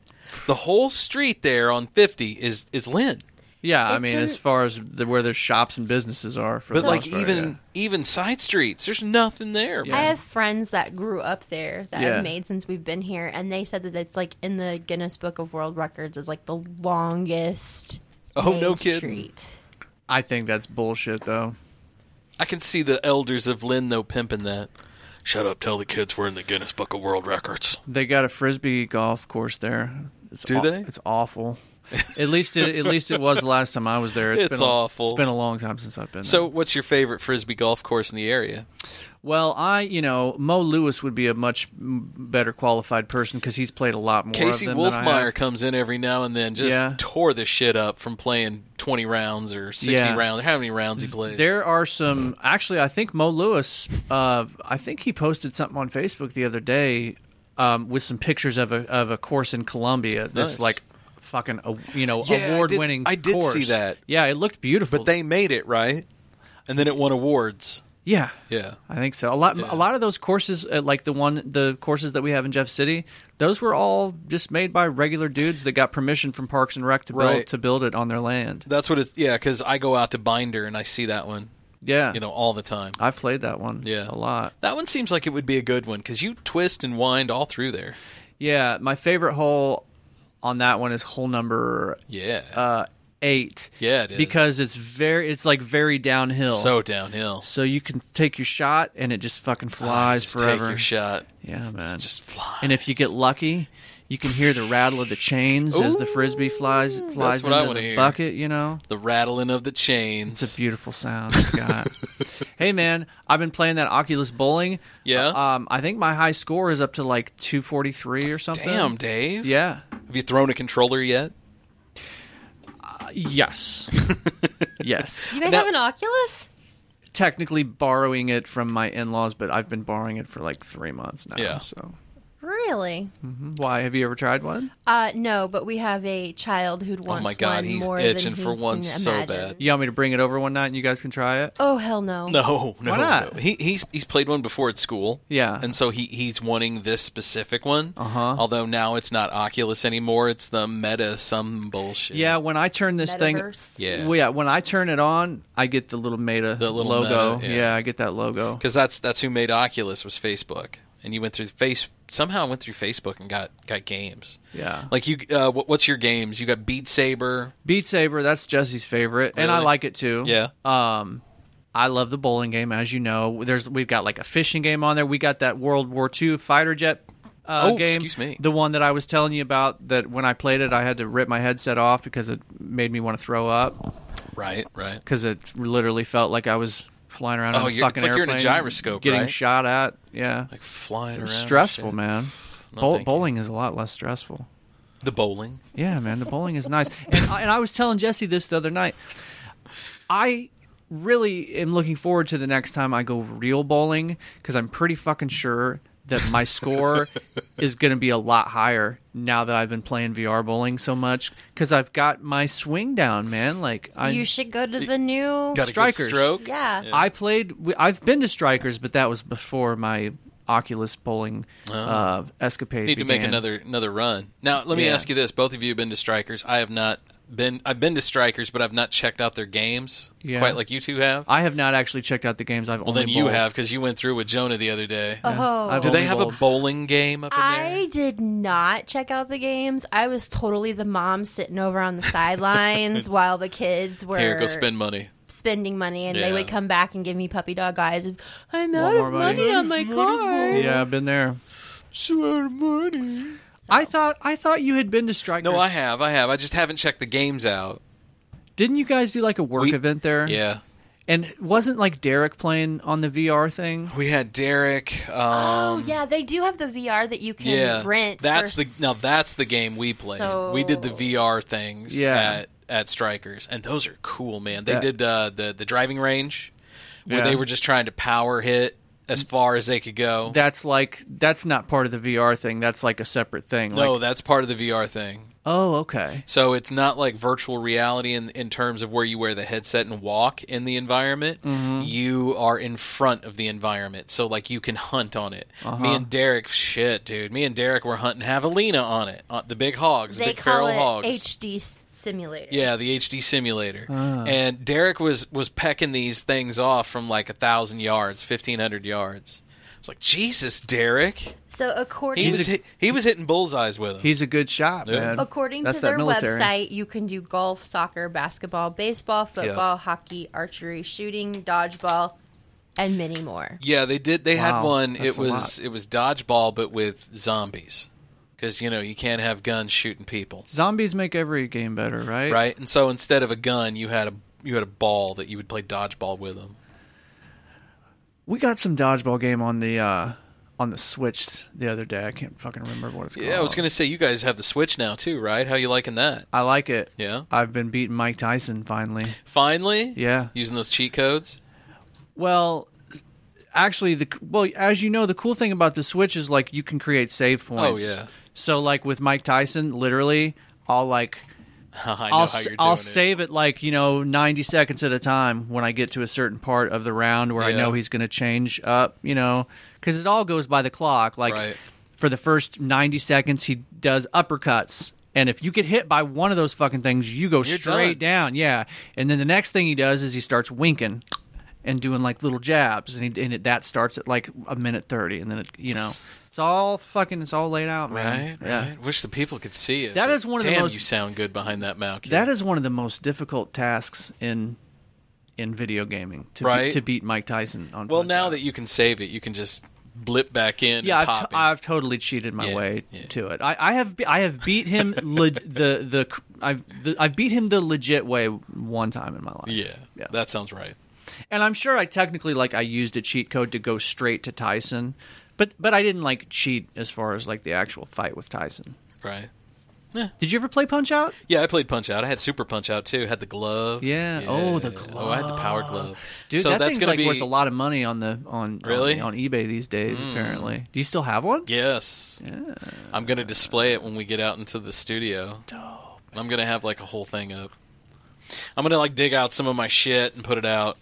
The whole street there on 50 is is Lynn. Yeah, I It's mean, an- as far as the, where their shops and businesses are, for But the like most part, even yeah. even side streets, there's nothing there. I man. have friends that grew up there that Yeah. I've made since we've been here, and they said that it's like in the Guinness Book of World Records is like the longest. Oh, no main kidding. Street. I think that's bullshit, though. I can see the elders of Lynn though pimping that. Shut up! Tell the kids we're in the Guinness Book of World Records. they got a frisbee golf course there. It's Do aw- they? It's awful. At least it at least it was the last time I was there. It's been a- awful. it's been a long time since I've been. So, what's your favorite frisbee golf course in the area? Well, I, you know, Mo Lewis would be a much m- better qualified person because he's played a lot more. of Casey them than I have. Wolfmeyer comes in every now and then, just Yeah. tore the shit up from playing twenty rounds or sixty Yeah. rounds. How many rounds he plays? There are some. Actually, I think Mo Lewis. Uh, I think he posted something on Facebook the other day um, with some pictures of a of a course in Columbia that's Nice. like fucking a, you know Yeah, I did- award winning. I did see that. Yeah, it looked beautiful. But they made it right, and then it won awards. Yeah, Yeah. I think so. A lot, a lot of those courses, uh, like the one, the courses that we have in Jeff City, those were all just made by regular dudes that got permission from Parks and Rec to build Right. to build it on their land. That's what it's yeah, because I go out to Binder and I see that one. Yeah. You know, all the time. I've played that one. Yeah. A lot. That one seems like it would be a good one because you twist and wind all through there. Yeah, my favorite hole on that one is hole number Yeah. uh, eight. Yeah, it is. because it's very it's like very downhill. So downhill. So you can take your shot and it just fucking flies just take forever. your shot. Yeah, Just- man. just flies. And if you get lucky, you can hear the rattle of the chains as the frisbee flies flies That's what into I want the to hear. bucket. You know. the rattling of the chains. It's a beautiful sound, Scott. hey, man, I've been playing that Oculus bowling. Yeah? Um, I think my high score is up to like 243 or something. Damn, Dave. Yeah. Have you thrown a controller yet? Oh Yes. yes. You guys have an Oculus? Technically borrowing it from my in laws, but I've been borrowing it for like three months now. Yeah. So, Really? Mhm. why? Have you ever tried one? Uh, no, but we have a child who wants Oh my God, one he's more itching than for he one can so imagine. bad. You want me to bring it over one night and you guys can try it? Oh hell no. No, no. Why not? no. He he's he's played one before at school. Yeah. And so he he's wanting this specific one. Uh-huh. Although now it's not Oculus anymore, it's the Meta some bullshit. Yeah, when I turn this Metaverse? thing, Yeah. well, yeah, when I turn it on, I get the little Meta The little logo. Meta, yeah. I get that logo. Cuz that's that's who made Oculus was Facebook. And you went through face somehow went through Facebook and got got games. Yeah. Like you uh what, what's your games? You got Beat Saber. Beat Saber, that's Jesse's favorite, and I Really? like it too. Yeah. Um, I love the bowling game, as you know. There's we've got like a fishing game on there. We got that World War II fighter jet. Uh, Oh, game, excuse me. The one that I was telling you about that when I played it, I had to rip my headset off because it made me want to throw up. Right, right. Because it literally felt like I was flying around Oh, on a you're- it's fucking like you're in a airplane, gyroscope, getting right? shot at. Yeah, Like flying It was around and Stressful, shit. man. No, Bowl- thank you. bowling is a lot less stressful. The bowling. Yeah, man, the bowling is nice. And I, and I was telling Jesse this the other night. I really am looking forward to the next time I go real bowling because I'm pretty fucking sure that my score is going to be a lot higher now that I've been playing VR bowling so much because I've got my swing down, man. Like I you should go to the new strikers. Yeah. I played. w- I've been to strikers, but that was before my Oculus bowling uh, escapade. Oh. Need to make began. another another run. Now, let me Yeah. ask you this: Both of you have been to Strikers. I have not been. I've been to Strikers, but I've not checked out their games Yeah. quite like you two have. I have not actually checked out the games. I've Well, only then you bowled. have because you went through with Jonah the other day. Yeah. Oh. I've Do they only have a bowled. bowling game up in there? I did not check out the games. I was totally the mom sitting over on the sidelines while the kids were Here, go spend money. spending money, and Yeah. they would come back and give me puppy dog eyes. Of, I'm Want out more of money, money? on my card. Yeah, I've been there. I thought I thought you had been to Strikers. No, I have. I have. I just haven't checked the games out. Didn't you guys do like a work event there? Yeah. And wasn't like Derek playing on the VR thing? We had Derek. Um, Oh yeah, they do have the VR that you can yeah. rent. That's for the now. That's the game we played. we did the VR things. Yeah. At, at Strikers, and those are cool, man. They Yeah. did uh, the the driving range, where Yeah. Mm. they were just trying to power hit as far as they could go. That's like that's not part of the VR thing. That's like a separate thing. no, Like, that's part of the VR thing. oh, okay. So it's not like virtual reality in in terms of where you wear the headset and walk in the environment. Mhm. You are in front of the environment, so like you can hunt on it. Uh-huh. Me and Derek, shit, dude. Me and Derek were hunting javelina on it, on the big hogs, the they big feral call it hogs. HD simulator. Yeah, the HD simulator. Ah. And Derek was was pecking these things off from like a thousand yards, fifteen hundred yards. I was like, Jesus, Derek. So according He was hit, he was hitting bullseyes with him. He's a good shot, Yeah. man. According That's to their that military. website, you can do golf, soccer, basketball, baseball, football, hockey, archery, shooting, dodgeball, and many more. Yeah, they did. They Wow, had one. that's It a was it was dodgeball, but with zombies. because you know you can't have guns shooting people, Zombies make every game better, right? right? And so instead of a gun, you had a you had a ball that you would play dodgeball with them. We got some dodgeball game on the uh on the Switch the other day. I can't fucking remember what it's called. Yeah, I was gonna say you guys have the Switch now too, right? How you liking that? I like it. Yeah. I've been beating Mike Tyson finally. Finally, Yeah. using those cheat codes. Well, actually, the well, as you know, the cool thing about the Switch is like you can create save points. Oh, yeah. So like with Mike Tyson, literally, I'll like. I know will how you're I'll doing it. save it like you know ninety seconds at a time when I get to a certain part of the round where I Yeah. know he's going to change up, you know, because it all goes by the clock. Like for the first ninety seconds, he does uppercuts, and if you get hit by one of those fucking things, you go You're straight down. Yeah, and then the next thing he does is he starts winking and doing like little jabs, and, he, and it, that starts at like a minute thirty, and then it you know it's all fucking it's all laid out, man. Right, Yeah. right. Wish the people could see it. That That is is one of the damn, most- you sound good behind that mouth. kid. That is one of the most difficult tasks in in video gaming to be- Right. to beat Mike Tyson on. well, now that you can save it, you can just blip back in. yeah, and I've, pop t- I've totally cheated my way to it. I, I have be- I have beat him le- the the c- I've the, I've beat him the legit way one time in my life. Yeah, that sounds right. and I'm sure I technically like I used a cheat code to go straight to Tyson, but but I didn't like cheat as far as like the actual fight with Tyson. Right. Did you ever play Punch Out? Yeah, I played Punch Out. I had Super Punch Out too. Had the glove. Yeah. Oh, the Oh, I had the power glove. Dude, so that that's thing's gonna like be worth a lot of money on the on Really? on, on eBay these days. Mm. Apparently, do you still have one? Yes. I'm gonna display it when we get out into the studio. Dope. I'm gonna have like a whole thing up. I'm gonna like dig out some of my shit and put it out.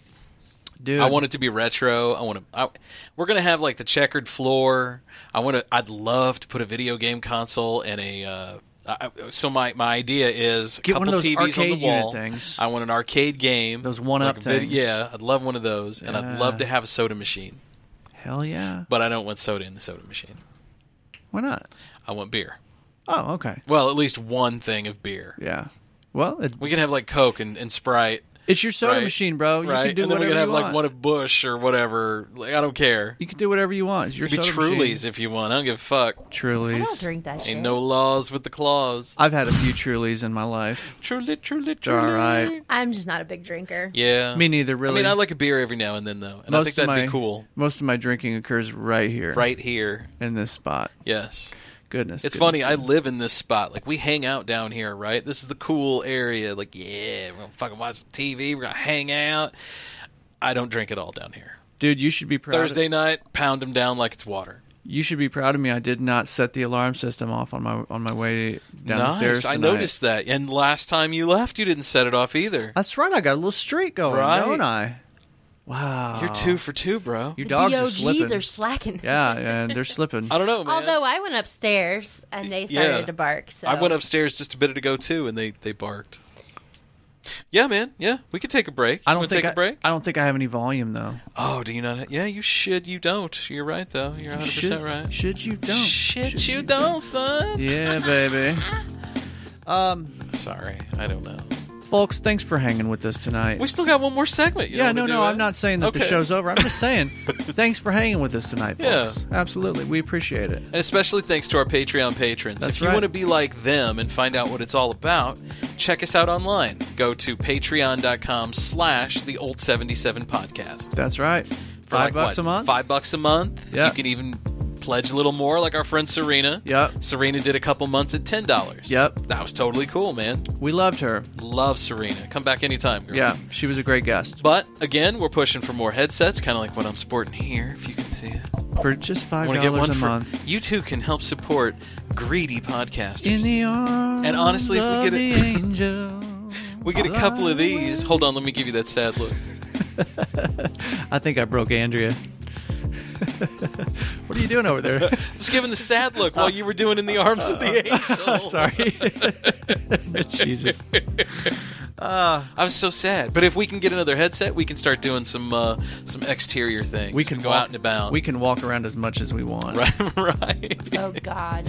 Dude. I want it to be retro. I want to. I, we're gonna have like the checkered floor. I want to. I'd love to put a video game console and a. Uh, I, I- so my, my idea is a Get couple one of those TVs on arcade the unit wall. things. I want an arcade game. Those one up things. yeah, I'd love one of those, and I'd love to have a soda machine. Hell yeah! But I don't want soda in the soda machine. Why not? I want beer. Oh, okay. Well, at least one thing of beer. Yeah. Well, it, We can have like Coke and, and Sprite. It's your soda right? machine, bro. You right, can do and then we whatever can have you like want. one of Bush or whatever. Like I don't care. you can do whatever you want. It's your It could be soda Trulies machine. if you want. I don't give a fuck. Trulies. I don't drink that Ain't shit. no laws with the claws. I've had a few Trulies in my life. Truly, truly, They're all right. I'm just not a big drinker. Yeah. Me neither, I really. mean, I like a beer every now and then though, and I Most think of that'd my- be cool. Most of my drinking occurs right here, Right here. in this spot. Yes. Goodness, It's goodness, funny. I goodness. live in this spot. Like we hang out down here, right? This is the cool area. Like, yeah, we're gonna fucking watch some TV. We're gonna hang out. I don't drink at all down here. dude, you should be proud. of- Thursday night, pound them down like it's water. You should be proud of me. I did not set the alarm system off on my on my way down the stairs. nice. I tonight. noticed that. And last time you left, you didn't set it off either. That's right. I got a little streak going, Right. don't I? Wow. You're two for two, bro. Your dogs are DOGs slipping. are slacking. Yeah, and they're slipping. I don't know, Oh, man. Although I went upstairs and they started Yeah. to bark. So I went upstairs just a bit ago too, and they they barked. Yeah, man. Yeah, we could take a break. I You don't wanna think take I, a break. I don't think I have any volume though. Oh, do you not? Yeah, you should. You don't. You're right though. You're 100 Should- percent right. Should you don't? Shit, you don't, son. Yeah, baby. Um, Sorry, I don't know. folks, thanks for hanging with us tonight. We still got one more segment. You yeah, don't no, wanna no, do I'm it? not saying that the Okay. show's over. I'm just saying, thanks for hanging with us tonight, Yeah. folks. Absolutely, we appreciate it. And especially thanks to our Patreon patrons. That's if you right. want to be like them and find out what it's all about, check us out online. Go to patreon.com slash the old 77 podcast. That's right. For Five like, bucks what, a month. Five bucks a month. Yeah. You can even pledge a little more like our friend Serena. Yep. Serena did a couple months at ten dollars. Yep. That was totally cool, man. We loved her. Love Serena. Come back anytime, girl. Yeah, she was a great guest. But again, we're pushing for more headsets, kinda like what I'm sporting here, if you can see it. For just five Wanna get dollars one a for- month. You too can help support greedy podcasters. In the arms And honestly, if we of get it- the angel. We get a couple of these. Hold on, let me give you that sad look. I think I broke Andrea. what are you doing over there? I was giving the sad look while you were doing in the arms of the angel. Sorry. Jesus. I was so sad. But if we can get another headset, we can start doing some uh, some exterior things. We can go walk, out and about. We can walk around as much as we want. right, right. Oh God.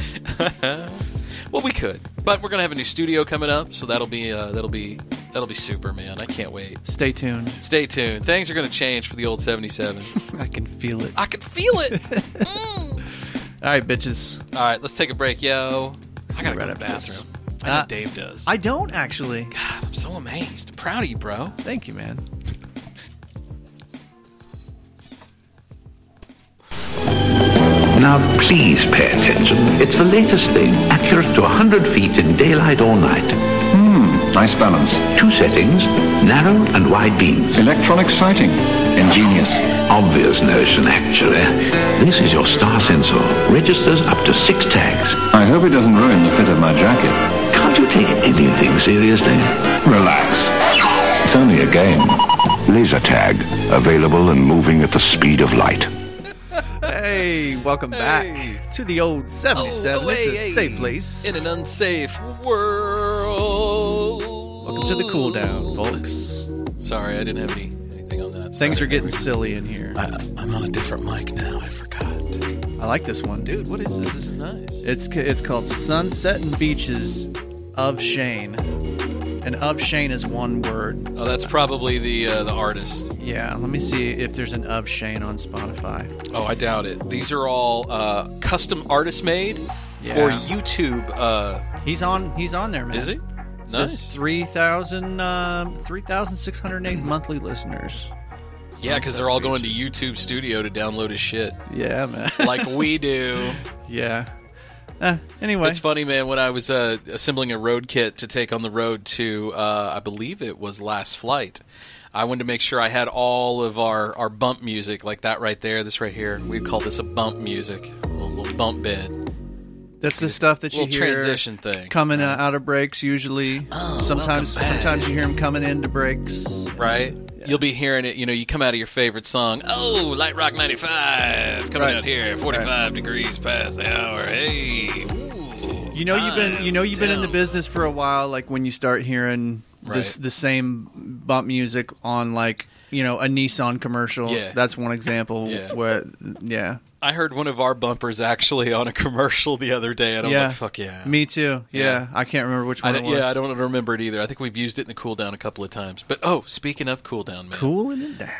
well, we could. But we're gonna have a new studio coming up, so that'll be uh, that'll be that'll be super, man. I can't wait. Stay tuned. Stay tuned. Things are gonna change for the old seventy seven. I can feel it. I can feel it. All right, bitches. All right, let's take a break, yo. I gotta go right to up the to bathroom. this. I know Uh, Dave does. I don't actually. God, I'm so amazed. Proud of you, bro. Thank you, man. Now, please pay attention. It's the latest thing, accurate to 100 feet in daylight or night. Hmm, nice balance. Two settings, narrow and wide beams. Electronic sighting. Ingenious. Obvious notion, actually. This is your star sensor. Registers up to six tags. I hope it doesn't ruin the fit of my jacket. Can't you take anything seriously? Relax. It's only a game. Laser tag. Available and moving at the speed of light. Hey, welcome back to the old 77. it's a safe place. Oh, In an unsafe world. Welcome to the cool down, folks. Sorry, I didn't have any, anything on that. Things are getting silly in here. I, I'm on a different mic now. I forgot. I like this one, dude. What is this? This is nice. It's ca- it's called Sunset and Beaches of Shane, and of Shane is one word. Oh, that's probably the uh, the artist. Yeah, let me see if there's an of Shane on Spotify. Oh, I doubt it. These are all uh, custom artist made for Yeah. YouTube. Uh, He's on. He's on there, man. Is he? Nice. Says 3,000, um, 3,608 monthly listeners. yeah, because they're all going to YouTube Studio to download his shit. Yeah, man. like we do. Yeah. Uh, anyway, It's funny, man. When I was uh, assembling a road kit to take on the road to, uh, I believe it was last flight, I wanted to make sure I had all of our, our bump music, like that right there, this right here. We'd call this a bump music, a little bump bed. that's the stuff that you little hear transition thing, Oh, coming uh, out of breaks. Usually, sometimes sometimes you hear them coming into breaks. right? You'll be hearing it. You know, you come out of your favorite song. Oh, Light Rock 95 coming Right. out here, 45 degrees past the hour. Hey. You know you've been you know you've been in the business for a while. Like when you start hearing this Right. the same bump music on like you know a Nissan commercial. Yeah. that's one example. Yeah. Where yeah. I heard one of our bumpers actually on a commercial the other day, and I yeah. was like, fuck yeah. Me too. Yeah. Yeah. I can't remember which I one it don't- was. yeah, I don't remember it either. I think we've used it in the cool down a couple of times. But oh, speaking of cool down, man. Cooling it down.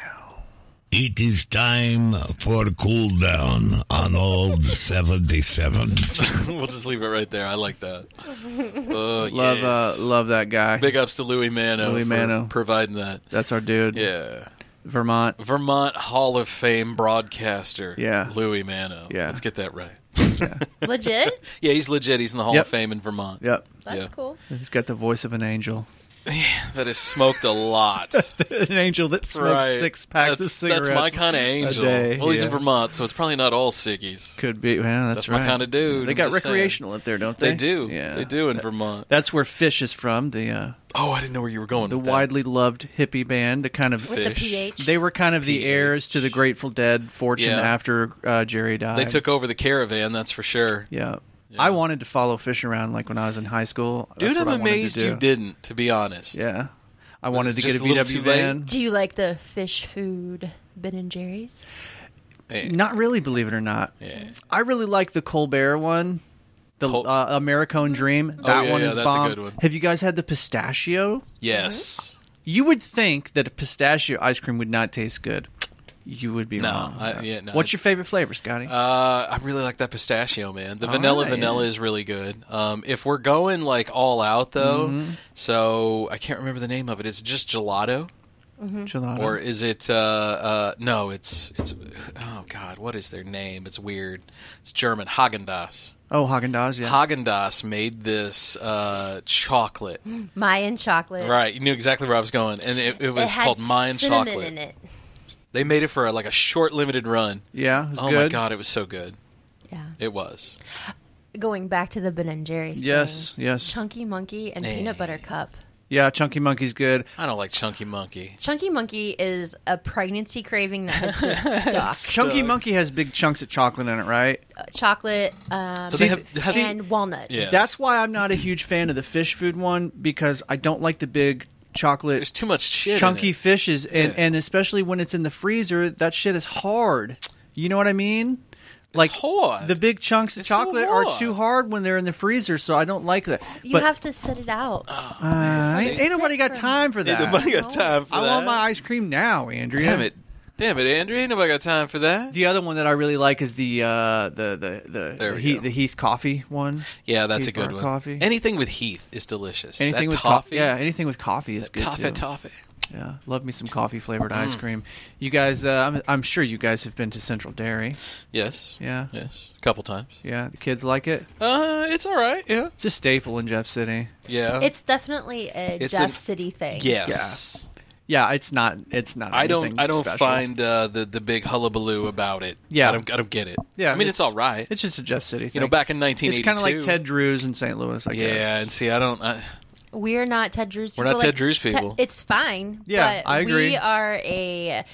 It is time for cool down on old 77. we'll just leave it right there. I like that. Oh, Love yes. uh love that guy. Big ups to Louis Mano Louis for Mano. providing that. That's our dude. Yeah. Vermont. Vermont Hall of Fame broadcaster. Yeah. Louis Mano. Yeah. Let's get that right. Legit? yeah, he's legit. He's in the Hall Yep. of Fame in Vermont. Yep. That's yeah. cool. He's got the voice of an angel. That is smoked a lot. an angel that smokes Right. six packs of That's- cigarettes. That's my kind a of angel. day. Well, he's in Yeah. Vermont, so it's probably not all sickies. Could be. Well, that's, That's right. my kind of dude. They I'm got just saying. recreational up there, don't they? They do. Yeah. They do in Vermont. That's where Fish is from. The uh, Oh, I didn't know where you were going. the with that. widely loved hippie band. The kind of With the Fish. PH? They were kind of the heirs to the Grateful Dead fortune Yeah. after uh, Jerry died. They took over the caravan, that's for sure. Yeah. I wanted to follow Fish around like when I was in high school. That's Dude, what I'm I wanted to amazed you do. didn't, to be honest. Yeah. I Was wanted it to just get a a little VW too late? van. Do you like the fish food Ben and Jerry's? Not really, believe it or not. Eh, Yeah. I really like the Colbert one. The uh, Americone Dream. Oh, That yeah, one yeah, is that's a bomb. good one. Have you guys had the pistachio? Yes. You would think that a pistachio ice cream would not taste good. You would be No, wrong. I- yeah, no, What's your favorite flavor, Scotty? Uh, I really like that pistachio, man. The All vanilla right. vanilla is really good. Um, if we're going like all out though, Mhm. so I can't remember the name of it. It's just gelato, Mm-hmm. Gelato. or is it? Uh, uh, no, it's it's. Oh God, what is their name? It's weird. It's German. Haagen Dazs. oh, Haagen Dazs. Yeah. Haagen Dazs made this uh, chocolate. Mayan chocolate. Right, you knew exactly where I was going, and it, it was had called Mayan cinnamon chocolate. in it. They made it for like a short, limited run. Yeah, it was oh my good. god, it was so good. Yeah. It was. Going back to the Ben and Jerry's. Yes, thing. yes. Chunky Monkey and Eh. Peanut Butter Cup. yeah, Chunky Monkey's good. I don't like Chunky Monkey. Chunky Monkey is a pregnancy craving that has just stuck. Chunky Monkey has big chunks of chocolate in it, right? Uh, chocolate um, So they have- has- and walnut. That's why I'm not a huge fan of the fish food one because I don't like the big chocolate. There's too much shit. in Chunky it. fishes, and Yeah. and especially when it's in the freezer, that shit is hard. You know what I mean? Like hard. the big chunks of It's so chocolate are hard. too hard when they're in the freezer, so I don't like that. You but have to set it out. uh, ain't, ain't nobody got time for Ain't that. nobody got time for I want that. my ice cream now, Andrea. Damn it, Damn it, Andrew! Ain't nobody got time for that. The other one that I really like is the uh, the the the There the we Heath, the Heath coffee one. Yeah, that's Heath a good Bar one. Coffee. Anything with Heath is delicious. Anything That with toffee. coffee. Yeah, anything with coffee is That good. toffee, too. toffee. Yeah, love me some coffee flavored ice Mm. cream. You guys, uh, I'm, I'm sure you guys have been to Central Dairy. Yes. Yeah. Yes. A couple times. Yeah, the kids like it. Uh, it's all right. Yeah. It's a staple in Jeff City. Yeah. It's definitely a It's Jeff an- City thing. Yes. Yeah. yeah, it's not. It's not. I don't. anything I don't special. find uh, the the big hullabaloo about it. Yeah. I don't. I don't get it. Yeah, I mean, it's, all right. It's just a Jeff City. Thing. You know, back in It's kind of like 1982. Ted Drews in St. Louis. I yeah, guess. and see, I don't. I, We're not Ted Drew's We're people. not Ted Like, Drew's Te- people. it's fine. Yeah, but I agree. We are a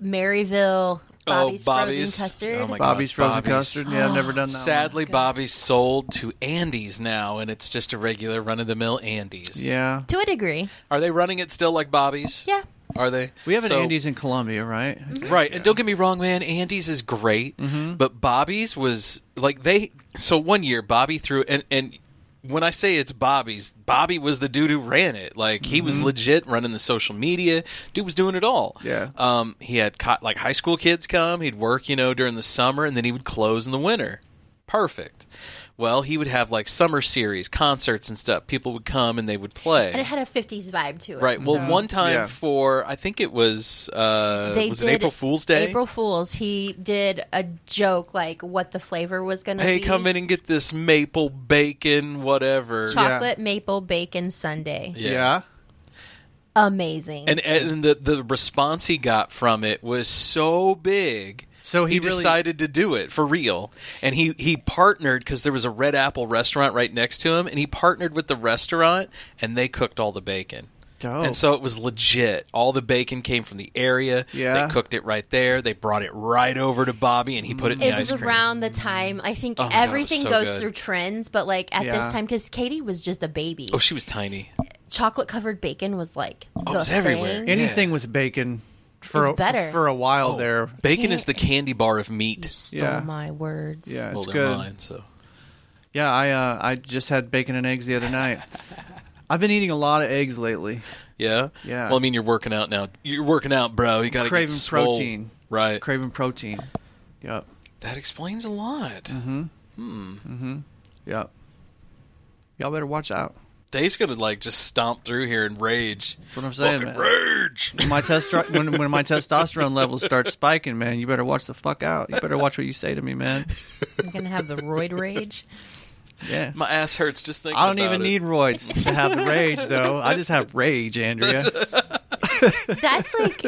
Maryville Bobby's, oh, Bobby's Frozen Custard. Oh my Bobby's God, frozen Bobby's. custard. Yeah, I've never done that one. Sadly, Bobby's sold to Andy's now, and it's just a regular run of the mill Andy's. Yeah. To a degree. Are they running it still like Bobby's? Yeah. Are they? We have an So- Mm-hmm. Andy's in Columbia, right? Right, and don't get me wrong, man. Andy's is great, but Bobby's was like they. So one year, Bobby threw and and when I say it's Bobby's, Bobby was the dude who ran it. Like he was Mhm. legit running the social media. Dude was doing it all. Yeah. Um, he had co- like high school kids come. He'd work, you know, during the summer, and then he would close in the winter. Perfect. Well, he would have like summer series, concerts, and stuff. People would come and they would play. And it had a 50s vibe to it. Right. Well, so- one time for I think it was uh, They was it did April Fool's Day. April Fool's. He did a joke like what the flavor was going to hey, be. come in and get this maple bacon, whatever. Chocolate maple bacon sundae. Yeah. Amazing. And and the the response he got from it was so big. So he really- decided to do it for real, and he he partnered because there was a Red Apple restaurant right next to him, and he partnered with the restaurant, and they cooked all the bacon. Dope. And so it was legit. All the bacon came from the area. Yeah. They cooked it right there. They brought it right over to Bobby, and he put it in the it ice was cream. around the time I think Oh my God, it was everything so goes good. through trends, but like at Yeah. this time because Katie was just a baby, oh, she was tiny. chocolate covered bacon was like Oh, the it was everywhere. thing. Anything with bacon for Is a, better. for a while Oh, there. Bacon is the candy bar of meat. Stole my words. Yeah, it's well, they're good. mine, so. Yeah, I uh, I just had bacon and eggs the other night. I've been eating a lot of eggs lately. Yeah. Yeah. Well, I mean, you're working out now. You're working out, bro. You got to craving get swole. protein. Right. Craving protein. Yep. That explains a lot. Mm-hmm. Hmm. Mm-hmm. Yep. Y'all better watch out. Dave's gonna like just stomp through here and rage. That's what I'm saying, Fucking man. rage. When my testo- when, when my testosterone levels start spiking, man, you better watch the fuck out. You better watch what you say to me, man. I'm gonna have the roid rage. Yeah. My ass hurts just thinking. I don't about even it. need roids to have the rage, though. I just have rage, Andrea. That's like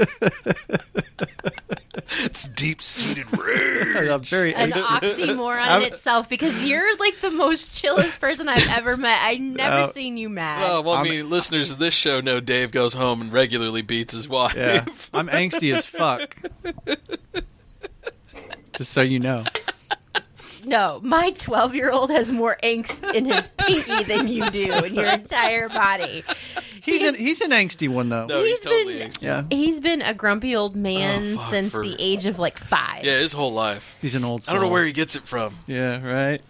it's deep seated rage. I'm very an oxymoron I'm- in itself because you're like the most chillest person I've ever met. I never Oh. seen you mad. Oh, well, I mean, listeners of this show know Dave goes home and regularly beats his wife. Yeah. I'm angsty as fuck. Just so you know. No, my 12 year old has more angst in his pinky than you do in your entire body. He's an he's an angsty one though. No, he's, totally angsty. Yeah. He's been a grumpy old man Oh, fuck, since for- the age of like five. Yeah, his whole life. He's an old I don't soul. know where he gets it from. Yeah, right.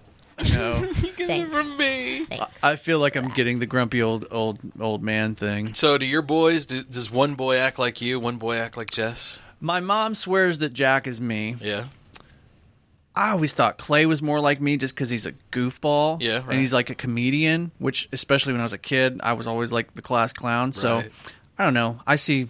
No. Thanks. I feel like I'm getting the grumpy old old old man thing. So, do your boys? Do, does one boy act like you? One boy act like Jess? My mom swears that Jack is me. Yeah. I always thought Clay was more like me just because he's a goofball. Yeah, right. And he's like a comedian, which, especially when I was a kid, I was always like the class clown. So Right. I don't know. I see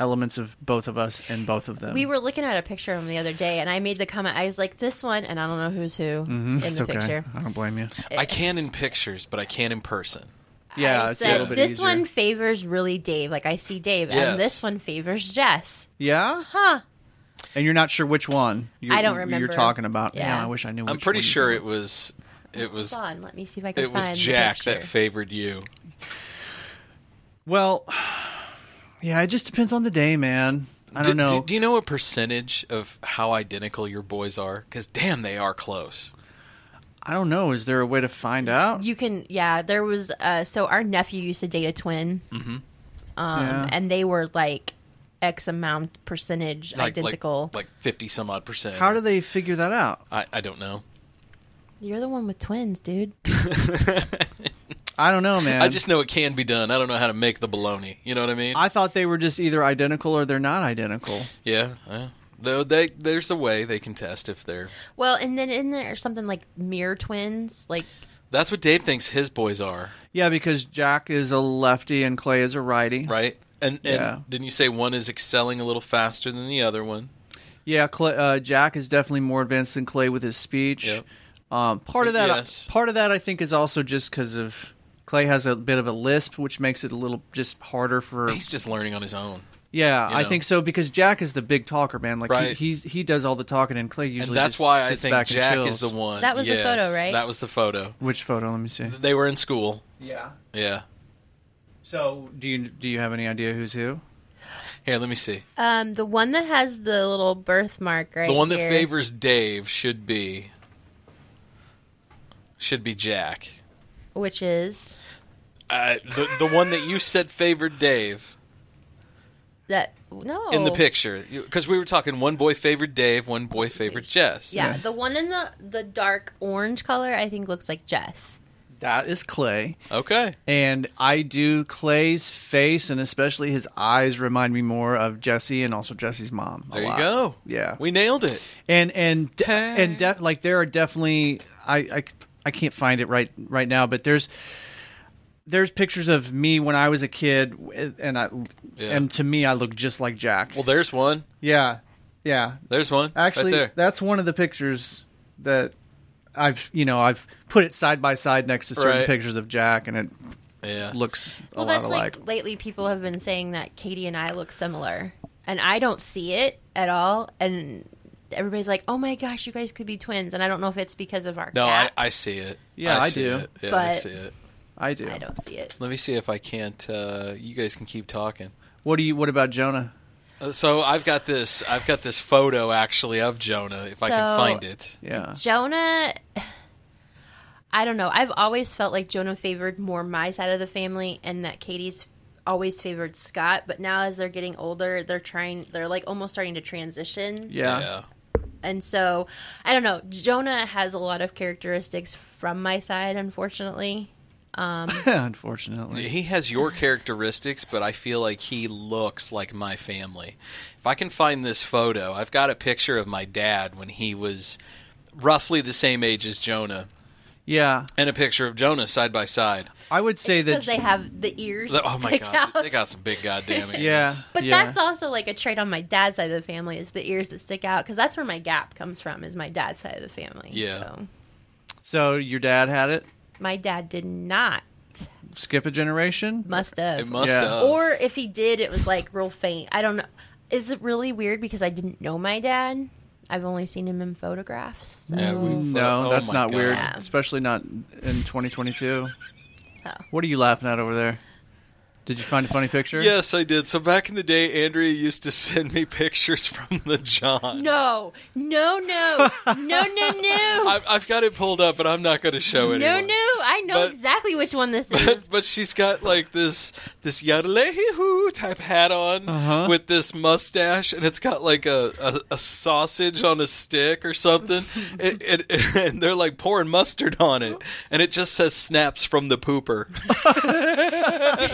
elements of both of us in both of them. We were looking at a picture of him the other day, and I made the comment. I was like, "This one," and I don't know who's who Mhm. Mm-hmm. in It's the okay. picture. I don't blame you. I can in pictures, but I can in person. Yeah, I said, "This one favors really Dave. Like I see Dave, Yes. and this one favors Jess." Yeah? Huh? And you're not sure which one you're, I don't You're remember. talking about. Yeah. Yeah, I wish I knew. I'm which pretty one. sure it was. It was. Hold on, let me see if I can It was find the Jack that picture. favored you. Well, yeah, it just depends on the day, man. I don't do, know. Do, do you know a percentage of how identical your boys are? Because damn, they are close. I don't know. Is there a way to find out? You can, yeah. There was uh, so our nephew used to date a twin, Mm-hmm. um, Yeah. and they were like X amount percentage identical. like fifty some odd percent. How do they figure that out? I, I don't know. You're the one with twins, dude. I don't know, man. I just know it can be done. I don't know how to make the bologna. You know what I mean? I thought they were just either identical or they're not identical. Yeah. yeah. Though they there's a way they can test if they're. Well, and then isn't there something like mirror twins? Like That's what Dave thinks his boys are, Yeah, because Jack is a lefty and Clay is a righty. right? And and Yeah. didn't you say one is excelling a little faster than the other one? Yeah, Clay, uh, Jack is definitely more advanced than Clay with his speech. Yep. Um, part of that, Yes. part of that, I think, is also just because of Clay has a bit of a lisp, which makes it a little just harder for. He's just learning on his own. yeah, you I know? think so because Jack is the big talker, man. Like Right. he, he's he does all the talking, and Clay usually. and that's just why I sits think back and Jack chills. is the one. That was the Yes, photo, right? That was the photo. Which photo? Let me see. They were in school. Yeah. Yeah. So do you do you have any idea who's who? Here, let me see. um, the one that has the little birthmark right the one here. that favors Dave should be should be Jack. which is Uh, the the one that you said favored Dave that no in the picture because we were talking one boy favored Dave, one boy favored Jess. Yeah, the one in the the dark orange color I think looks like Jess. That is Clay. Okay. And I do Clay's face and especially his eyes remind me more of Jesse and also Jesse's mom. a There you lot. go. Yeah. We nailed it. And and de- and de- like there are definitely I, I I can't find it right right now, but there's there's pictures of me when I was a kid and I and to me I look just like Jack. Well, there's one. Yeah. Yeah. There's one. Actually, right there. that's one of the pictures that I've you know I've put it side by side next to certain Right. pictures of Jack, and it looks a Well, lot that's alike. like lately people have been saying that Katie and I look similar, and I don't see it at all. And everybody's like, "Oh my gosh, you guys could be twins," and I don't know if it's because of our No, I, cat. I see it. Yeah, I see do. It. Yeah, I But- see it. I do. I don't see it. Let me see if I can't. Uh, you guys can keep talking. What do you? What about Jonah? Uh, So I've got this. I've got this photo actually of Jonah. If I can So- find it. Yeah. Jonah. I don't know. I've always felt like Jonah favored more my side of the family, and that Katie's always favored Scott. But now, as they're getting older, they're trying. They're like almost starting to transition. yeah. And so, I don't know. Jonah has a lot of characteristics from my side, unfortunately. Um, Unfortunately, He has your characteristics, but I feel like he looks like my family. If I can find this photo, I've got a picture of my dad when he was roughly the same age as Jonah, Yeah, and a picture of Jonah side by side. I would say that. because they have the ears. that Oh my stick god, out. they got some big goddamn ears. yeah, But yeah. that's also like a trait on my dad's side of the family is the ears that stick out because that's where my gap comes from is my dad's side of the family. Yeah. So so your dad had it. my dad did not. Skip a generation. Must have. It must Yeah. have. Or if he did, it was like real faint. I don't know. Is it really weird because I didn't know my dad? I've only seen him in photographs. So. Yeah, we- Mm, no, Oh that's my not God. weird, Yeah. especially not in 2022. So. What are you laughing at over there? Did you find a funny picture? Yes, I did. So back in the day, Andrea used to send me pictures from the John. No, no, no, no, no, no. I've, I've got it pulled up, but I'm not going to show it. No, no, I know But- exactly which one this is. But, but she's got like this this hoo type hat on Uh-huh. with this mustache, and it's got like a, a, a sausage on a stick or something, and, and, and they're like pouring mustard on it, and it just says "snaps from the pooper."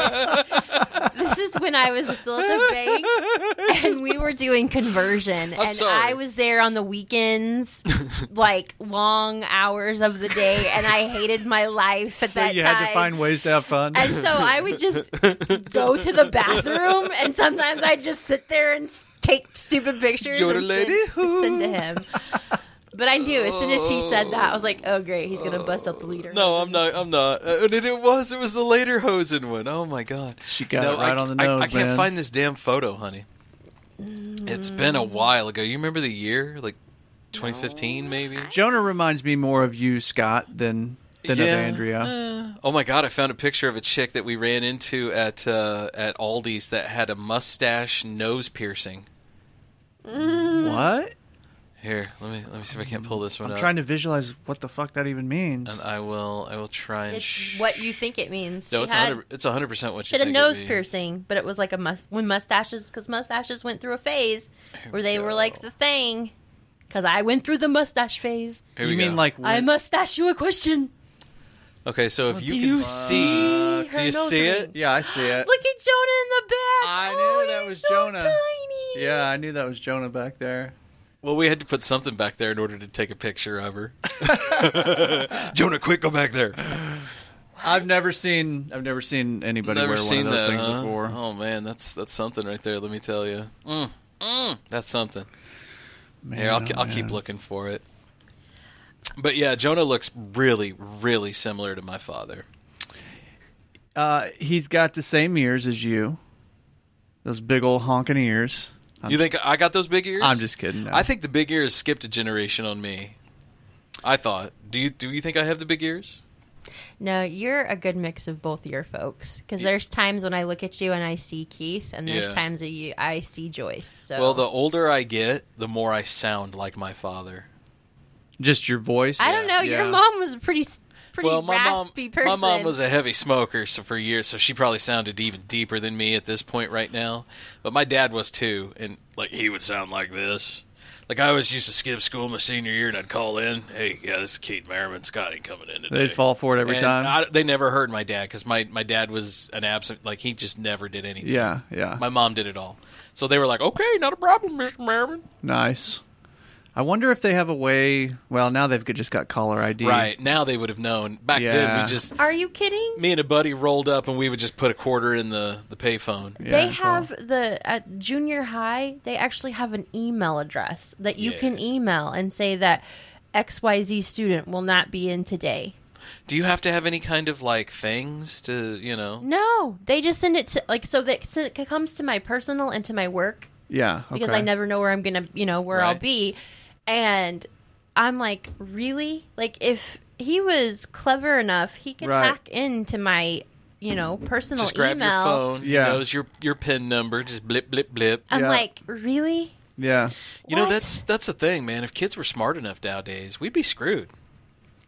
this is when I was still at the bank and we were doing conversion. I'm and sorry. I was there on the weekends, like long hours of the day, and I hated my life at So that you time. had to find ways to have fun. and so I would just go to the bathroom, and sometimes I'd just sit there and s- take stupid pictures You're and a lady send, send to him. But I knew as soon as he said that, I was like, "Oh great, he's gonna bust up the leader." No, I'm not. I'm not. Uh, And it, it was. It was the later hosen one. Oh my god. She got it right on the nose, I, can't man. find this damn photo, honey. It's been Mm. a while ago. You remember the year, like 2015, maybe. Jonah reminds me more of you, Scott, than than Yeah. of Andrea. Oh my god! I found a picture of a chick that we ran into at uh, at Aldi's that had a mustache nose piercing. Mm. what? Here, let me let me see if I can't pull this one I'm up. trying to visualize what the fuck that even means. And uh, I will. I will try and. Sh- It's what you think it means. no, She it's had- 100. It's 100 percent what She you had a think it nose means. piercing, but it was like a must when mustaches because mustaches went through a phase where they were like the thing. Because I went through the mustache phase. Here we You mean go. like I mustache you a question? Okay, so if Do you you can see, see her Uh, do you see nose it? ring? Yeah, I see it. Look at Jonah in the back. I knew that was Jonah. Yeah, I knew that was Jonah back there. Well, we had to put something back there in order to take a picture of her. Jonah, quick, go back there. I've never seen I've never seen anybody Never wear seen one of those that things huh? before. Oh man, that's that's something right there. Let me tell you, Mm. that's something. Man, Here, I'll, oh, ke- I'll keep man. looking for it. But yeah, Jonah looks really, really similar to my father. Uh, he's got the same ears as you. Those big old honking ears. I'm you just- think I got those big ears? I'm just kidding, no. I think the big ears skipped a generation on me. I thought. Do you do you think I have the big ears? No, you're a good mix of both your folks. Because there's times when I look at you and I see Keith, and there's Yeah. times that you I see Joyce. So Well, the older I get, the more I sound like my father. Just your voice. I don't know. Your mom was a pretty s- pretty well, my mom, raspy person. my mom was a heavy smoker so for years, so she probably sounded even deeper than me at this point right now. But my dad was too, and like he would sound like this. Like I always used to skip school my senior year, and I'd call in, "Hey, yeah, this is Keith Merriman. Scotty coming in today." They'd fall for it every And time. I, they never heard my dad because my my dad was an absent. Like he just never did anything. Yeah, yeah. My mom did it all, so they were like, "Okay, not a problem, Mister Merriman." Nice. I wonder if they have a way. Well, now they've just got caller ID. Right now, they would have known. Back then, Yeah. we just Are you kidding? me and a buddy rolled up and we would just put a quarter in the the payphone. they have the at junior high. They actually have an email address that you Yeah. can email and say that X Y Z student will not be in today. Do you have to have any kind of like things to you know? No, they just send it to like so that so it comes to my personal and to my work Yeah. because okay. I never know where I'm gonna, you know, where I'll Right. be. And I'm like, really? Like, if he was clever enough, he could Right. hack into my, you know, personal Just grab email. your phone. Yeah. He knows your your pin number. Just blip blip blip. I'm like, really? Yeah. you know that's that's the thing, man. If kids were smart enough nowadays, we'd be screwed.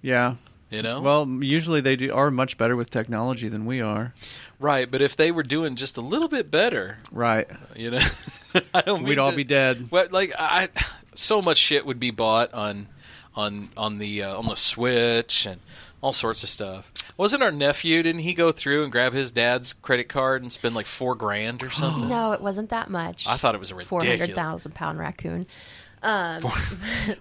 Yeah. You know? Well, usually they do, are much better with technology than we are. Right, but if they were doing just a little bit better, Right. you know, I don't. We'd mean all to- be dead. Well, like I, so much shit would be bought on, on on the uh, on the Switch and all sorts of stuff. Wasn't our nephew? Didn't he go through and grab his dad's credit card and spend like four grand or something? No, it wasn't that much. I thought it was ridiculous. Four hundred thousand pound raccoon. Um,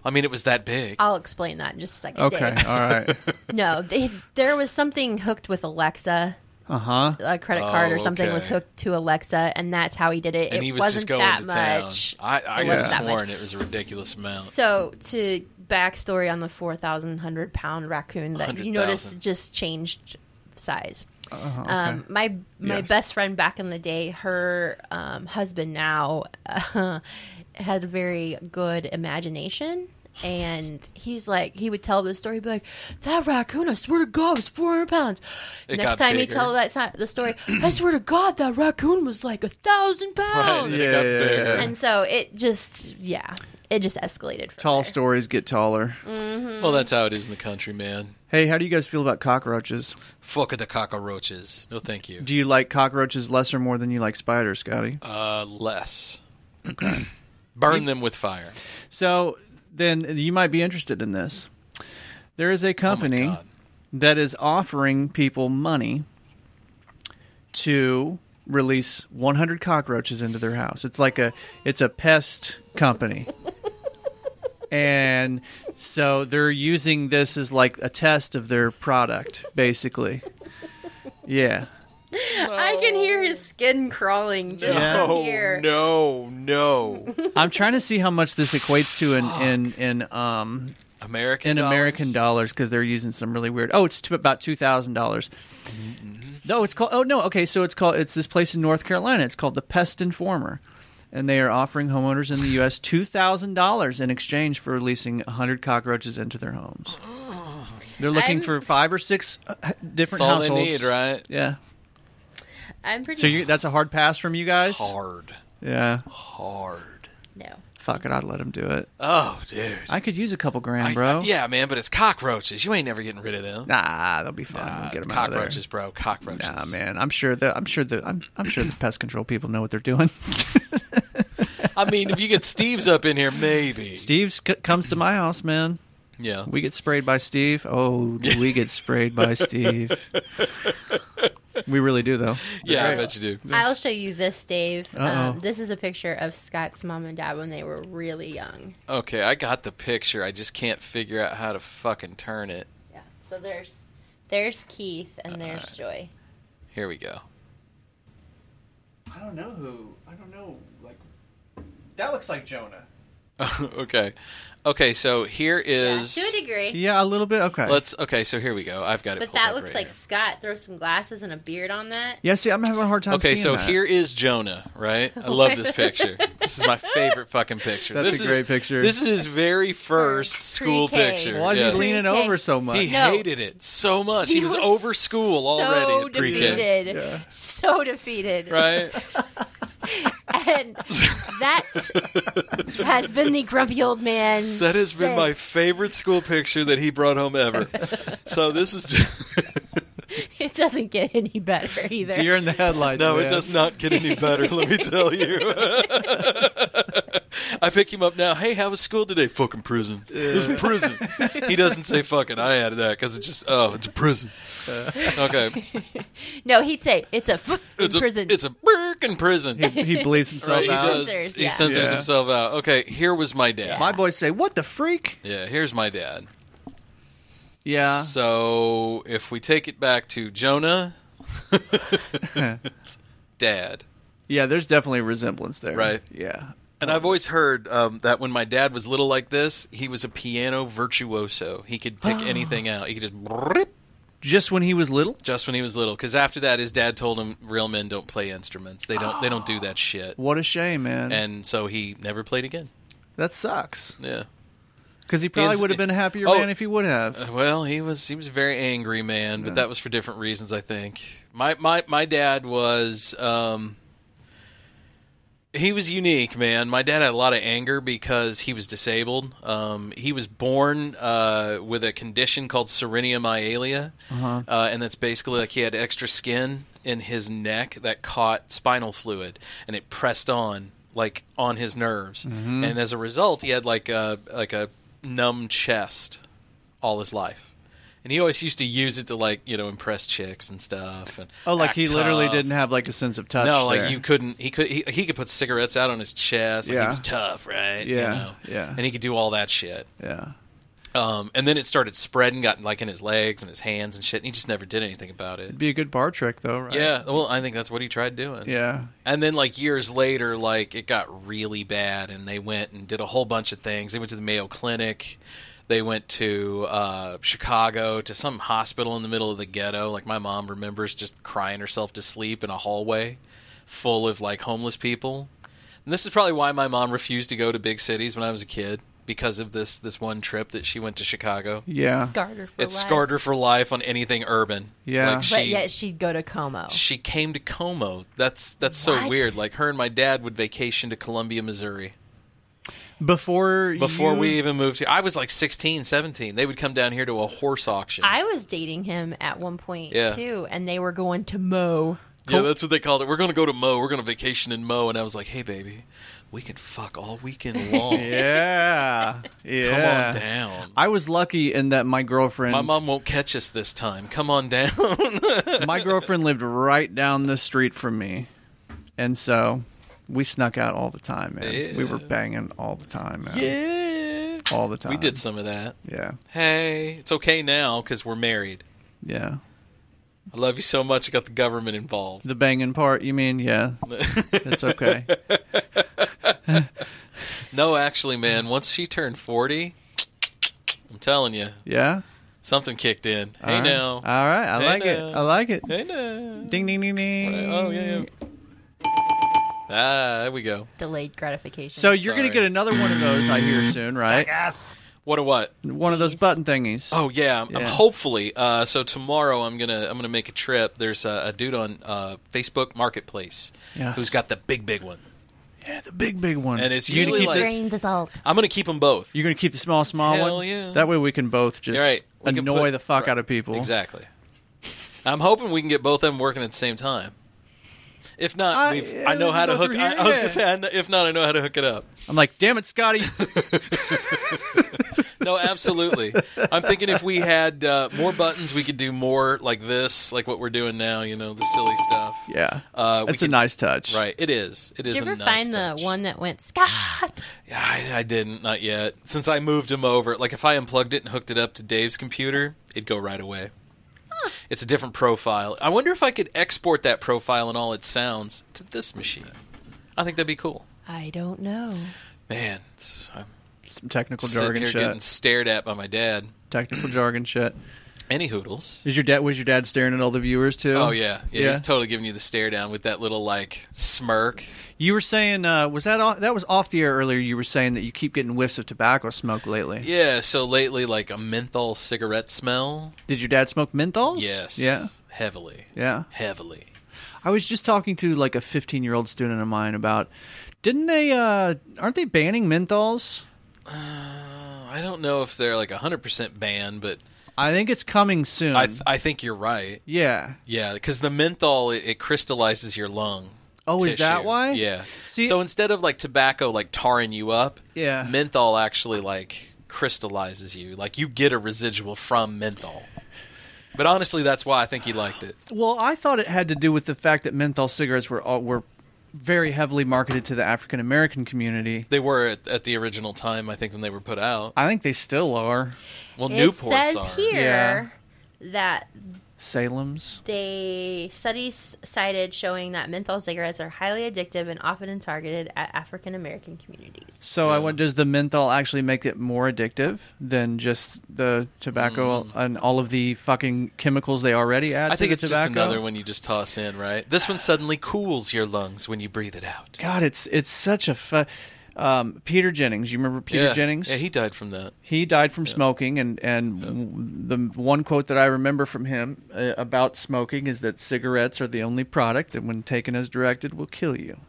I mean, it was that big. I'll explain that in just a second. Dave. right. no, they, there was something hooked with Alexa. Uh huh. A credit card Oh, or something was okay. hooked to Alexa, and that's how he did it. and it he was wasn't just going that to much. town. I, I It could have wasn't that much. sworn it was a ridiculous amount. So to backstory on the four thousand hundred pound raccoon that you noticed 100,000. just changed size. Uh-huh, Um, okay. my my Yes. best friend back in the day, her um, husband now uh, had a very good imagination. And he's like, he would tell this story, he'd be like, "That raccoon, I swear to God, was four hundred pounds." It Next got time he bigger. tell that ti- the story, I swear to God, that raccoon was like a thousand Right, pounds. and it got Yeah, yeah, bigger. yeah. And so it just, yeah, it just escalated. From Tall stories get taller. Mhm. Well, that's how it is in the country, man. Hey, how do you guys feel about cockroaches? Fuck the cockroaches. No, thank you. Do you like cockroaches less or more than you like spiders, Scotty? Uh, less. Okay. Burn them with fire. So then you might be interested in this. There is a Oh company that is offering people money to release 100 cockroaches into their house. It's like a it's a pest company. and so they're using this as like a test of their product basically. Yeah. I can hear his skin crawling just from here. Oh, no, no. I'm trying to see how much this equates to in in in um American in American dollars because they're using some really weird. Oh, it's t- about two thousand dollars. Mm-hmm. No, it's called. Oh no, okay, so it's called. It's this place in North Carolina. It's called the Pest Informer, and they are offering homeowners in the U.S. two thousand dollars in exchange for releasing hundred cockroaches into their homes. They're looking I'm- for five or six uh, That's different all they need, households. right? Yeah. I'm pretty. So you, that's a hard pass from you guys. Hard. Yeah. Hard. No. Fuck it, I'd let them do it. Oh, dude. I could use a couple grand, I- bro. yeah, man, but it's cockroaches. You ain't never getting rid of them. Nah, they'll be fine. we'll get them out of there. cockroaches, bro. Cockroaches. Nah, man, I'm sure the I'm sure the I'm, I'm sure the pest control people know what they're doing. I mean, if you get Steve's up in here, maybe. Steve c- comes to my house, man. Yeah. We get sprayed by Steve. Oh, do we get sprayed by Steve. We really do, though. Yeah, I bet you do. I'll show you this, Dave. Uh-oh. Um, this is a picture of Scott's mom and dad when they were really young. Okay, I got the picture. I just can't figure out how to fucking turn it. So there's there's Keith Uh-uh. and there's Joy. Here we go. I don't know who. I don't know. Like that looks like Jonah. okay. Okay, so here is to a degree. Yeah, a little bit. Okay. Let's okay, so here we go. I've got it. But pulled that up looks right like here. Scott. Throw some glasses and a beard on that. Yeah, see, I'm having a hard time. Okay, so seeing that. here is Jonah, right? I love this picture. this is my favorite fucking picture. That's this a is- great picture. This is his very first school Pre-K. picture. Why'd you yes. lean it Pre-K. over so much? He No. hated it so much. He, He was, was over school already so at pre-K. defeated. So defeated. Right? And that has been the grumpy old man. That has been since. my favorite school picture that he brought home ever. so this is just, It doesn't get any better either. Deer in the headlights. no, it man. does not get any better. let me tell you. I pick him up now. Hey, how was school today? Fucking prison. It was prison. he doesn't say fucking. I added that because it's just oh, it's a prison. okay, No, he'd say it's a f- it's a prison. It's a brick in prison. He- he bleeds himself Right, out. He Censors, does. He yeah. censors Yeah. himself out. Okay, here was my dad. My boys say, "What the freak?" Yeah, here's my dad. Yeah. So if we take it back to Jonah, dad, Yeah, there's definitely a resemblance there. right? Yeah. And I've always heard um, that when my dad was little like this, he was a piano virtuoso. He could pick anything out. He could just Just when he was little. just when he was little. Because after that, his dad told him real men don't play instruments. They don't. They don't do that shit. What a shame, man. And so he never played again. that sucks. Yeah. Because he probably Ins- would have been a happier Oh. man if he would have. Uh, Well, he was he was a very angry man, but that was for different reasons, I think. My my my dad was um he was unique, man. My dad had a lot of anger because he was disabled. Um, he was born uh, with a condition called serenia myelia, Uh-huh. uh, and that's basically like he had extra skin in his neck that caught spinal fluid, and it pressed on like on his nerves, Mm-hmm. Mhm. and as a result, he had like a like a numb chest all his life. And he always used to use it to like you know impress chicks and stuff. And Oh, like act he literally tough. didn't have like a sense of touch. No, like there. you couldn't. He could. He, he could put cigarettes out on his chest. Like he Yeah. was tough, right? You Yeah, know? yeah. And he could do all that shit. Yeah. Um, and then it started spreading, got like in his legs and his hands and shit. And he just never did anything about it. It'd be a good bar trick though, right? Yeah. Well, I think that's what he tried doing. Yeah. And then like years later, like it got really bad, and they went and did a whole bunch of things. They went to the Mayo Clinic. They went to uh, Chicago to some hospital in the middle of the ghetto. Like my mom remembers just crying herself to sleep in a hallway full of like homeless people. And this is probably why my mom refused to go to big cities when I was a kid because of this this one trip that she went to Chicago. Yeah. Scarred her for it life. scarred her for life on anything urban. Yeah. like she, but yet she'd go to Como. she came to Como. That's that's so What? weird. Like her and my dad would vacation to Columbia, Missouri Before before you- we even moved here. I was like 16, 17. They would come down here to a horse auction. I was dating him at one point Yeah. too, and they were going to Mo. yeah, that's what they called it. We're going to go to Mo. We're going to vacation in Mo. And I was like, hey, baby, we can fuck all weekend long. yeah. Yeah. down. I was lucky in that my girlfriend My mom won't catch us this time. Come on down. my girlfriend lived right down the street from me. And so we snuck out all the time, man. We were banging all the time, man. Yeah. All the time. We did some of that. Yeah. Hey, it's okay now because we're married. Yeah. I love you so much. I got the government involved. The banging part, you mean? Yeah. It's okay. no, actually, man, once she turned 40, I'm telling you, Yeah. something kicked in. All hey, right. now. All right. I Hey, like it. now. I like it. Hey, now. Ding, ding, ding, ding. Oh, yeah, yeah. Ah, there we go. Delayed gratification. So you're going to get another one of those, I hear, soon, right? What a what? One of those button thingies. Oh yeah, I'm, I'm Yeah. hopefully. Uh, so tomorrow I'm gonna I'm gonna make a trip. There's a, a dude on uh, Facebook Marketplace Yes. who's got the big big one. Yeah, the big, big one. And it's You gonna usually keep like- the- Grains of salt. I'm gonna keep them both. You're going to keep the small, small Hell one? yeah. That way we can both just You're right. We can annoy put- the fuck out of people. Exactly. I'm hoping we can get both of them working at the same time. If not, I- I, we've, yeah, I know we how to can go hook. through I, here, I was yeah. gonna say, I kn- if not, I know how to hook it up. I'm like, damn it, Scotty. No, absolutely. I'm thinking if we had uh, more buttons, we could do more like this, like what we're doing now. You know, the silly stuff. Yeah, Uh, we it's a could- nice touch. Right. It is. It Did is. you a ever nice find the one that went Scott? I, I didn't, not yet. Since I moved him over, like if I unplugged it and hooked it up to Dave's computer, it'd go right away. It's a different profile. I wonder if I could export that profile and all its sounds to this machine. I think that'd be cool. I don't know. Man, it's, I'm Some technical sitting jargon here shit. getting stared at by my dad. Technical jargon shit. Any hoodles? Is your dad was your dad staring at all the viewers too? Oh yeah, yeah. He was totally giving you the stare down with that little like smirk. You were saying uh, was that off, that was off the air earlier? You were saying that you keep getting whiffs of tobacco smoke lately. Yeah. So lately, like a menthol cigarette smell. Did your dad smoke menthols? Yes. Yeah. Heavily. Yeah. Heavily. I was just talking to like a 15 year old student of mine about. Didn't they? Uh, aren't they banning menthols? I don't know if they're like 100% banned, but I think it's coming soon. I, th- I think you're right. yeah. Yeah, because the menthol, it, it crystallizes your lung. Oh, is that tissue. why? Yeah. so instead of like tobacco, like tarring you up, Yeah. menthol actually like crystallizes you. Like you get a residual from menthol. But honestly, that's why I think he liked it. Well, I thought it had to do with the fact that menthol cigarettes were all, were very heavily marketed to the African American community. They were at, at the original time, I think, when they were put out. I think they still are. Well, it Newports says are. here that Salem's. they studies cited showing that menthol cigarettes are highly addictive and often targeted at African American communities. So I went. Does the menthol actually make it more addictive than just the tobacco and all of the fucking chemicals they already add? Mm. I to think the it's tobacco? just another one you just toss in, right? This Ah. one suddenly cools your lungs when you breathe it out. God, it's it's such a. Fu- um, Peter Jennings, you remember Peter Yeah. Jennings? Yeah, he died from that. He died from smoking, and and w- the one quote that I remember from him uh, about smoking is that cigarettes are the only product that, when taken as directed, will kill you.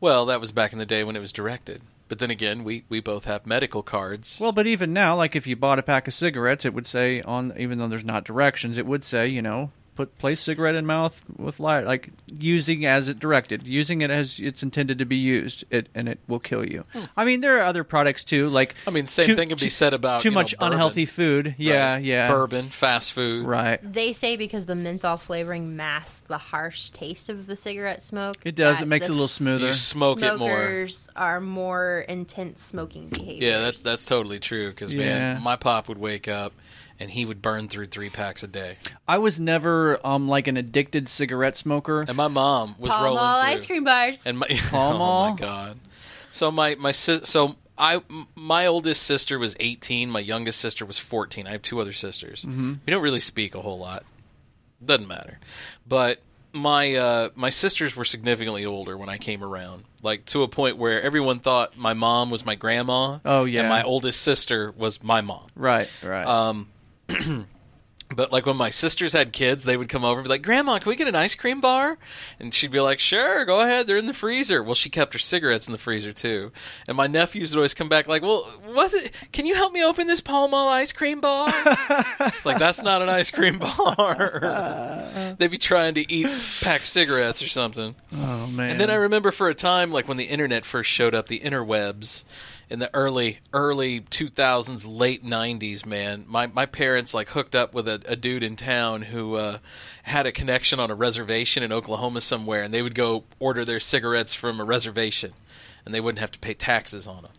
Well, that was back in the day when it was directed. But then again, we, we both have medical cards. Well, but even now, like if you bought a pack of cigarettes, it would say on, even though there's not directions, it would say, you know, put place cigarette in mouth with light, like using as it directed, using it as it's intended to be used, it and it will kill you. I mean, there are other products too, like Hmm. I mean, same too- thing could be too- said about too you know, much bourbon, unhealthy food. Yeah, right? yeah, Bourbon, fast food. Right. They say because the menthol flavoring masks the harsh taste of the cigarette smoke. It does. that It makes it the a little smoother. You smoke it more. Smokers are more intense smoking behavior. Yeah, that's that's totally true. Because Yeah. man, my pop would wake up and he would burn through three packs a day. I was never um like an addicted cigarette smoker. And my mom was Pall rolling Mall through. ice cream bars. And my Pall oh Mall? my god. So my my sis, so I m- my oldest sister was 18, my youngest sister was 14. I have two other sisters. Mm-hmm. Mhm. We don't really speak a whole lot. Doesn't matter. But my uh, my sisters were significantly older when I came around, like to a point where everyone thought my mom was my grandma. Oh, yeah. and my oldest sister was my mom. Right, right. Um, but like when my sisters had kids, they would come over and be like, "Grandma, can we get an ice cream bar?" And she'd be like, "Sure, go ahead. They're in the freezer." Well, she kept her cigarettes in the freezer too. And my nephews would always come back like, "Well, what? Is, can you help me open this Pall Mall ice cream bar?" it's like that's not an ice cream bar. They'd be trying to eat packed cigarettes or something. oh man. And then I remember for a time, like when the internet first showed up, the interwebs in the early early 2000s, late 90s, man. My my parents like hooked up with a, a dude in town who uh, had a connection on a reservation in Oklahoma somewhere, and they would go order their cigarettes from a reservation, and they wouldn't have to pay taxes on them.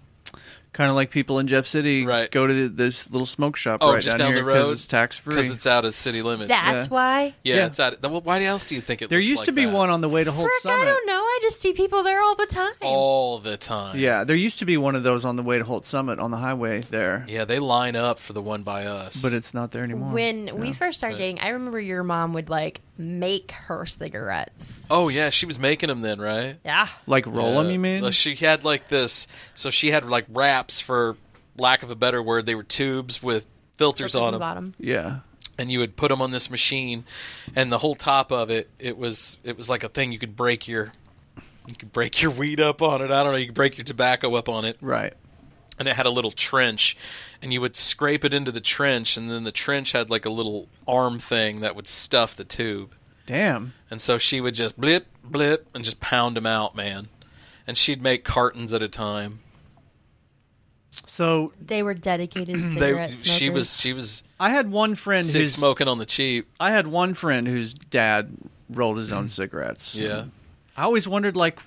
kind of like people in Jeff City go to the, this little smoke shop Oh, right just down, down, here the road, it's tax free. because it's out of city limits. That's why. Yeah, Yeah. it's out. Well, why else do you think it? there looks used like to be that? one on the way to Holt Frick, I Summit. don't know. I just see people there all the time. all the time. Yeah, there used to be one of those on the way to Holt Summit on the highway there, Yeah, they line up for the one by us, but it's not there anymore. When we Yeah. first started But- dating, I remember your mom would like make her cigarettes. Oh yeah, she was making them then, right? Yeah. Like roll 'em, you mean? Well, She had like this. So she had like wraps, for lack of a better word. They were tubes with filters Filters on on the them. bottom. Yeah. And you would put them on this machine, and the whole top of it, it was it was like a thing you could break your, you could break your weed up on it. I don't know. You could break your tobacco up on it. Right. And it had a little trench, and you would scrape it into the trench, and then the trench had like a little arm thing that would stuff the tube. Damn. And so she would just blip, blip, and just pound them out, man. And she'd make cartons at a time. So They were dedicated They- cigarette smokers. she was she was I had one friend sick who's smoking on the cheap. I had one friend whose dad rolled his own cigarettes. Yeah. I always wondered like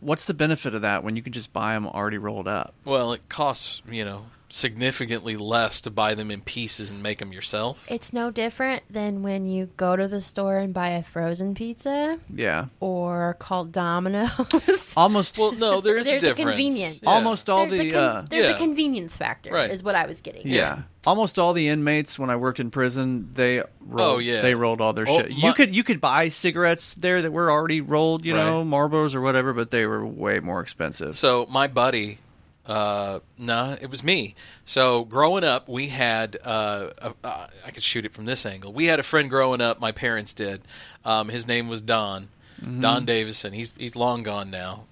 what's the benefit of that when you can just buy them already rolled up? Well, it costs you know significantly less to buy them in pieces and make them yourself. It's no different than when you go to the store and buy a frozen pizza Yeah. or called Domino's. Almost well, no, there is a There's difference. convenience. Almost all there's the, a con- uh, there's Yeah. a convenience factor Right. is what I was getting. at. Yeah. Almost all the inmates when I worked in prison, they rolled, Oh, yeah. they rolled all their Oh, shit. my- you could you could buy cigarettes there that were already rolled, you know, Right. Marlboros or whatever, but they were way more expensive. So my buddy, uh, nah, it was me. So growing up, we had uh, a, uh, I could shoot it from this angle. We had a friend growing up. My parents did. Um, his name was Don. Mhm. Don Davison. He's he's long gone now.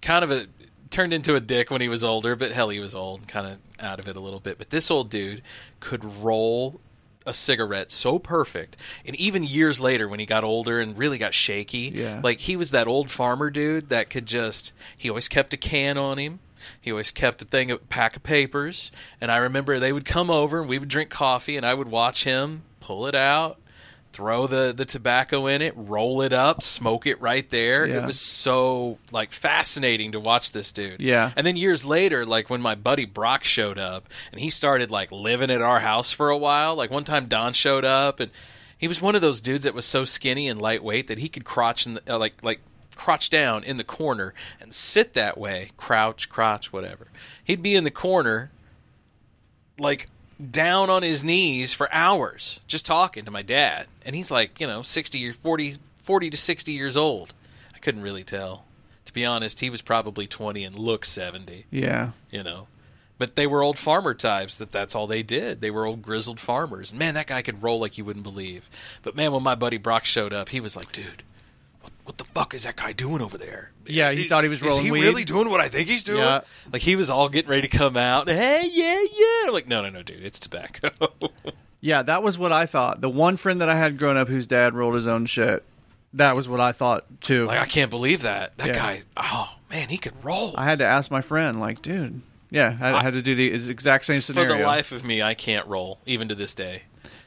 Kind of a turned into a dick when he was older, but hell, he was old, kind of out of it a little bit. But this old dude could roll a cigarette so perfect and even years later when he got older and really got shaky Yeah. like he was that old farmer dude that could just he always kept a can on him he always kept a thing a pack of papers and i remember they would come over and we would drink coffee and i would watch him pull it out throw the the tobacco in it roll it up smoke it right there it Yeah. was so like fascinating to watch this dude Yeah. and then years later, like when my buddy Brock showed up and he started like living at our house for a while, like one time Don showed up and he was one of those dudes that was so skinny and lightweight that he could crotch in the, uh, like like crouch down in the corner and sit that way, crouch, crotch, whatever. He'd be in the corner like down on his knees for hours just talking to my dad and he's like you know 60 or 40 40 to 60 years old i couldn't really tell to be honest he was probably 20 and looked 70 Yeah. you know but they were old farmer types that that's all they did they were old grizzled farmers man that guy could roll like you wouldn't believe but man when my buddy brock showed up he was like dude what, what the fuck is that guy doing over there Yeah, he thought he was rolling is he weed. really doing what I think he's doing? Yeah. Like he was all getting ready to come out. Hey, yeah, yeah. I'm like, no, no, no, dude, it's tobacco. Yeah, that was what I thought. The one friend that I had growing up whose dad rolled his own shit, that was what I thought too. like I can't believe that that Yeah. guy. Oh man, he could roll. I had to ask my friend, like, dude, yeah, I, I had to do the ex- exact same scenario. For the life of me, I can't roll even to this day.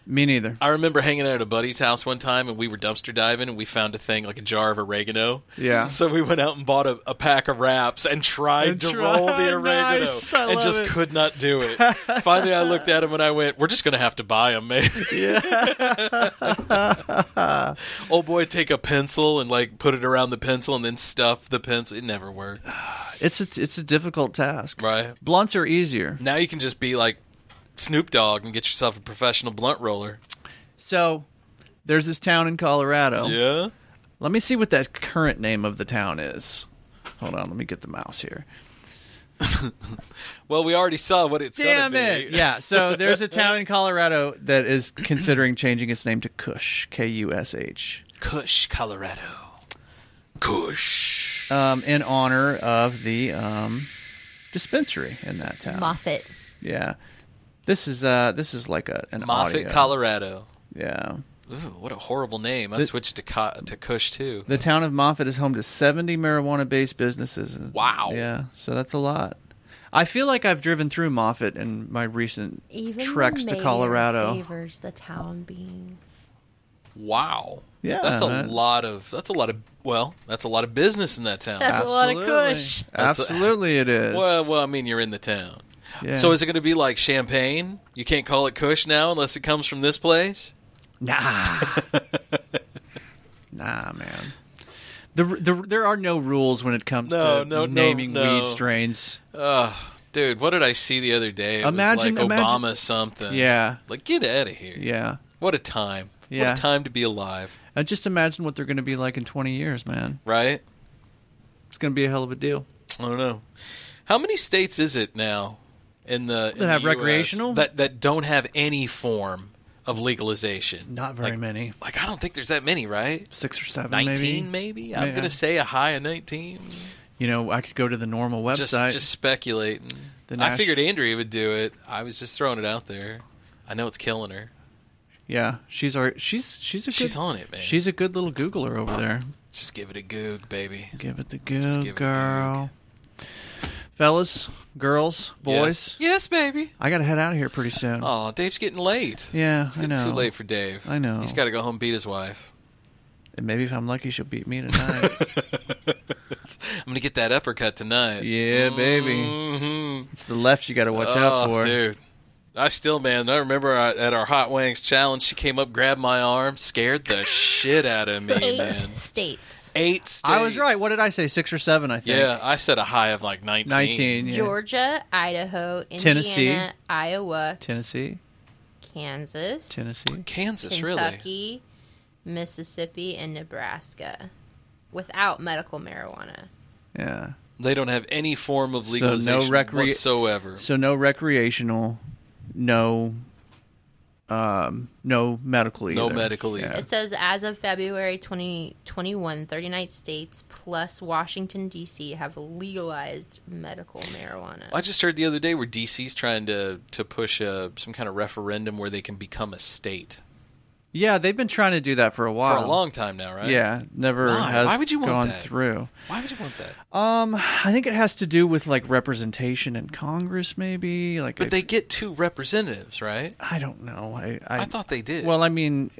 Me neither. I remember hanging out at a buddy's house one time, and we were dumpster diving, and we found a thing like a jar of oregano. Yeah. So we went out and bought a, a pack of wraps and tried And to tried- roll the oregano, Nice, I and love just it. could not do it. Finally, I looked at him and I went, "We're just gonna have to buy them, man." Yeah. Old boy, take a pencil and like put it around the pencil, and then stuff the pencil. It never worked. It's a it's a difficult task. Right. Blunts are easier. Now you can just be like Snoop Dogg and get yourself a professional blunt roller. So there's this town in Colorado. Oh. Yeah. Let me see what that current name of the town is. Hold on, let me get the mouse here. Well, we already saw what it's Damn gonna it! be. Yeah, so there's a town in Colorado that is considering changing its name to Cush, K U S H. Cush, Colorado. Cush. um, in honor of the um, dispensary in that town. Moffat. Yeah, this is uh, this is like a an Moffat, audio. Colorado. Yeah, Ooh, what a horrible name. I The- switched to co- to Cush too. the town of Moffat is home to seventy marijuana-based businesses. Wow. Yeah, so that's a lot. I feel like I've driven through Moffat in my recent Even treks the to mayor Colorado. favors the town being Wow. Yeah, That's a that- lot of that's a lot of well, that's a lot of business in that town. That's a lot of Kush. That's a- Absolutely, it is. Well, well, I mean, you're in the town. Yeah. So is it going to be like champagne? You can't call it Kush now unless it comes from this place. Nah. nah, man. The, the, there are no rules when it comes No, to no, no, naming no. weed strains. Ugh, dude, what did I see the other day? It Imagine- was like imagine- Obama something. Yeah. Like get out of here. Yeah. What a time. Yeah. What a time to be alive, And just imagine what they're going to be like in 20 years, man. right? It's going to be a hell of a deal. I don't know. How many states is it now in the in That have the US recreational? that that don't have any form of legalization? Not very Like- many. Like I don't think there's that many, right? Six or seven, Nineteen, maybe. I'm Yeah. gonna say a high of nineteen. You know, I could go to the normal website. Just just speculating. The I Nash- figured Andrea would do it. I was just throwing it out there. I know it's killing her. yeah, she's our she's she's a She's good, on it, man. She's a good little Googler over there. Just give it a goog, baby. Give it the Just go, give it a girl. fellas, girls, boys. Yes. Yes, baby. I gotta head out of here pretty soon. Oh, Dave's getting late. Yeah, it's I getting too know. late for Dave. I know. He's got to go home and beat his wife. And maybe if I'm lucky, she'll beat me tonight. I'm gonna get that uppercut tonight. yeah, baby. It's the left you gotta watch out Mm. Mm-hmm. Oh, for. dude. I still, man, I remember I- at our Hot Wings challenge, she came up, grabbed my arm, scared the shit out of me, Eight man. states. Eight states. I was right. What did I say? Six or seven, I think. Yeah, I said a high of like 19. 19, yeah. Georgia, Idaho, Indiana, Tennessee. Iowa, Tennessee, Kansas, Tennessee, Kansas, Kentucky, Mississippi, and Nebraska, without medical marijuana. Yeah. They don't have any form of So legalization no recre- whatsoever. So no recreational, no, um, no medical either. No medical either. Yeah. It says as of February 2021, 39 states plus Washington, D.C. have legalized medical marijuana. I just heard the other day where DC's trying to, to push a, some kind of referendum where they can become a state. Yeah, they've been trying to do that for a while, long time now, right? Yeah, never Why? has Why would you want gone that? through. Why would you want that? Um, I think it has to do with like representation in Congress, maybe. Like, But they get two representatives, right? I don't know. I, I I thought they did. Well, I mean,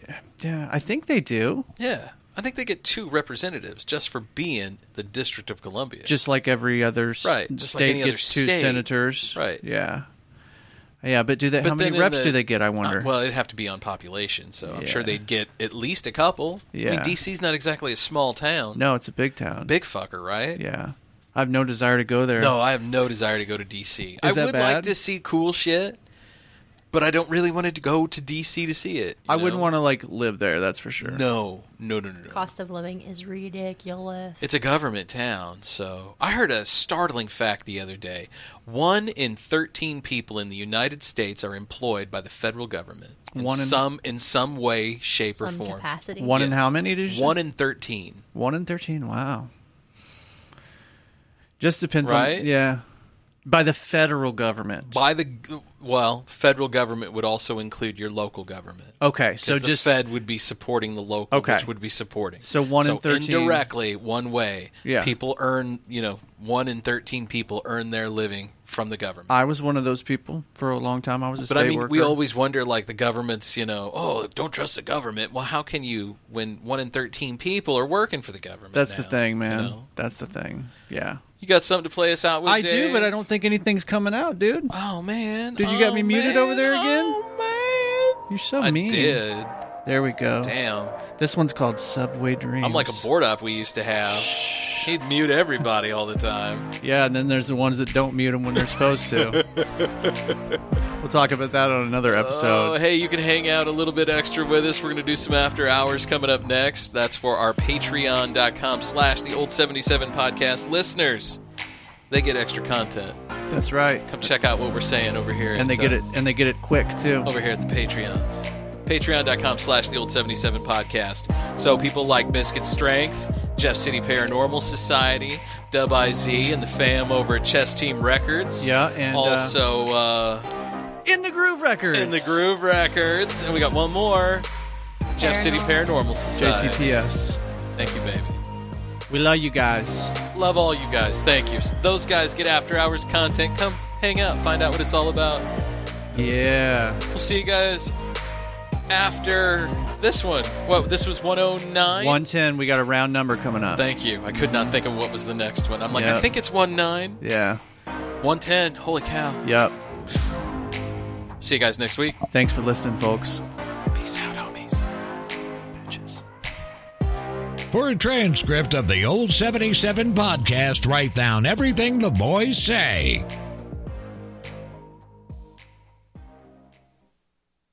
yeah, I think they do. Yeah. I think they get two representatives just for being the District of Columbia. Just like every other s- Right, just like state any other gets two state. senators. Right. Yeah. Yeah, but do they? But how then many in reps the- do they get? I wonder. Uh, well, it'd have to be on population, so I'm sure Yeah. they'd get at least a couple. I mean, Yeah. DC's not exactly a small town. no, it's a big town. Big fucker, right? Yeah. I have no desire to go there. No, I have no desire to go to DC. I Is that would like bad? to see cool shit, but I don't really want to go to DC to see it. I wouldn't want to like live there. That's for sure. No, no, no, no, no. Cost of living is ridiculous. It's a government town, so I heard a startling fact the other day. One in thirteen people in the United States are employed by the federal government in One in- some in some way, shape, or Some form. capacity. One in how many did you say? One in thirteen. One in thirteen. Wow. Just depends Right? on yeah. By the federal government. By the well, federal government would also include your local government. Okay, Oh, so 'Cause the just- Fed would be supporting the local, Okay. which would be supporting. So one in 13 indirectly, one way. Yeah. people earn. You know, one in thirteen people earn their living from the government. I was one of those people for a long time. I was a But state I mean, worker. we always wonder, like the government's, you know, oh, don't trust the government. Well, how can you when one in thirteen people are working for the government? That's the now? thing, man. know? That's the thing. Yeah. You got something to play us out with? I do, but I Dave? don't think anything's coming out, dude. Oh man. Dude, you got me Oh, muted man. Oh, over there again? Oh, You're so I mean. did. There we go. Damn. This one's called Subway Dreams. I'm like a board op we used to have. He'd mute everybody all the time. Yeah, and then there's the ones that don't mute them when they're supposed to. we'll talk about that on another episode. Oh, hey, you can hang out a little bit extra with us. We're going to do some after hours coming up next. That's for our patreon.com slash the old 77 podcast listeners. They get extra content. That's right. Come check out what we're saying over here. And they at, get uh, it and they get it quick too. over here at the Patreons. Patreon.com slash the old 77 podcast. So people like Biscuit Strength, Jeff City Paranormal Society, Dub IZ, and the fam over at Chess Team Records. Yeah, and, uh, also uh, In the Groove Records. in the Groove Records. And we got one more Jeff City Paranormal Society. JCPS. Thank you, baby. We love you guys. Love all you guys. Thank you. So those guys get after hours content. Come hang out, find out what it's all about. Yeah. We'll see you guys after this one. What? This was 109? 110, we got a round number coming up. Thank you. I could not think of what was the next one. I'm like, I Yeah. think it's 19, Yeah. 110. Holy cow. Yep. See you guys next week. Thanks for listening, folks. Peace out, homies. For a transcript of the Old 77 podcast, write down everything the boys say